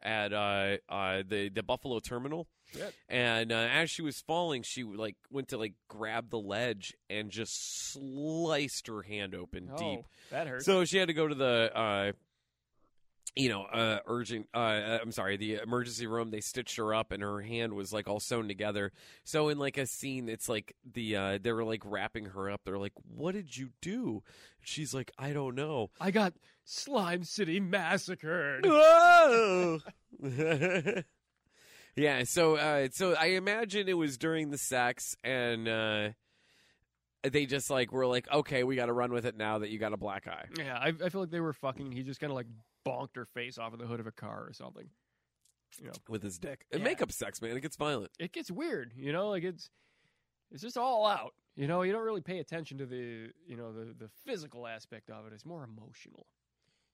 B: at uh, uh, the the Buffalo Terminal,
C: Shit.
B: and uh, as she was falling, she like went to like grab the ledge and just sliced her hand open deep.
C: Oh, that hurts.
B: So she had to go to the. Uh, you know, uh, urgent. Uh, uh, I'm sorry, the emergency room. They stitched her up, and her hand was like all sewn together. So in like a scene, it's like the uh, they were like wrapping her up. They're like, "What did you do?" She's like, "I don't know." [LAUGHS]
C: I got Slime City massacred.
B: Whoa! yeah. So, uh, so I imagine it was during the sex, and uh, they just like were like, "Okay, we got to run with it now that you got a black eye."
C: yeah, I, I feel like they were fucking. He just kind of like bonked her face off of the hood of a car or something.
B: with his dick. And
C: Yeah.
B: makeup sex, man. It gets violent.
C: It gets weird, you know. Like it's it's just all out. You know, you don't really pay attention to the you know the the physical aspect of it. It's more emotional.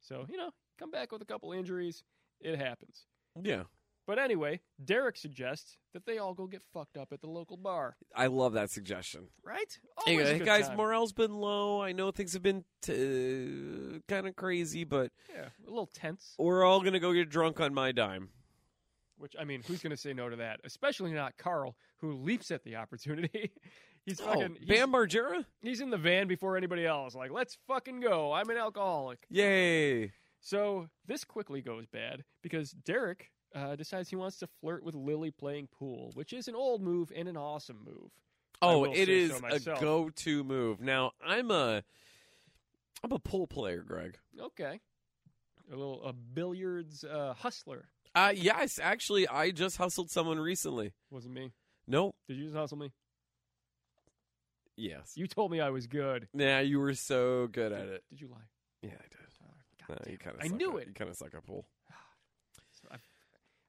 C: So you know, come back with a couple injuries. It happens.
B: Yeah.
C: But anyway, Derek suggests that they all go get fucked up at the local bar,
B: I love that suggestion.
C: right? Always a
B: Anyway,
C: good
B: guys,
C: time.
B: morale's been low. I know things have been t- kind of crazy, but
C: yeah, a little tense.
B: we're all going to go get drunk on my dime.
C: Which I mean, who's going to say no to that? Especially not Carl, who leaps at the opportunity. [LAUGHS] he's fucking
B: oh,
C: he's,
B: Bam Margera?
C: he's in the van before anybody else. Like, let's fucking go. I'm an alcoholic.
B: Yay.
C: So this quickly goes bad because Derek uh, decides he wants to flirt with Lily playing pool, which is an old move and an awesome move. I
B: Oh,
C: will
B: it
C: say
B: is
C: so
B: a
C: myself.
B: go to move. Now, I'm a. I'm a pool player, Greg.
C: Okay. A little a billiards uh, hustler.
B: Uh, yes, actually, I just hustled someone recently.
C: Wasn't me.
B: No,
C: Did you just hustle me?
B: yes.
C: You told me I was good.
B: Nah, you were so good at
C: Did-
B: it.
C: Did you lie?
B: Yeah, I did.
C: Tyler?
B: No,
C: God damn
B: you kind of.
C: I knew it.
B: You kind of suck at pool.
C: [SIGHS] So I,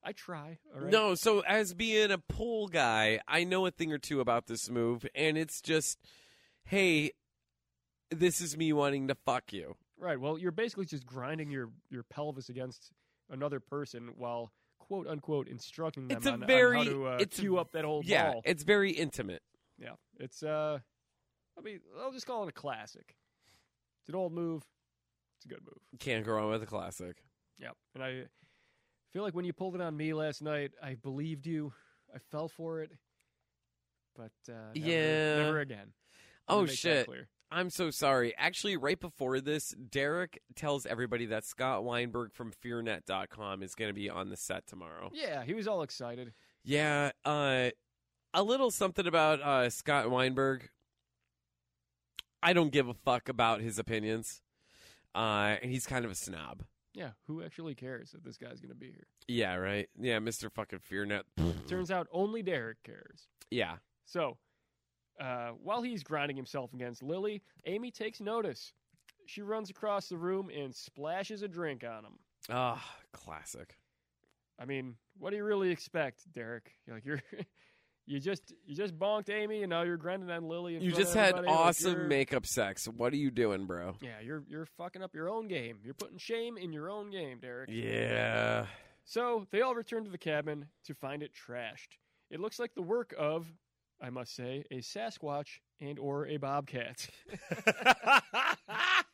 C: I try. All right.
B: No, so as being a pool guy, I know a thing or two about this move, and it's just, hey, this is me wanting to fuck you.
C: Right. Well, you're basically just grinding your your pelvis against another person while quote unquote instructing them
B: It's a
C: on, on
B: very-
C: how to uh,
B: it's a-
C: cue up that old
B: yeah,
C: ball.
B: it's very intimate.
C: yeah. It's uh, I mean, I'll just call it a classic. It's an old move. It's a good move.
B: Can't go wrong with a classic.
C: Yep. And I feel like when you pulled it on me last night, I believed you. I fell for it. But uh, never,
B: Yeah.
C: never again. Let
B: Oh
C: me make that
B: shit!
C: clear.
B: I'm so sorry. Actually, right before this, Derek tells everybody that Scott Weinberg from FearNet.com is going to be on the set tomorrow.
C: Yeah, he was all excited.
B: Yeah, uh, a little something about uh, Scott Weinberg. I don't give a fuck about his opinions, uh, and he's kind of a snob.
C: Yeah, who actually cares that this guy's going to be here?
B: Yeah, right. Yeah, Mister Fucking [SNIFFS] FearNet.
C: Turns out only Derek cares.
B: Yeah,
C: So, uh, while he's grinding himself against Lily, Amy takes notice. She runs across the room and splashes a drink on him.
B: ah, classic.
C: I mean, what do you really expect, Derek? [LAUGHS] You're like you're, you just you just bonked Amy, and now you're grinding on Lily. in
B: You
C: front
B: just
C: of
B: had
C: everybody, like,
B: awesome
C: you're-
B: makeup sex. What are you doing, bro?
C: Yeah, you're you're fucking up your own game. You're putting shame in your own game, Derek.
B: Yeah.
C: So they all return to the cabin to find it trashed. It looks like the work of, I must say, a Sasquatch and or
B: [LAUGHS]
C: a bobcat.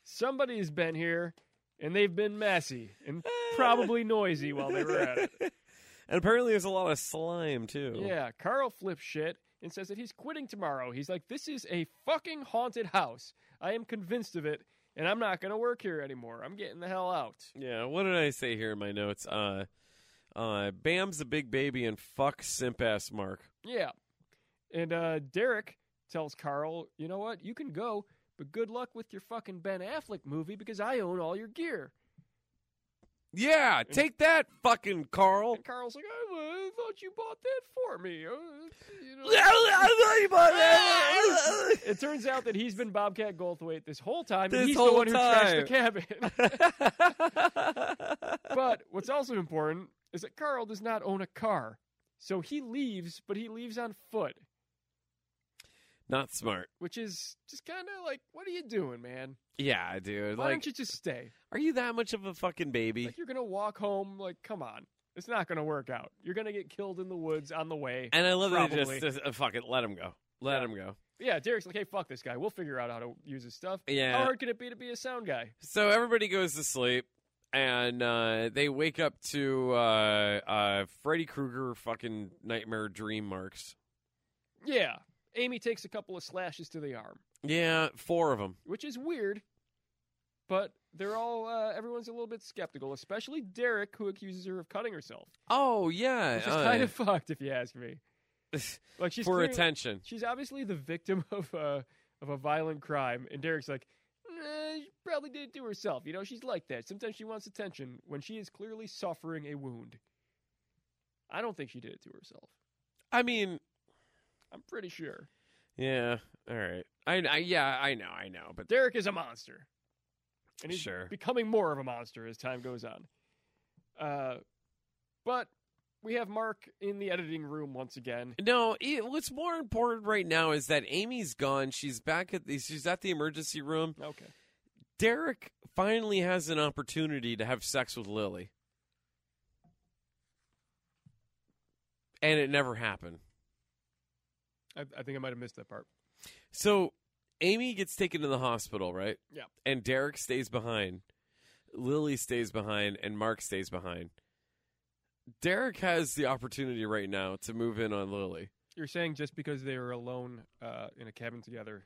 C: Somebody's been here, and they've been messy and probably noisy while they were at it.
B: [LAUGHS] And apparently, there's a lot of slime too.
C: Yeah, Carl flips shit and says that he's quitting tomorrow. He's like, "This is a fucking haunted house. I am convinced of it, and I'm not going to work here anymore. I'm getting the hell out."
B: Yeah, what did I say here in my notes? Uh uh Bam's a big baby and fuck simp ass Mark.
C: Yeah. And uh, Derek tells Carl, you know what? You can go, but good luck with your fucking Ben Affleck movie because I own all your gear.
B: Yeah, take that fucking
C: [LAUGHS]
B: Carl.
C: And Carl's like, I, uh, thought you bought that for me. Uh, you know.
B: [LAUGHS]
C: It turns out that he's been Bobcat Goldthwait this whole time,
B: This
C: and he's
B: whole
C: the one who trashed
B: time.
C: the cabin. [LAUGHS] but what's also important is that Carl does not own a car. So he leaves, but he leaves on foot,
B: Not smart.
C: which is just kind of like, what are you doing, man?
B: Yeah, dude.
C: Why don't
B: Like
C: you just stay?
B: are you that much of a fucking baby?
C: Like you're gonna walk home. Like, come on, it's not gonna work out. You're gonna get killed in the woods on the way.
B: And I love that he
C: Probably.
B: just uh, fuck it, let him go. Let him go.
C: yeah, Derek's like, hey, fuck this guy. We'll figure out how to use his stuff.
B: Yeah.
C: How hard could it be to be a sound guy?
B: So everybody goes to sleep, and uh, they wake up to uh, uh, Freddy Krueger fucking nightmare dream marks.
C: Yeah. Amy takes a couple of slashes to the arm,
B: Yeah, four of them.
C: which is weird, but they're all uh, everyone's a little bit skeptical, especially Derek, who accuses her of cutting herself,
B: Oh yeah,
C: which is
B: uh, [LAUGHS]
C: kind of [LAUGHS] fucked if you ask [LAUGHS] me. Like she's
B: for
C: clearly-
B: attention.
C: She's obviously the victim [LAUGHS] of a of a violent crime, and Derek's like, nah, she probably did it to herself. You know, she's like that. Sometimes she wants attention when she is clearly suffering a wound. I don't think she did it to herself.
B: I mean,
C: I'm pretty sure
B: yeah, all right. I, I yeah, I know, I know, but
C: Derek is a monster, and he's
B: Sure.
C: becoming more of a monster as time goes on. Uh, but we have Mark in the editing room once again.
B: no. It, what's more important right now is that Amy's gone. She's back at the. She's at the emergency room.
C: Okay.
B: Derek finally has an opportunity to have sex with Lily, and it never happened.
C: I, I think I might have missed that part.
B: So Amy gets taken to the hospital, right?
C: Yeah.
B: And Derek stays behind. Lily stays behind and Mark stays behind. Derek has the opportunity right now to move in on Lily.
C: You're saying just because they were alone uh, in a cabin together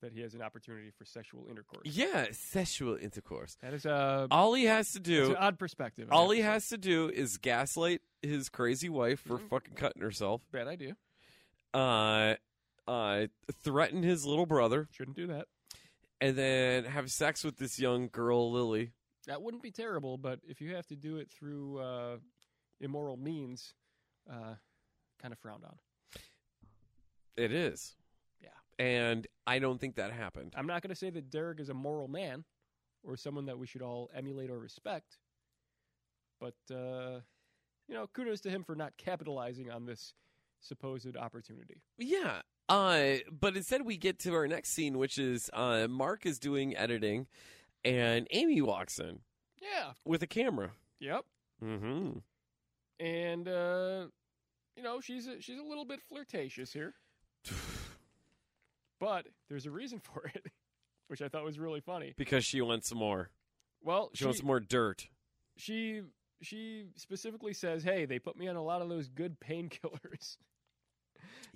C: that he has an opportunity for sexual intercourse.
B: Yeah, sexual intercourse.
C: That is a
B: All he has to
C: that's
B: do
C: an odd perspective. I
B: all he
C: have
B: has to do is gaslight his crazy wife for
C: Mhm.
B: fucking cutting herself.
C: to say. bad idea.
B: Uh uh threaten his little brother
C: Shouldn't do that.
B: and then have sex with this young girl, Lily.
C: That wouldn't be terrible, but if you have to do it through uh, immoral means, uh, kind of frowned on.
B: It is.
C: Yeah.
B: And I don't think that happened.
C: I'm not going to say that Derek is a moral man or someone that we should all emulate or respect, but uh, you know, kudos to him for not capitalizing on this supposed opportunity.
B: Yeah. Uh, but instead, we get to our next scene, which is uh, Mark is doing editing, and Amy walks in
C: Yeah.
B: with a camera.
C: Yep.
B: Mm-hmm.
C: And uh, you know, she's a, she's a little bit flirtatious
B: [SIGHS]
C: here, but there's a reason [LAUGHS] for it, which I thought was really funny.
B: Because she wants some more.
C: Well,
B: She wants some more dirt.
C: she she specifically says, "Hey, they put me on a lot of those good painkillers." [LAUGHS]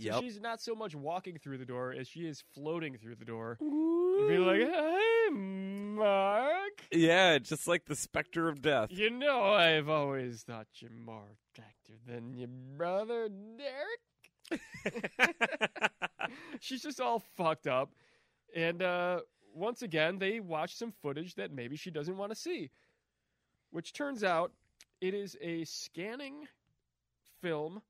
C: So she's not so much walking through the door as she is floating through the door. And be like, "Hey, Mark.
B: yeah, just like the specter of death.
C: You know I've always thought you more attractive than your brother Derek."
B: [LAUGHS]
C: She's just all fucked up, and uh, once again, they watch some footage that maybe she doesn't want to see, which turns out it is a scanning film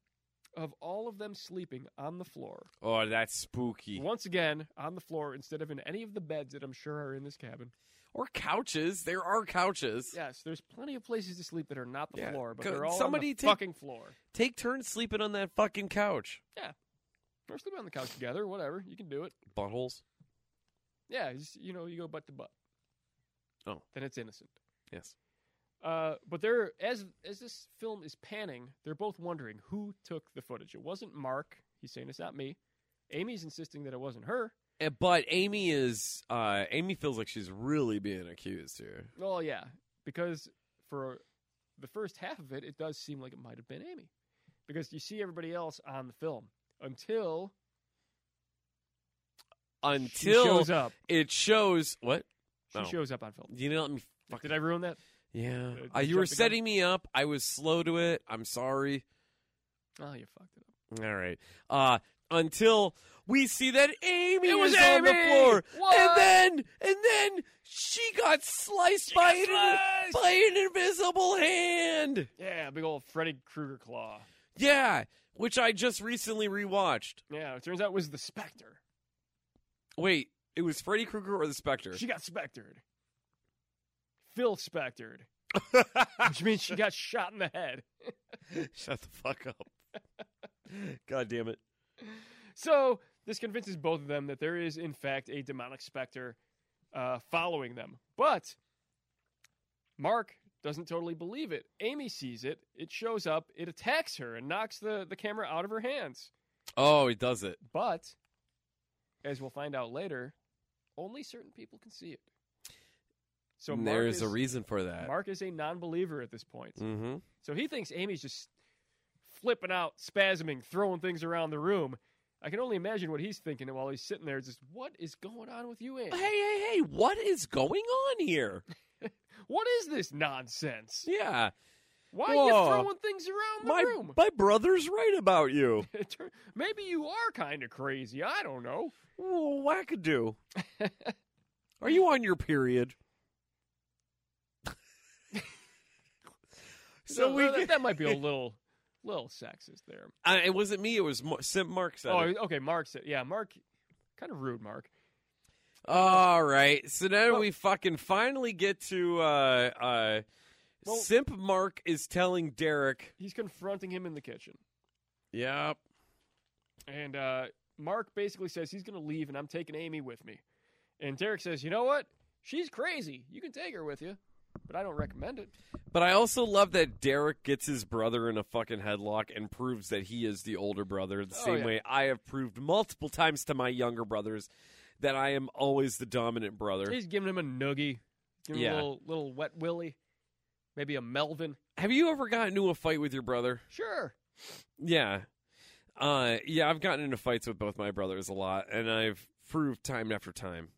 C: of all of them sleeping on the floor.
B: oh, that's spooky.
C: Once again, on the floor instead of in any of the beds that I'm sure are in this cabin.
B: Or couches. There are couches.
C: Yes, there's plenty of places to sleep that are not the
B: Yeah.
C: floor, but
B: Could
C: they're all on
B: somebody
C: the
B: take-
C: fucking floor.
B: Take turns sleeping on that fucking couch.
C: Or sleep on the couch together, whatever. You can do it.
B: Buttholes.
C: Yeah, just, you know, you go butt to butt.
B: Oh.
C: Then it's innocent.
B: Yes.
C: Uh, but they're as as this film is panning, they're both wondering who took the footage. It wasn't Mark. He's saying it's not me. Amy's insisting that it wasn't her.
B: Eh, But Amy is. Uh, Amy feels like she's really being accused here.
C: Well, yeah, because for the first half of it, it does seem like it might have been Amy, because you see everybody else on the film until she
B: Until
C: shows up.
B: it shows what
C: She
B: Oh.
C: shows up on film.
B: you know. Let me fuck.
C: Did I ruin that?
B: Yeah,
C: did
B: Uh,
C: I
B: you were
C: jump the gun?
B: setting me up. I was slow to it. I'm sorry.
C: Oh, you fucked it up.
B: All right. Uh until we see that Amy
C: It was
B: is on the
C: Amy!
B: floor,
C: What?
B: and then and then she got sliced by an by an invisible hand.
C: Yeah, big old Freddy Krueger claw.
B: Yeah, which I just recently rewatched.
C: Yeah, it turns out it was the Spectre.
B: Wait, it was Freddy Krueger or the [LAUGHS] Spectre?
C: She got spectered. Phil spectered, which means she got shot in the head.
B: Shut the fuck up. [LAUGHS] God damn it.
C: So this convinces both of them that there is, in fact, a demonic specter uh, following them. But Mark doesn't totally believe it. Amy sees it. It shows up. It attacks her and knocks the, the camera out of her hands.
B: Oh, he does it.
C: But, as we'll find out later, only certain people can see it. So
B: And
C: Mark
B: there's
C: is,
B: a reason for that.
C: Mark is a non-believer at this point.
B: mm-hmm.
C: So he thinks Amy's just flipping out, spasming, throwing things around the room. I can only imagine what he's thinking while he's sitting there. Just what is going on with you,
B: Hey,
C: Amy?
B: hey, hey! What is going on here?
C: What is this nonsense? [LAUGHS]
B: Yeah,
C: Why
B: Whoa.
C: are you throwing things around the
B: my
C: room? [LAUGHS]
B: my brother's right about you.
C: Maybe you are kind of crazy. I don't know.
B: Ooh,
C: [LAUGHS]
B: wackadoo. Are you on your period? so
C: No,
B: we.
C: that,
B: Get,
C: that might be a little, little sexist there.
B: I, it wasn't me. It was Mar- Sim Mark said.
C: Oh,
B: it.
C: okay. Mark said, yeah, Mark, kind of rude, Mark.
B: All right. So now
C: Well-
B: we fucking finally get to. uh uh
C: Well-
B: Simp Mark is telling Derek.
C: He's confronting him in the kitchen.
B: Yep.
C: And uh, Mark basically says he's going to leave and I'm taking Amy with me. And Derek says, you know what? She's crazy. You can take her with you, but I don't recommend it.
B: But I also love that Derek gets his brother in a fucking headlock and proves that he is the older brother, the
C: Oh,
B: same
C: yeah.
B: way I have proved multiple times to my younger brothers that I am always the dominant brother.
C: He's giving him a noogie, giving him
B: Yeah.
C: a little, little wet willy, maybe a Melvin.
B: Have you ever gotten into a fight with your brother?
C: Sure.
B: Yeah. Uh yeah, I've gotten into fights with both my brothers a lot and I've proved time after time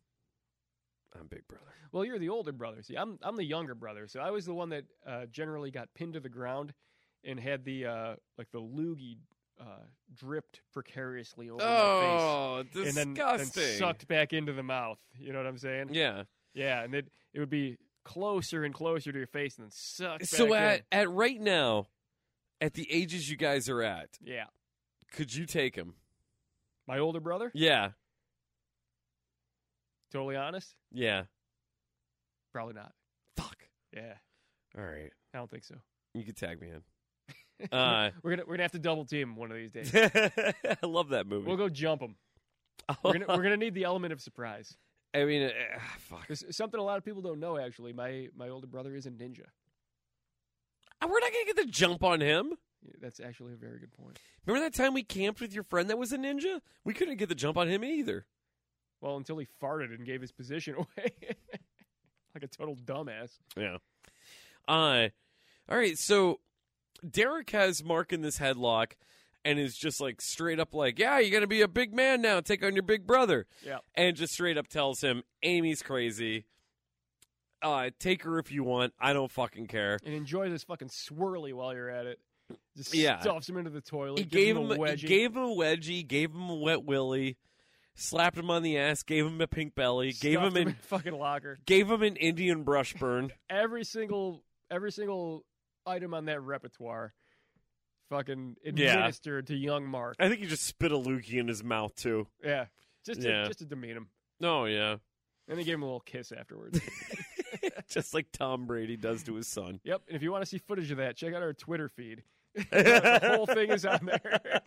B: I'm big brother.
C: Well, you're the older brother. See, I'm I'm the younger brother, so I was the one that uh, generally got pinned to the ground and had the uh, like the loogie uh, dripped precariously over my
B: Oh,
C: face
B: disgusting.
C: and then, then sucked back into the mouth. You know what I'm saying?
B: Yeah.
C: Yeah, and it it would be closer and closer to your face, and then sucked.
B: So
C: back
B: at, at right now, at the ages you guys are at,
C: in. yeah,
B: could you take him?
C: my older brother.
B: Yeah.
C: Totally honest,
B: Yeah.
C: probably not.
B: Fuck.
C: Yeah,
B: All right.
C: I don't think so.
B: You could tag me in.
C: [LAUGHS]
B: Uh, [LAUGHS]
C: We're gonna we're gonna have to double team one of these days.
B: I love that movie.
C: we'll go jump them.
B: [LAUGHS]
C: We're gonna, we're gonna need the element of surprise.
B: I mean, uh, fuck.
C: There's something a lot of people don't know actually. My my older brother is a ninja.
B: Uh, We're not going to get the jump on him.
C: Yeah, That's actually a very good point.
B: Remember that time we camped with your friend that was a ninja? We couldn't get the jump on him either.
C: Well, until he farted and gave his position [LAUGHS] away. like a total dumbass.
B: Yeah. Uh, all right. So Derek has Mark in this headlock and is just like straight up like, yeah, you're going to be a big man now. Take on your big brother.
C: Yeah.
B: And just straight up tells him, Amy's crazy. Uh, take her if you want. I don't fucking care.
C: And enjoy this fucking swirly while you're at it. Just
B: Yeah.
C: stuffs him into the toilet.
B: He
C: gives
B: gave him,
C: him a wedgie.
B: he gave him a wedgie, gave him a wet willy, slapped him on the ass, gave him a pink belly, gave
C: stuffed
B: him
C: in
B: an
C: a fucking locker.
B: [LAUGHS] gave him an Indian brush burn.
C: Every single every single item on that repertoire fucking
B: Yeah.
C: administered to young Mark.
B: I think he just spit a loogie in his mouth too.
C: Yeah. Just to,
B: Yeah.
C: just to demean him.
B: Oh yeah. [LAUGHS]
C: And they gave him a little kiss afterwards.
B: just like Tom Brady does to his son.
C: Yep. And if you want to see footage of that, check out our Twitter feed.
B: [LAUGHS]
C: the whole thing is on there.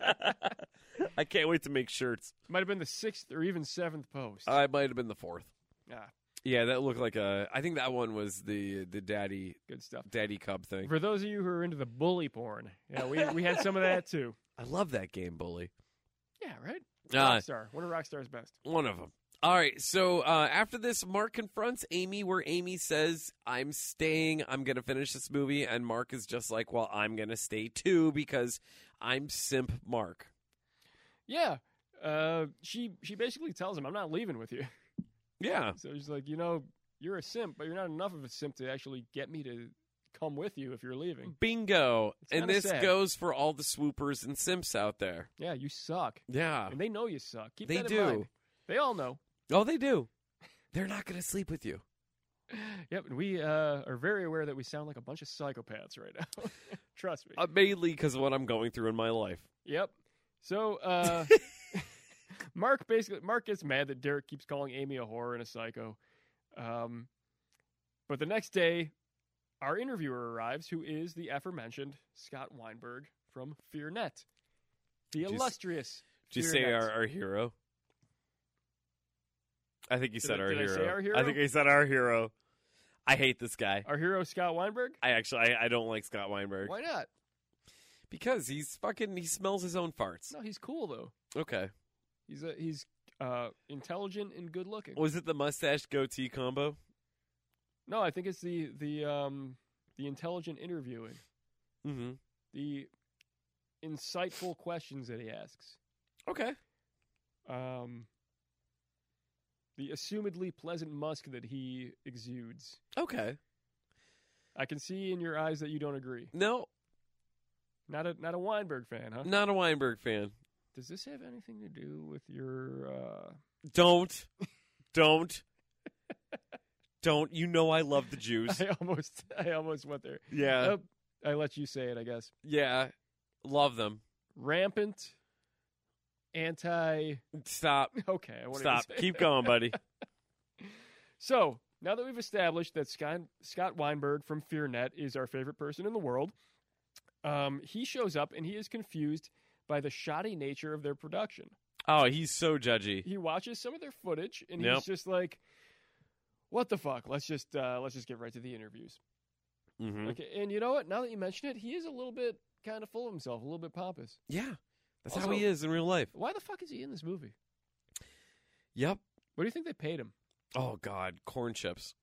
C: [LAUGHS]
B: I can't wait to make shirts.
C: Might have been the sixth or even seventh post.
B: I might have been the fourth.
C: Ah.
B: Yeah, that looked like a. I think that one was the the daddy
C: Good stuff.
B: daddy cub thing.
C: For those of you who are into the bully porn, yeah, we, we had some of that too.
B: I love that game, bully.
C: Yeah, right?
B: Uh,
C: Rockstar. One of Rockstar's best.
B: one of them. All right, so uh, after this, Mark confronts Amy, where Amy says, "I'm staying. I'm gonna finish this movie," and Mark is just like, "Well, I'm gonna stay too because I'm simp Mark."
C: Yeah. Uh, she she basically tells him, I'm not leaving with you.
B: Yeah,
C: So she's like, you know, you're a simp, but you're not enough of a simp to actually get me to come with you if you're leaving.
B: Hmm. bingo.
C: It's
B: And
C: kinda
B: this
C: sad.
B: goes for all the swoopers and simps out there.
C: Yeah, you suck.
B: Yeah,
C: And they know you suck. Keep
B: They
C: that in
B: do.
C: mind. They all know.
B: oh, they do. They're not gonna sleep with you.
C: Yep, and we uh, are very aware that we sound like a bunch of psychopaths right now. [LAUGHS] Trust me.
B: Uh, mainly because of what I'm going through in my life.
C: Yep.
B: [LAUGHS]
C: So uh, Mark basically Mark gets mad that Derek keeps calling Amy a whore and a psycho. Um, but the next day, our interviewer arrives, who is the aforementioned Scott Weinberg from FearNet,
B: Did
C: the
B: you s-
C: illustrious.
B: Did you
C: Fear
B: say
C: Net.
B: our, our hero? I think you
C: Did
B: said
C: I-
B: our,
C: did I
B: hero.
C: say our hero?
B: I think I said our hero. I hate this guy.
C: our hero Scott Weinberg?
B: I actually I, I don't like Scott Weinberg
C: Why not?
B: because he's fucking he smells his own farts.
C: No, he's cool though.
B: Okay,
C: He's a, he's uh, intelligent and good looking.
B: was it the mustache goatee combo?
C: No, I think it's the the um the intelligent interviewing,
B: Mm-hmm.
C: the insightful questions that he asks,
B: Okay,
C: um, the assumedly pleasant musk that he exudes.
B: okay.
C: I can see in your eyes that you don't agree.
B: No,
C: Not a not a Weinberg fan, huh?
B: not a Weinberg fan.
C: Does this have anything to do with your? uh [LAUGHS]
B: Don't, don't, don't. You know I love the Jews.
C: [LAUGHS] I almost I almost went there.
B: Yeah,
C: Nope, I let you say it. I guess
B: yeah, love them.
C: rampant anti. [LAUGHS]
B: Stop,
C: Okay, I wanted to
B: stop.
C: say
B: Keep
C: that.
B: going,
C: [LAUGHS]
B: buddy.
C: So now that we've established that Scott, Scott Weinberg from FearNet is our favorite person in the world, um, he shows up and he is confused by the shoddy nature of their production.
B: Oh, he's so judgy.
C: He watches some of their footage and
B: Yep.
C: he's just like, "What the fuck? Let's just uh, let's just get right to the interviews."
B: Mm-hmm.
C: Okay, and you know what? Now that you mention it, he is a little bit kind of full of himself, a little bit pompous.
B: Yeah, that's how
C: Also-
B: he is in real life.
C: Why the fuck is he in this movie?
B: Yep.
C: What do you think they paid him?
B: Oh God, corn chips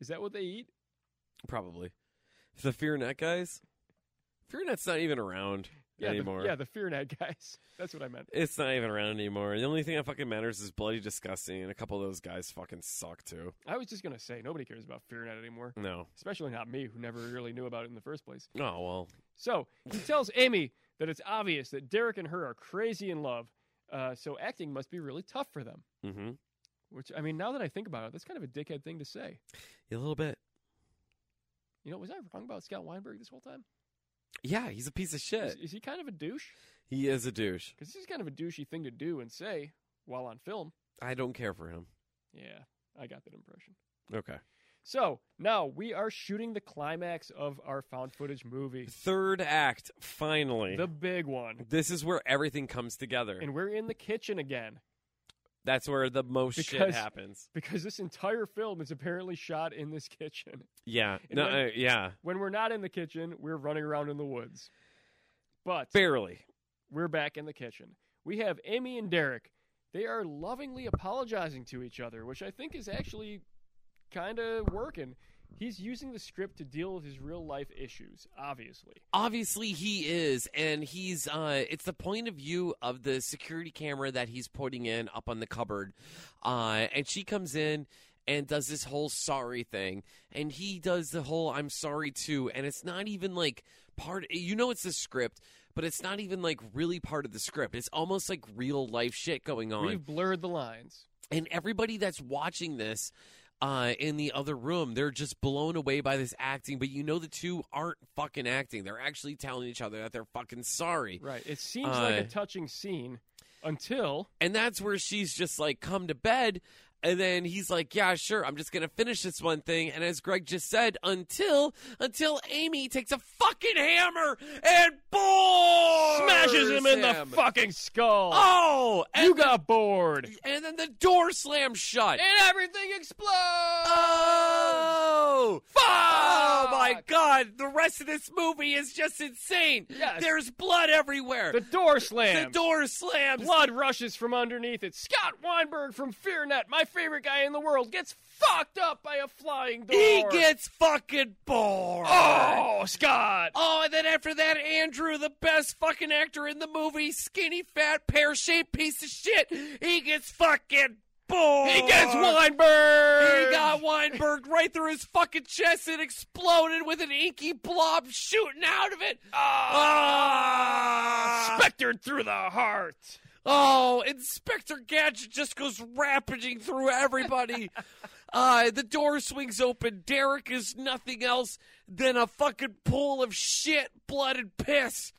C: Is that what they eat?
B: probably. The Fear Net guys. Fear Net's not even around.
C: Yeah,
B: anymore.
C: The, yeah, the Fear Net [LAUGHS] guys. That's what I meant.
B: It's not even around anymore. The only thing that fucking matters is bloody disgusting, and a couple of those guys fucking suck too.
C: I was just gonna say nobody cares about FearNet anymore,
B: No.
C: especially not me, who never really knew about it in the first place.
B: Oh well.
C: So he tells Amy that it's obvious that Derek and her are crazy in love, uh, so acting must be really tough for them.
B: Mm-hmm.
C: Which I mean, now that I think about it, that's kind of a dickhead thing to say.
B: A little bit.
C: You know, was I wrong about Scott Weinberg this whole time?
B: Yeah, he's a piece of
C: Is,
B: shit.
C: is he kind of a douche?
B: He is a douche.
C: Because this is kind of a douchey thing to do and say while on film.
B: I don't care for him.
C: Yeah, I got that impression.
B: Okay.
C: So now we are shooting the climax of our found footage movie,
B: Third act, finally.
C: the big one,
B: This is where everything comes together.
C: and we're in the kitchen again
B: That's where the most shit
C: Because-
B: happens.
C: because this entire film is apparently shot in this [LAUGHS] kitchen.
B: Yeah.
C: And
B: No.
C: when-
B: uh, yeah.
C: When we're not in the kitchen, we're running around in the woods. But
B: Barely.
C: we're back in the kitchen. We have Amy and Derek. They are lovingly apologizing to each other, which I think is actually kind of working. He's using the script to deal with his real life issues, obviously.
B: Obviously, he is, and he's. Uh, it's the point of view of the security camera that he's putting in up on the cupboard, uh, and she comes in and does this whole sorry thing, and he does the whole "I'm sorry" too, and it's not even like part. You know, it's the script, but it's not even like really part of the script. It's almost like real life shit going on.
C: We've blurred the lines.
B: and everybody that's watching this uh, in the other room, they're just blown away by this acting. But you know, the two aren't fucking acting. They're actually telling each other that they're fucking sorry.
C: Right. It seems like a
B: Uh,
C: touching scene until
B: And that's where she's just like, come to bed. And then he's like, yeah, sure, I'm just going to finish this one thing. And as Greg just said, until, until Amy takes a fucking hammer and bores
C: smashes him in the fucking skull.
B: Oh! And
C: you got bored.
B: And then the door slams shut.
C: And everything explodes.
B: Oh! Fuck! Oh my
C: Fuck!
B: god, the rest of this movie is just insane.
C: Yes.
B: There's blood everywhere.
C: the door
B: The
C: slams.
B: door slams.
C: Blood rushes from underneath it. Scott Weinberg from FearNet, my favorite guy in the world, gets fucked up by a flying door.
B: He gets fucking bored.
C: Oh, Scott!
B: Oh, and then after that, Andrew, the best fucking actor in the movie, skinny, fat, pear shaped piece of shit, he gets fucking bored.
C: He gets Weinberg.
B: Oh. He got Weinberg right through his fucking chest and exploded with an inky blob shooting out of it. Ah!
C: spectered through the heart.
B: oh, Inspector Gadget just goes rampaging through
C: [LAUGHS]
B: everybody. uh, the door swings open. Derek is nothing else than a fucking pool of shit, blood, and piss.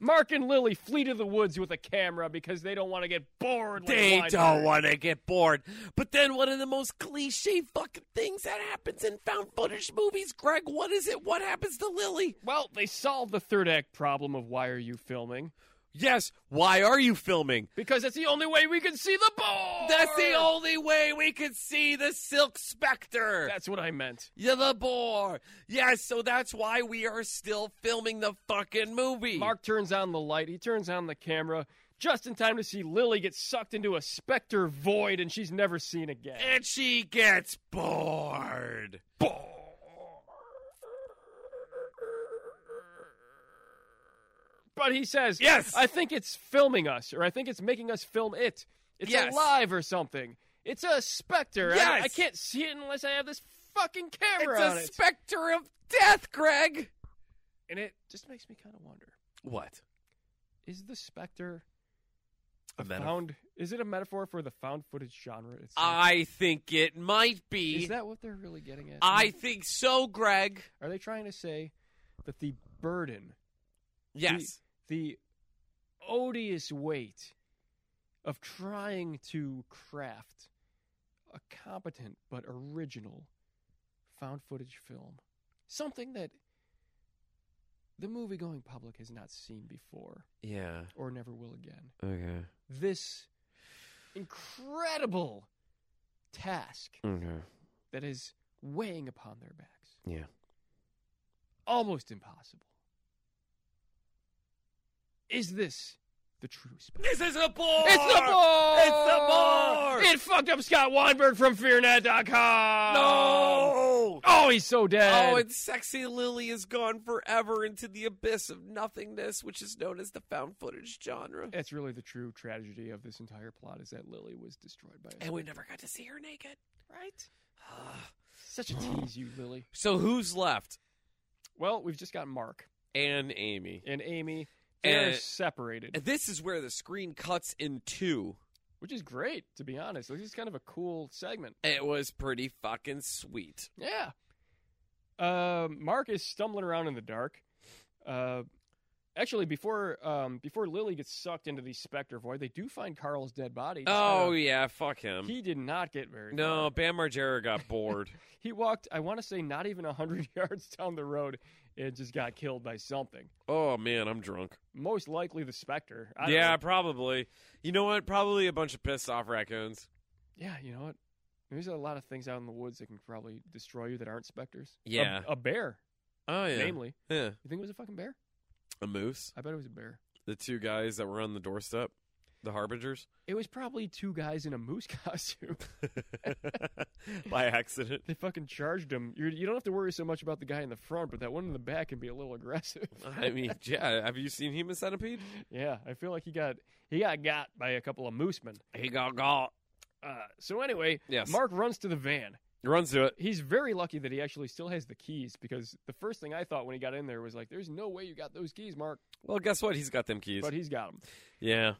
C: Mark and Lily flee to the woods with a camera because they don't want to get bored. Like
B: They
C: Weinberg.
B: don't want to get bored. But then one of the most cliche fucking things that happens in found footage movies, Greg, what is it? What happens to Lily?
C: Well, they solve the third act problem of why are you filming?
B: Yes, why are you filming?
C: Because that's the only way we can see the ball.
B: That's the only way we could see the Silk Spectre.
C: That's what I meant.
B: Yeah, the boar. Yes, so that's why we are still filming the fucking movie.
C: Mark turns on the light. He turns on the camera just in time to see Lily get sucked into a specter void and she's never seen again.
B: And she gets bored. Bored.
C: But he says,
B: Yes.
C: I think it's filming us, or I think it's making us film it. It's
B: Yes.
C: alive or something. It's a specter. I-
B: Yes.
C: I, can't see it unless I have this fucking camera
B: It's
C: on
B: a
C: it.
B: specter of death, Greg.
C: and it just makes me kind of wonder:
B: What?
C: Is the specter
B: A metaphor?
C: found? Is it a metaphor for the found footage genre? Itself?
B: I think it might be.
C: is that what they're really getting at?
B: I think so, Greg.
C: Are they trying to say that the burden,
B: Yes.
C: the odious weight of trying to craft a competent but original found footage film, something that the movie going public has not seen before
B: Yeah.
C: or never will again?
B: Okay.
C: This incredible task
B: Okay.
C: that is weighing upon their backs.
B: Yeah.
C: almost impossible. Is this the true specter?
B: This is a boar.
C: It's the boar!
B: It's the boar!
C: It fucked up Scott Weinberg from FearNet.com.
B: No.
C: Oh, Oh, he's so dead.
B: Oh, and Sexy Lily is gone forever into the abyss of nothingness, which is known as the found footage genre.
C: That's really the true tragedy of this entire plot is that Lily was destroyed by a
B: And we never got to see her naked.
C: right. Such a tease, you Lily.
B: [SIGHS] so who's left?
C: Well, we've just got Mark
B: And Amy.
C: and Amy. They're
B: And-
C: separated,
B: And this is where the screen cuts in two.
C: which is great to be honest. This is kind of a cool segment.
B: It was pretty fucking sweet.
C: Yeah. Um, Mark is stumbling around in the dark. Uh, actually, before um, before Lily gets sucked into the Spectre Void, they do find Carl's dead body.
B: Oh
C: Uh,
B: yeah, fuck him.
C: he did not get very
B: no,
C: far.
B: Bam Margera got [LAUGHS] bored.
C: He walked, I want to say, not even 100 [LAUGHS] yards down the road and just got killed by something.
B: oh man, I'm drunk.
C: Most likely the Spectre. I don't
B: yeah,
C: know.
B: probably. You know what? Probably a bunch of pissed off raccoons.
C: Yeah, you know what? There's a lot of things out in the woods that can probably destroy you that aren't specters. A-
B: Yeah.
C: A, bear,
B: Oh yeah.
C: namely.
B: Yeah.
C: You think it was a fucking bear?
B: A moose.
C: I bet it was a bear.
B: The two guys that were on the doorstep, the harbingers, [LAUGHS]
C: It was probably two guys in a moose [LAUGHS] costume.
B: by accident.
C: they fucking charged him. You're, you don't have to worry so much about the guy in the front, but that one in the back can be a little [LAUGHS] aggressive.
B: I mean, yeah. Have you seen Human Centipede?
C: yeah, I feel like he got he got got by a couple of moosemen.
B: He got got.
C: Uh, so anyway,
B: Yes.
C: Mark runs to the van.
B: runs to it.
C: He's very lucky that he actually still has the keys because the first thing I thought when he got in there was like, "There's no way you got those keys, Mark,"
B: Well, guess what? He's got them keys.
C: but he's got them.
B: yeah.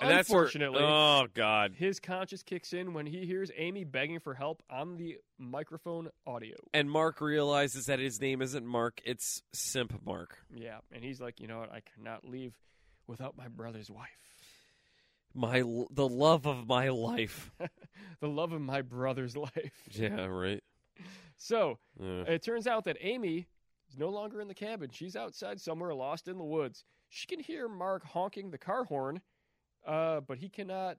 B: that's where-
C: Unfortunately,
B: oh god.
C: his conscience kicks in when he hears Amy begging for help on the microphone audio.
B: And Mark realizes that his name isn't Mark; it's Simp Mark.
C: Yeah, and he's like, "You know what? I cannot leave without my brother's wife." [LAUGHS]
B: My l- the love of my life.
C: the love of my brother's life. [LAUGHS]
B: Yeah, right.
C: So
B: Yeah.
C: it turns out that Amy is no longer in the cabin. She's outside somewhere, lost in the woods. She can hear Mark honking the car horn, uh, but he cannot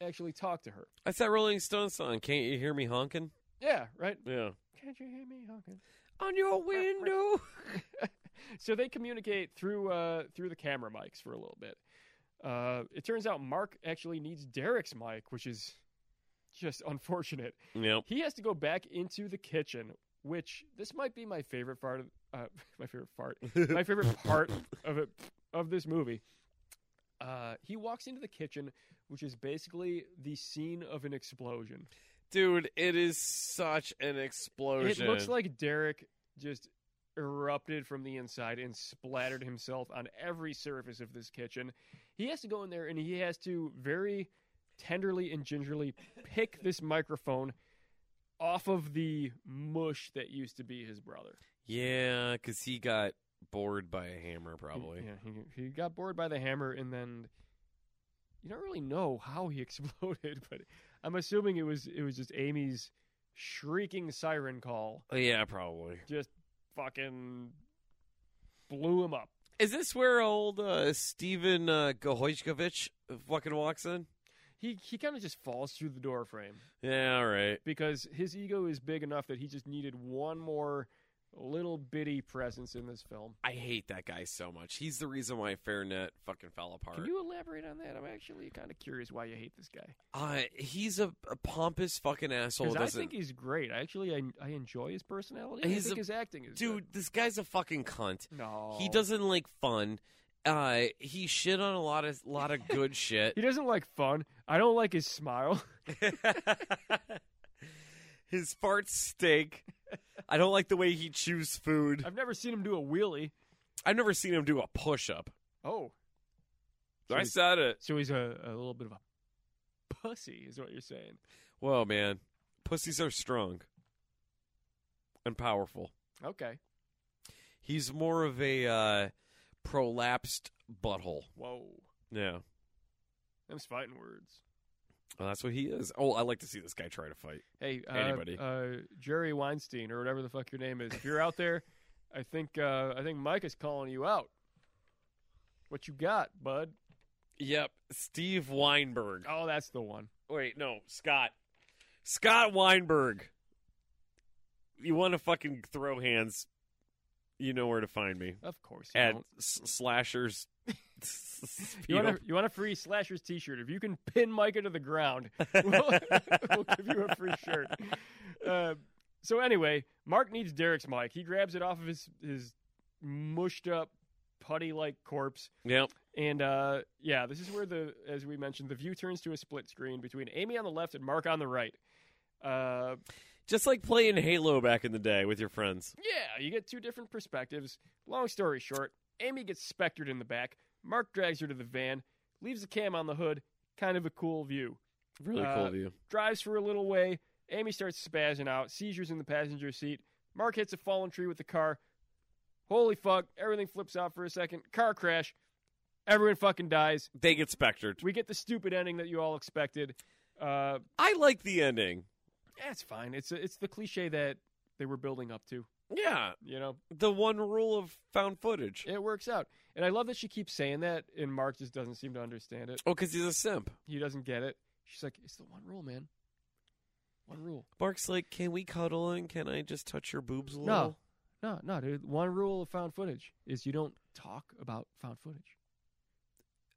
C: actually talk to her.
B: That's that Rolling Stones song. Can't you hear me honking?
C: Yeah, right?
B: Yeah.
C: Can't you hear me honking?
B: On your
C: window. So they communicate through uh, through the camera mics for a little bit. Uh, it turns out Mark actually needs Derek's mic, which is just unfortunate.
B: yep.
C: He has to go back into the kitchen, which this might be my favorite part of uh, [LAUGHS] my favorite part, my favorite part of it of this movie. Uh, he walks into the kitchen, which is basically the scene of an explosion.
B: Dude, it is such an explosion.
C: It looks like Derek just erupted from the inside and splattered himself on every surface of this kitchen. He has to go in there and he has to very tenderly and gingerly pick this microphone off of the mush that used to be his brother.
B: Yeah, because he got bored by a hammer, probably.
C: Yeah, he, he got bored by the hammer and then you don't really know how he [LAUGHS] exploded, but I'm assuming it was it was just Amy's shrieking siren call
B: Yeah. yeah, probably.
C: just fucking blew him up.
B: Is this where old uh, Steven uh, Gohojkovic fucking walks in?
C: He he kind of just falls through the door frame
B: Yeah, all right.
C: because his ego is big enough that he just needed one more little bitty presence in this film.
B: I hate that guy so much. He's the reason why Fairnet fucking fell apart.
C: Can you elaborate on that? I'm actually kind of curious why you hate this guy.
B: uh, he's a, a pompous fucking asshole.
C: Because
B: who
C: I
B: Doesn't
C: think he's great. I actually I, I enjoy his personality. and I
B: He's
C: think
B: a-
C: his acting is
B: dude? This guy's a fucking cunt.
C: good. No,
B: He doesn't like fun. Uh, he shit on a lot of lot of
C: [LAUGHS]
B: good shit.
C: He doesn't like fun. I don't like his smile. [LAUGHS]
B: [LAUGHS] His farts stink. I don't like the way he chews food.
C: I've never seen him do a wheelie.
B: I've never seen him do a push up.
C: Oh, So
B: I
C: he's-
B: said it.
C: so he's a, a little bit of a pussy, is what you're saying.
B: Whoa, man. Pussies are strong and powerful.
C: Okay.
B: He's more of a uh, prolapsed butthole.
C: Whoa.
B: Yeah.
C: Them's fighting words.
B: Well, that's what he is. Oh, I like to see this guy try to fight.
C: Hey, uh,
B: Anybody.
C: uh, Jerry Weinstein or whatever the fuck your name is. If you're out [LAUGHS] there, I think uh, I think Mike is calling you out. What you got, bud?
B: Yep. Steve Weinberg.
C: Oh, that's the one.
B: Wait, no, Scott. Scott Weinberg. You want to fucking throw hands? You know where to find me
C: Of course. You,
B: at
C: don't.
B: s- slashers. [LAUGHS]
C: you
B: Speedo. [LAUGHS]
C: want a, you want a free slashers T-shirt? If you can [LAUGHS]
B: [LAUGHS]
C: pin Micah to the ground, we'll, we'll give you a free shirt. Uh, So anyway, Mark needs Derek's mic. He grabs it off of his his mushed up putty like corpse.
B: Yep.
C: And uh, yeah, this is where the as we mentioned, the view turns to a split screen between Amy on the left and Mark on the right. Uh,
B: Just like playing Halo back in the day with your friends.
C: yeah, you get two different perspectives. Long story short, Amy gets spectered in the back. Mark drags her to the van, leaves the cam on the hood. Kind of a cool view.
B: Really
C: Uh,
B: cool view.
C: drives for a little way. Amy starts spazzing out, seizures in the passenger seat. Mark hits a fallen tree with the car. Holy fuck, everything flips out for a second. Car crash. Everyone fucking dies.
B: They get spectered.
C: We get the stupid ending that you all expected. Uh,
B: I like the ending.
C: yeah, it's fine. It's it's the cliche that they were building up to.
B: Yeah,
C: You know,
B: the one rule of found footage.
C: it works out. And I love that she keeps saying that, and Mark just doesn't seem to understand it.
B: Oh, because he's a simp.
C: He doesn't get it. She's like, it's the one rule, man. One rule.
B: Bark's like, can we cuddle and can I just touch your boobs a little?
C: No, no, no, dude. One rule of found footage is you don't talk about found footage.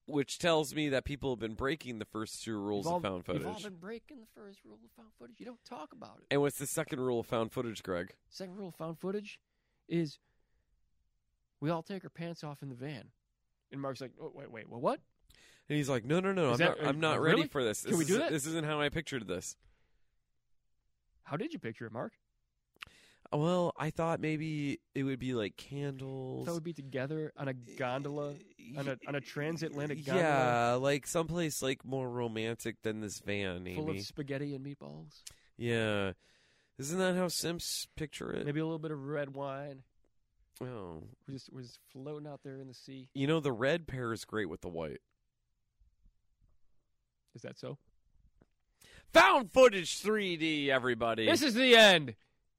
B: Which tells me that people have been breaking the first two rules
C: You've all-
B: of found
C: You've all
B: footage.
C: been breaking the first rule of found footage. You don't talk about it.
B: And what's the second rule of found footage, Greg?
C: Second rule of found footage is we all take our pants off in the van. And Mark's like, oh, wait, wait, well, what?
B: And he's like, no, no, no,
C: Is
B: I'm
C: that-
B: not, I'm not
C: uh,
B: ready
C: really?
B: for this.
C: Can
B: This
C: we do
B: is-
C: that?
B: This isn't how I pictured this.
C: How did you picture it, Mark?
B: Uh, Well, I thought maybe it would be like candles.
C: That would be together on a gondola. on a- on a transatlantic
B: Yeah,
C: gondola.
B: like someplace like more romantic than this van, Amy.
C: Full of spaghetti and meatballs,
B: Yeah. Isn't that how Simps picture it?
C: maybe a little bit of red wine.
B: Oh.
C: We're just, we're just floating out there in the sea.
B: You know, the red pair is great with the white.
C: Is that so?
B: Found footage 3D, everybody.
C: This is the end.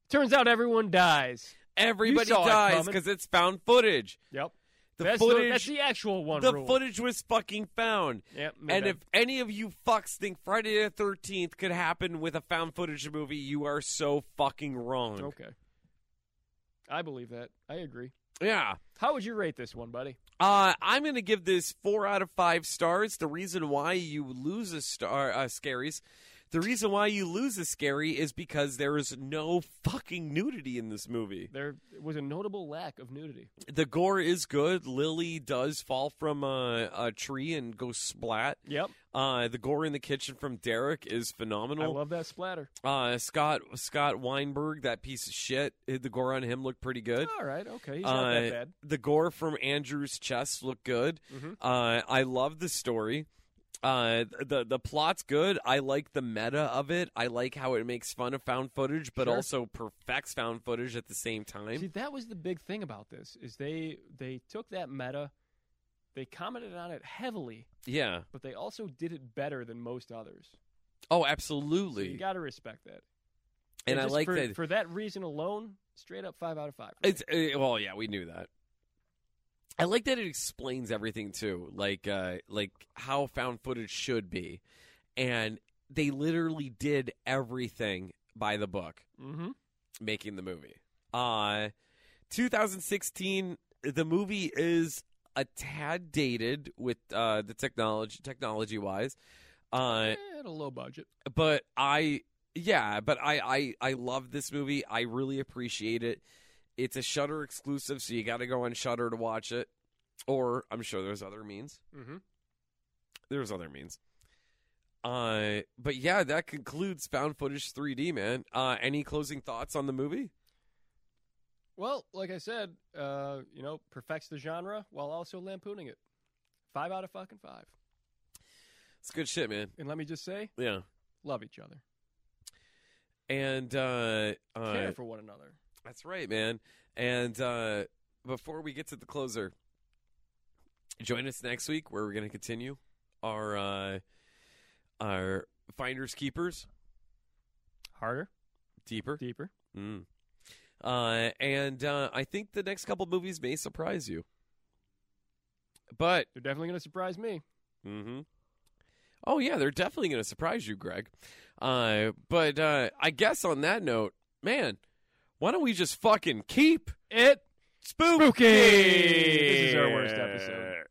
C: Turns out everyone dies.
B: everybody
C: You saw it
B: dies
C: coming.
B: because it's found footage.
C: Yep.
B: The
C: that's
B: footage.
C: The, that's the actual one
B: the
C: rule.
B: footage was fucking found.
C: Yep, my
B: And if
C: bad.
B: any of you fucks think Friday the 13th could happen with a found footage movie, you are so fucking wrong.
C: Okay. I believe that. I agree.
B: Yeah.
C: How would you rate this one, buddy?
B: Uh, I'm going to give this four out of five stars. The reason why you lose a star, uh, scaries, the reason why you lose a scary is because there is no fucking nudity in this movie.
C: There was a notable lack of nudity.
B: The gore is good. Lily does fall from a, a tree and go splat.
C: Yep.
B: Uh, the gore in the kitchen from Derek is
C: I
B: phenomenal.
C: love that splatter.
B: uh, Scott Scott Weinberg, that piece of shit, eh, the gore on him looked pretty good.
C: All right. Okay. He's not
B: Uh,
C: that bad.
B: The gore from Andrew's chest looked good.
C: Mhm.
B: Uh, I love the story. Uh, the the plot's good. I like the meta of it. I like how it makes fun of found footage, but
C: Sure.
B: also perfects found footage at the same time.
C: See, that was the big thing about this is they they took that meta, they commented on it heavily,
B: yeah.
C: but they also did it better than most others.
B: Oh,
C: So
B: absolutely.
C: you got to respect that.
B: and I
C: just
B: like
C: for,
B: that.
C: for that reason alone. Straight up five out of five. for me.
B: It's uh, well, yeah, we knew that. I like that it explains everything too, like uh, like how found footage should be, and they literally did everything by the book
C: Mhm.
B: making the movie. Uh 2016 the movie is a tad dated with uh the technology technology wise. Uh
C: Eh, at a low budget.
B: but I yeah, but I I I love this movie. I really appreciate it. It's a Shutter exclusive, so you got to go on Shutter to watch it. Or I'm sure there's other means.
C: Mm-hmm.
B: There's other means. Uh, but yeah, that concludes Found Footage 3D, man. Uh, any closing thoughts on the movie?
C: Well, like I said, uh, you know, perfects the genre while also lampooning it. Five out of fucking five.
B: It's good shit, man.
C: And let me just say,
B: Yeah.
C: love each other,
B: And uh,
C: care
B: uh
C: for one another.
B: that's right, man. And uh before we get to the closer, join us next week where we're going to continue our uh our finders keepers
C: Harder,
B: deeper.
C: deeper.
B: Mm. Uh and uh I think the next couple movies may surprise you. But
C: They're definitely going to surprise me.
B: Mm-hmm. Oh yeah, they're definitely going to surprise you, Greg. Uh, but uh, I guess on that note, man, why don't we just fucking keep
C: It
B: spooky?
C: Spooky! This is our worst episode.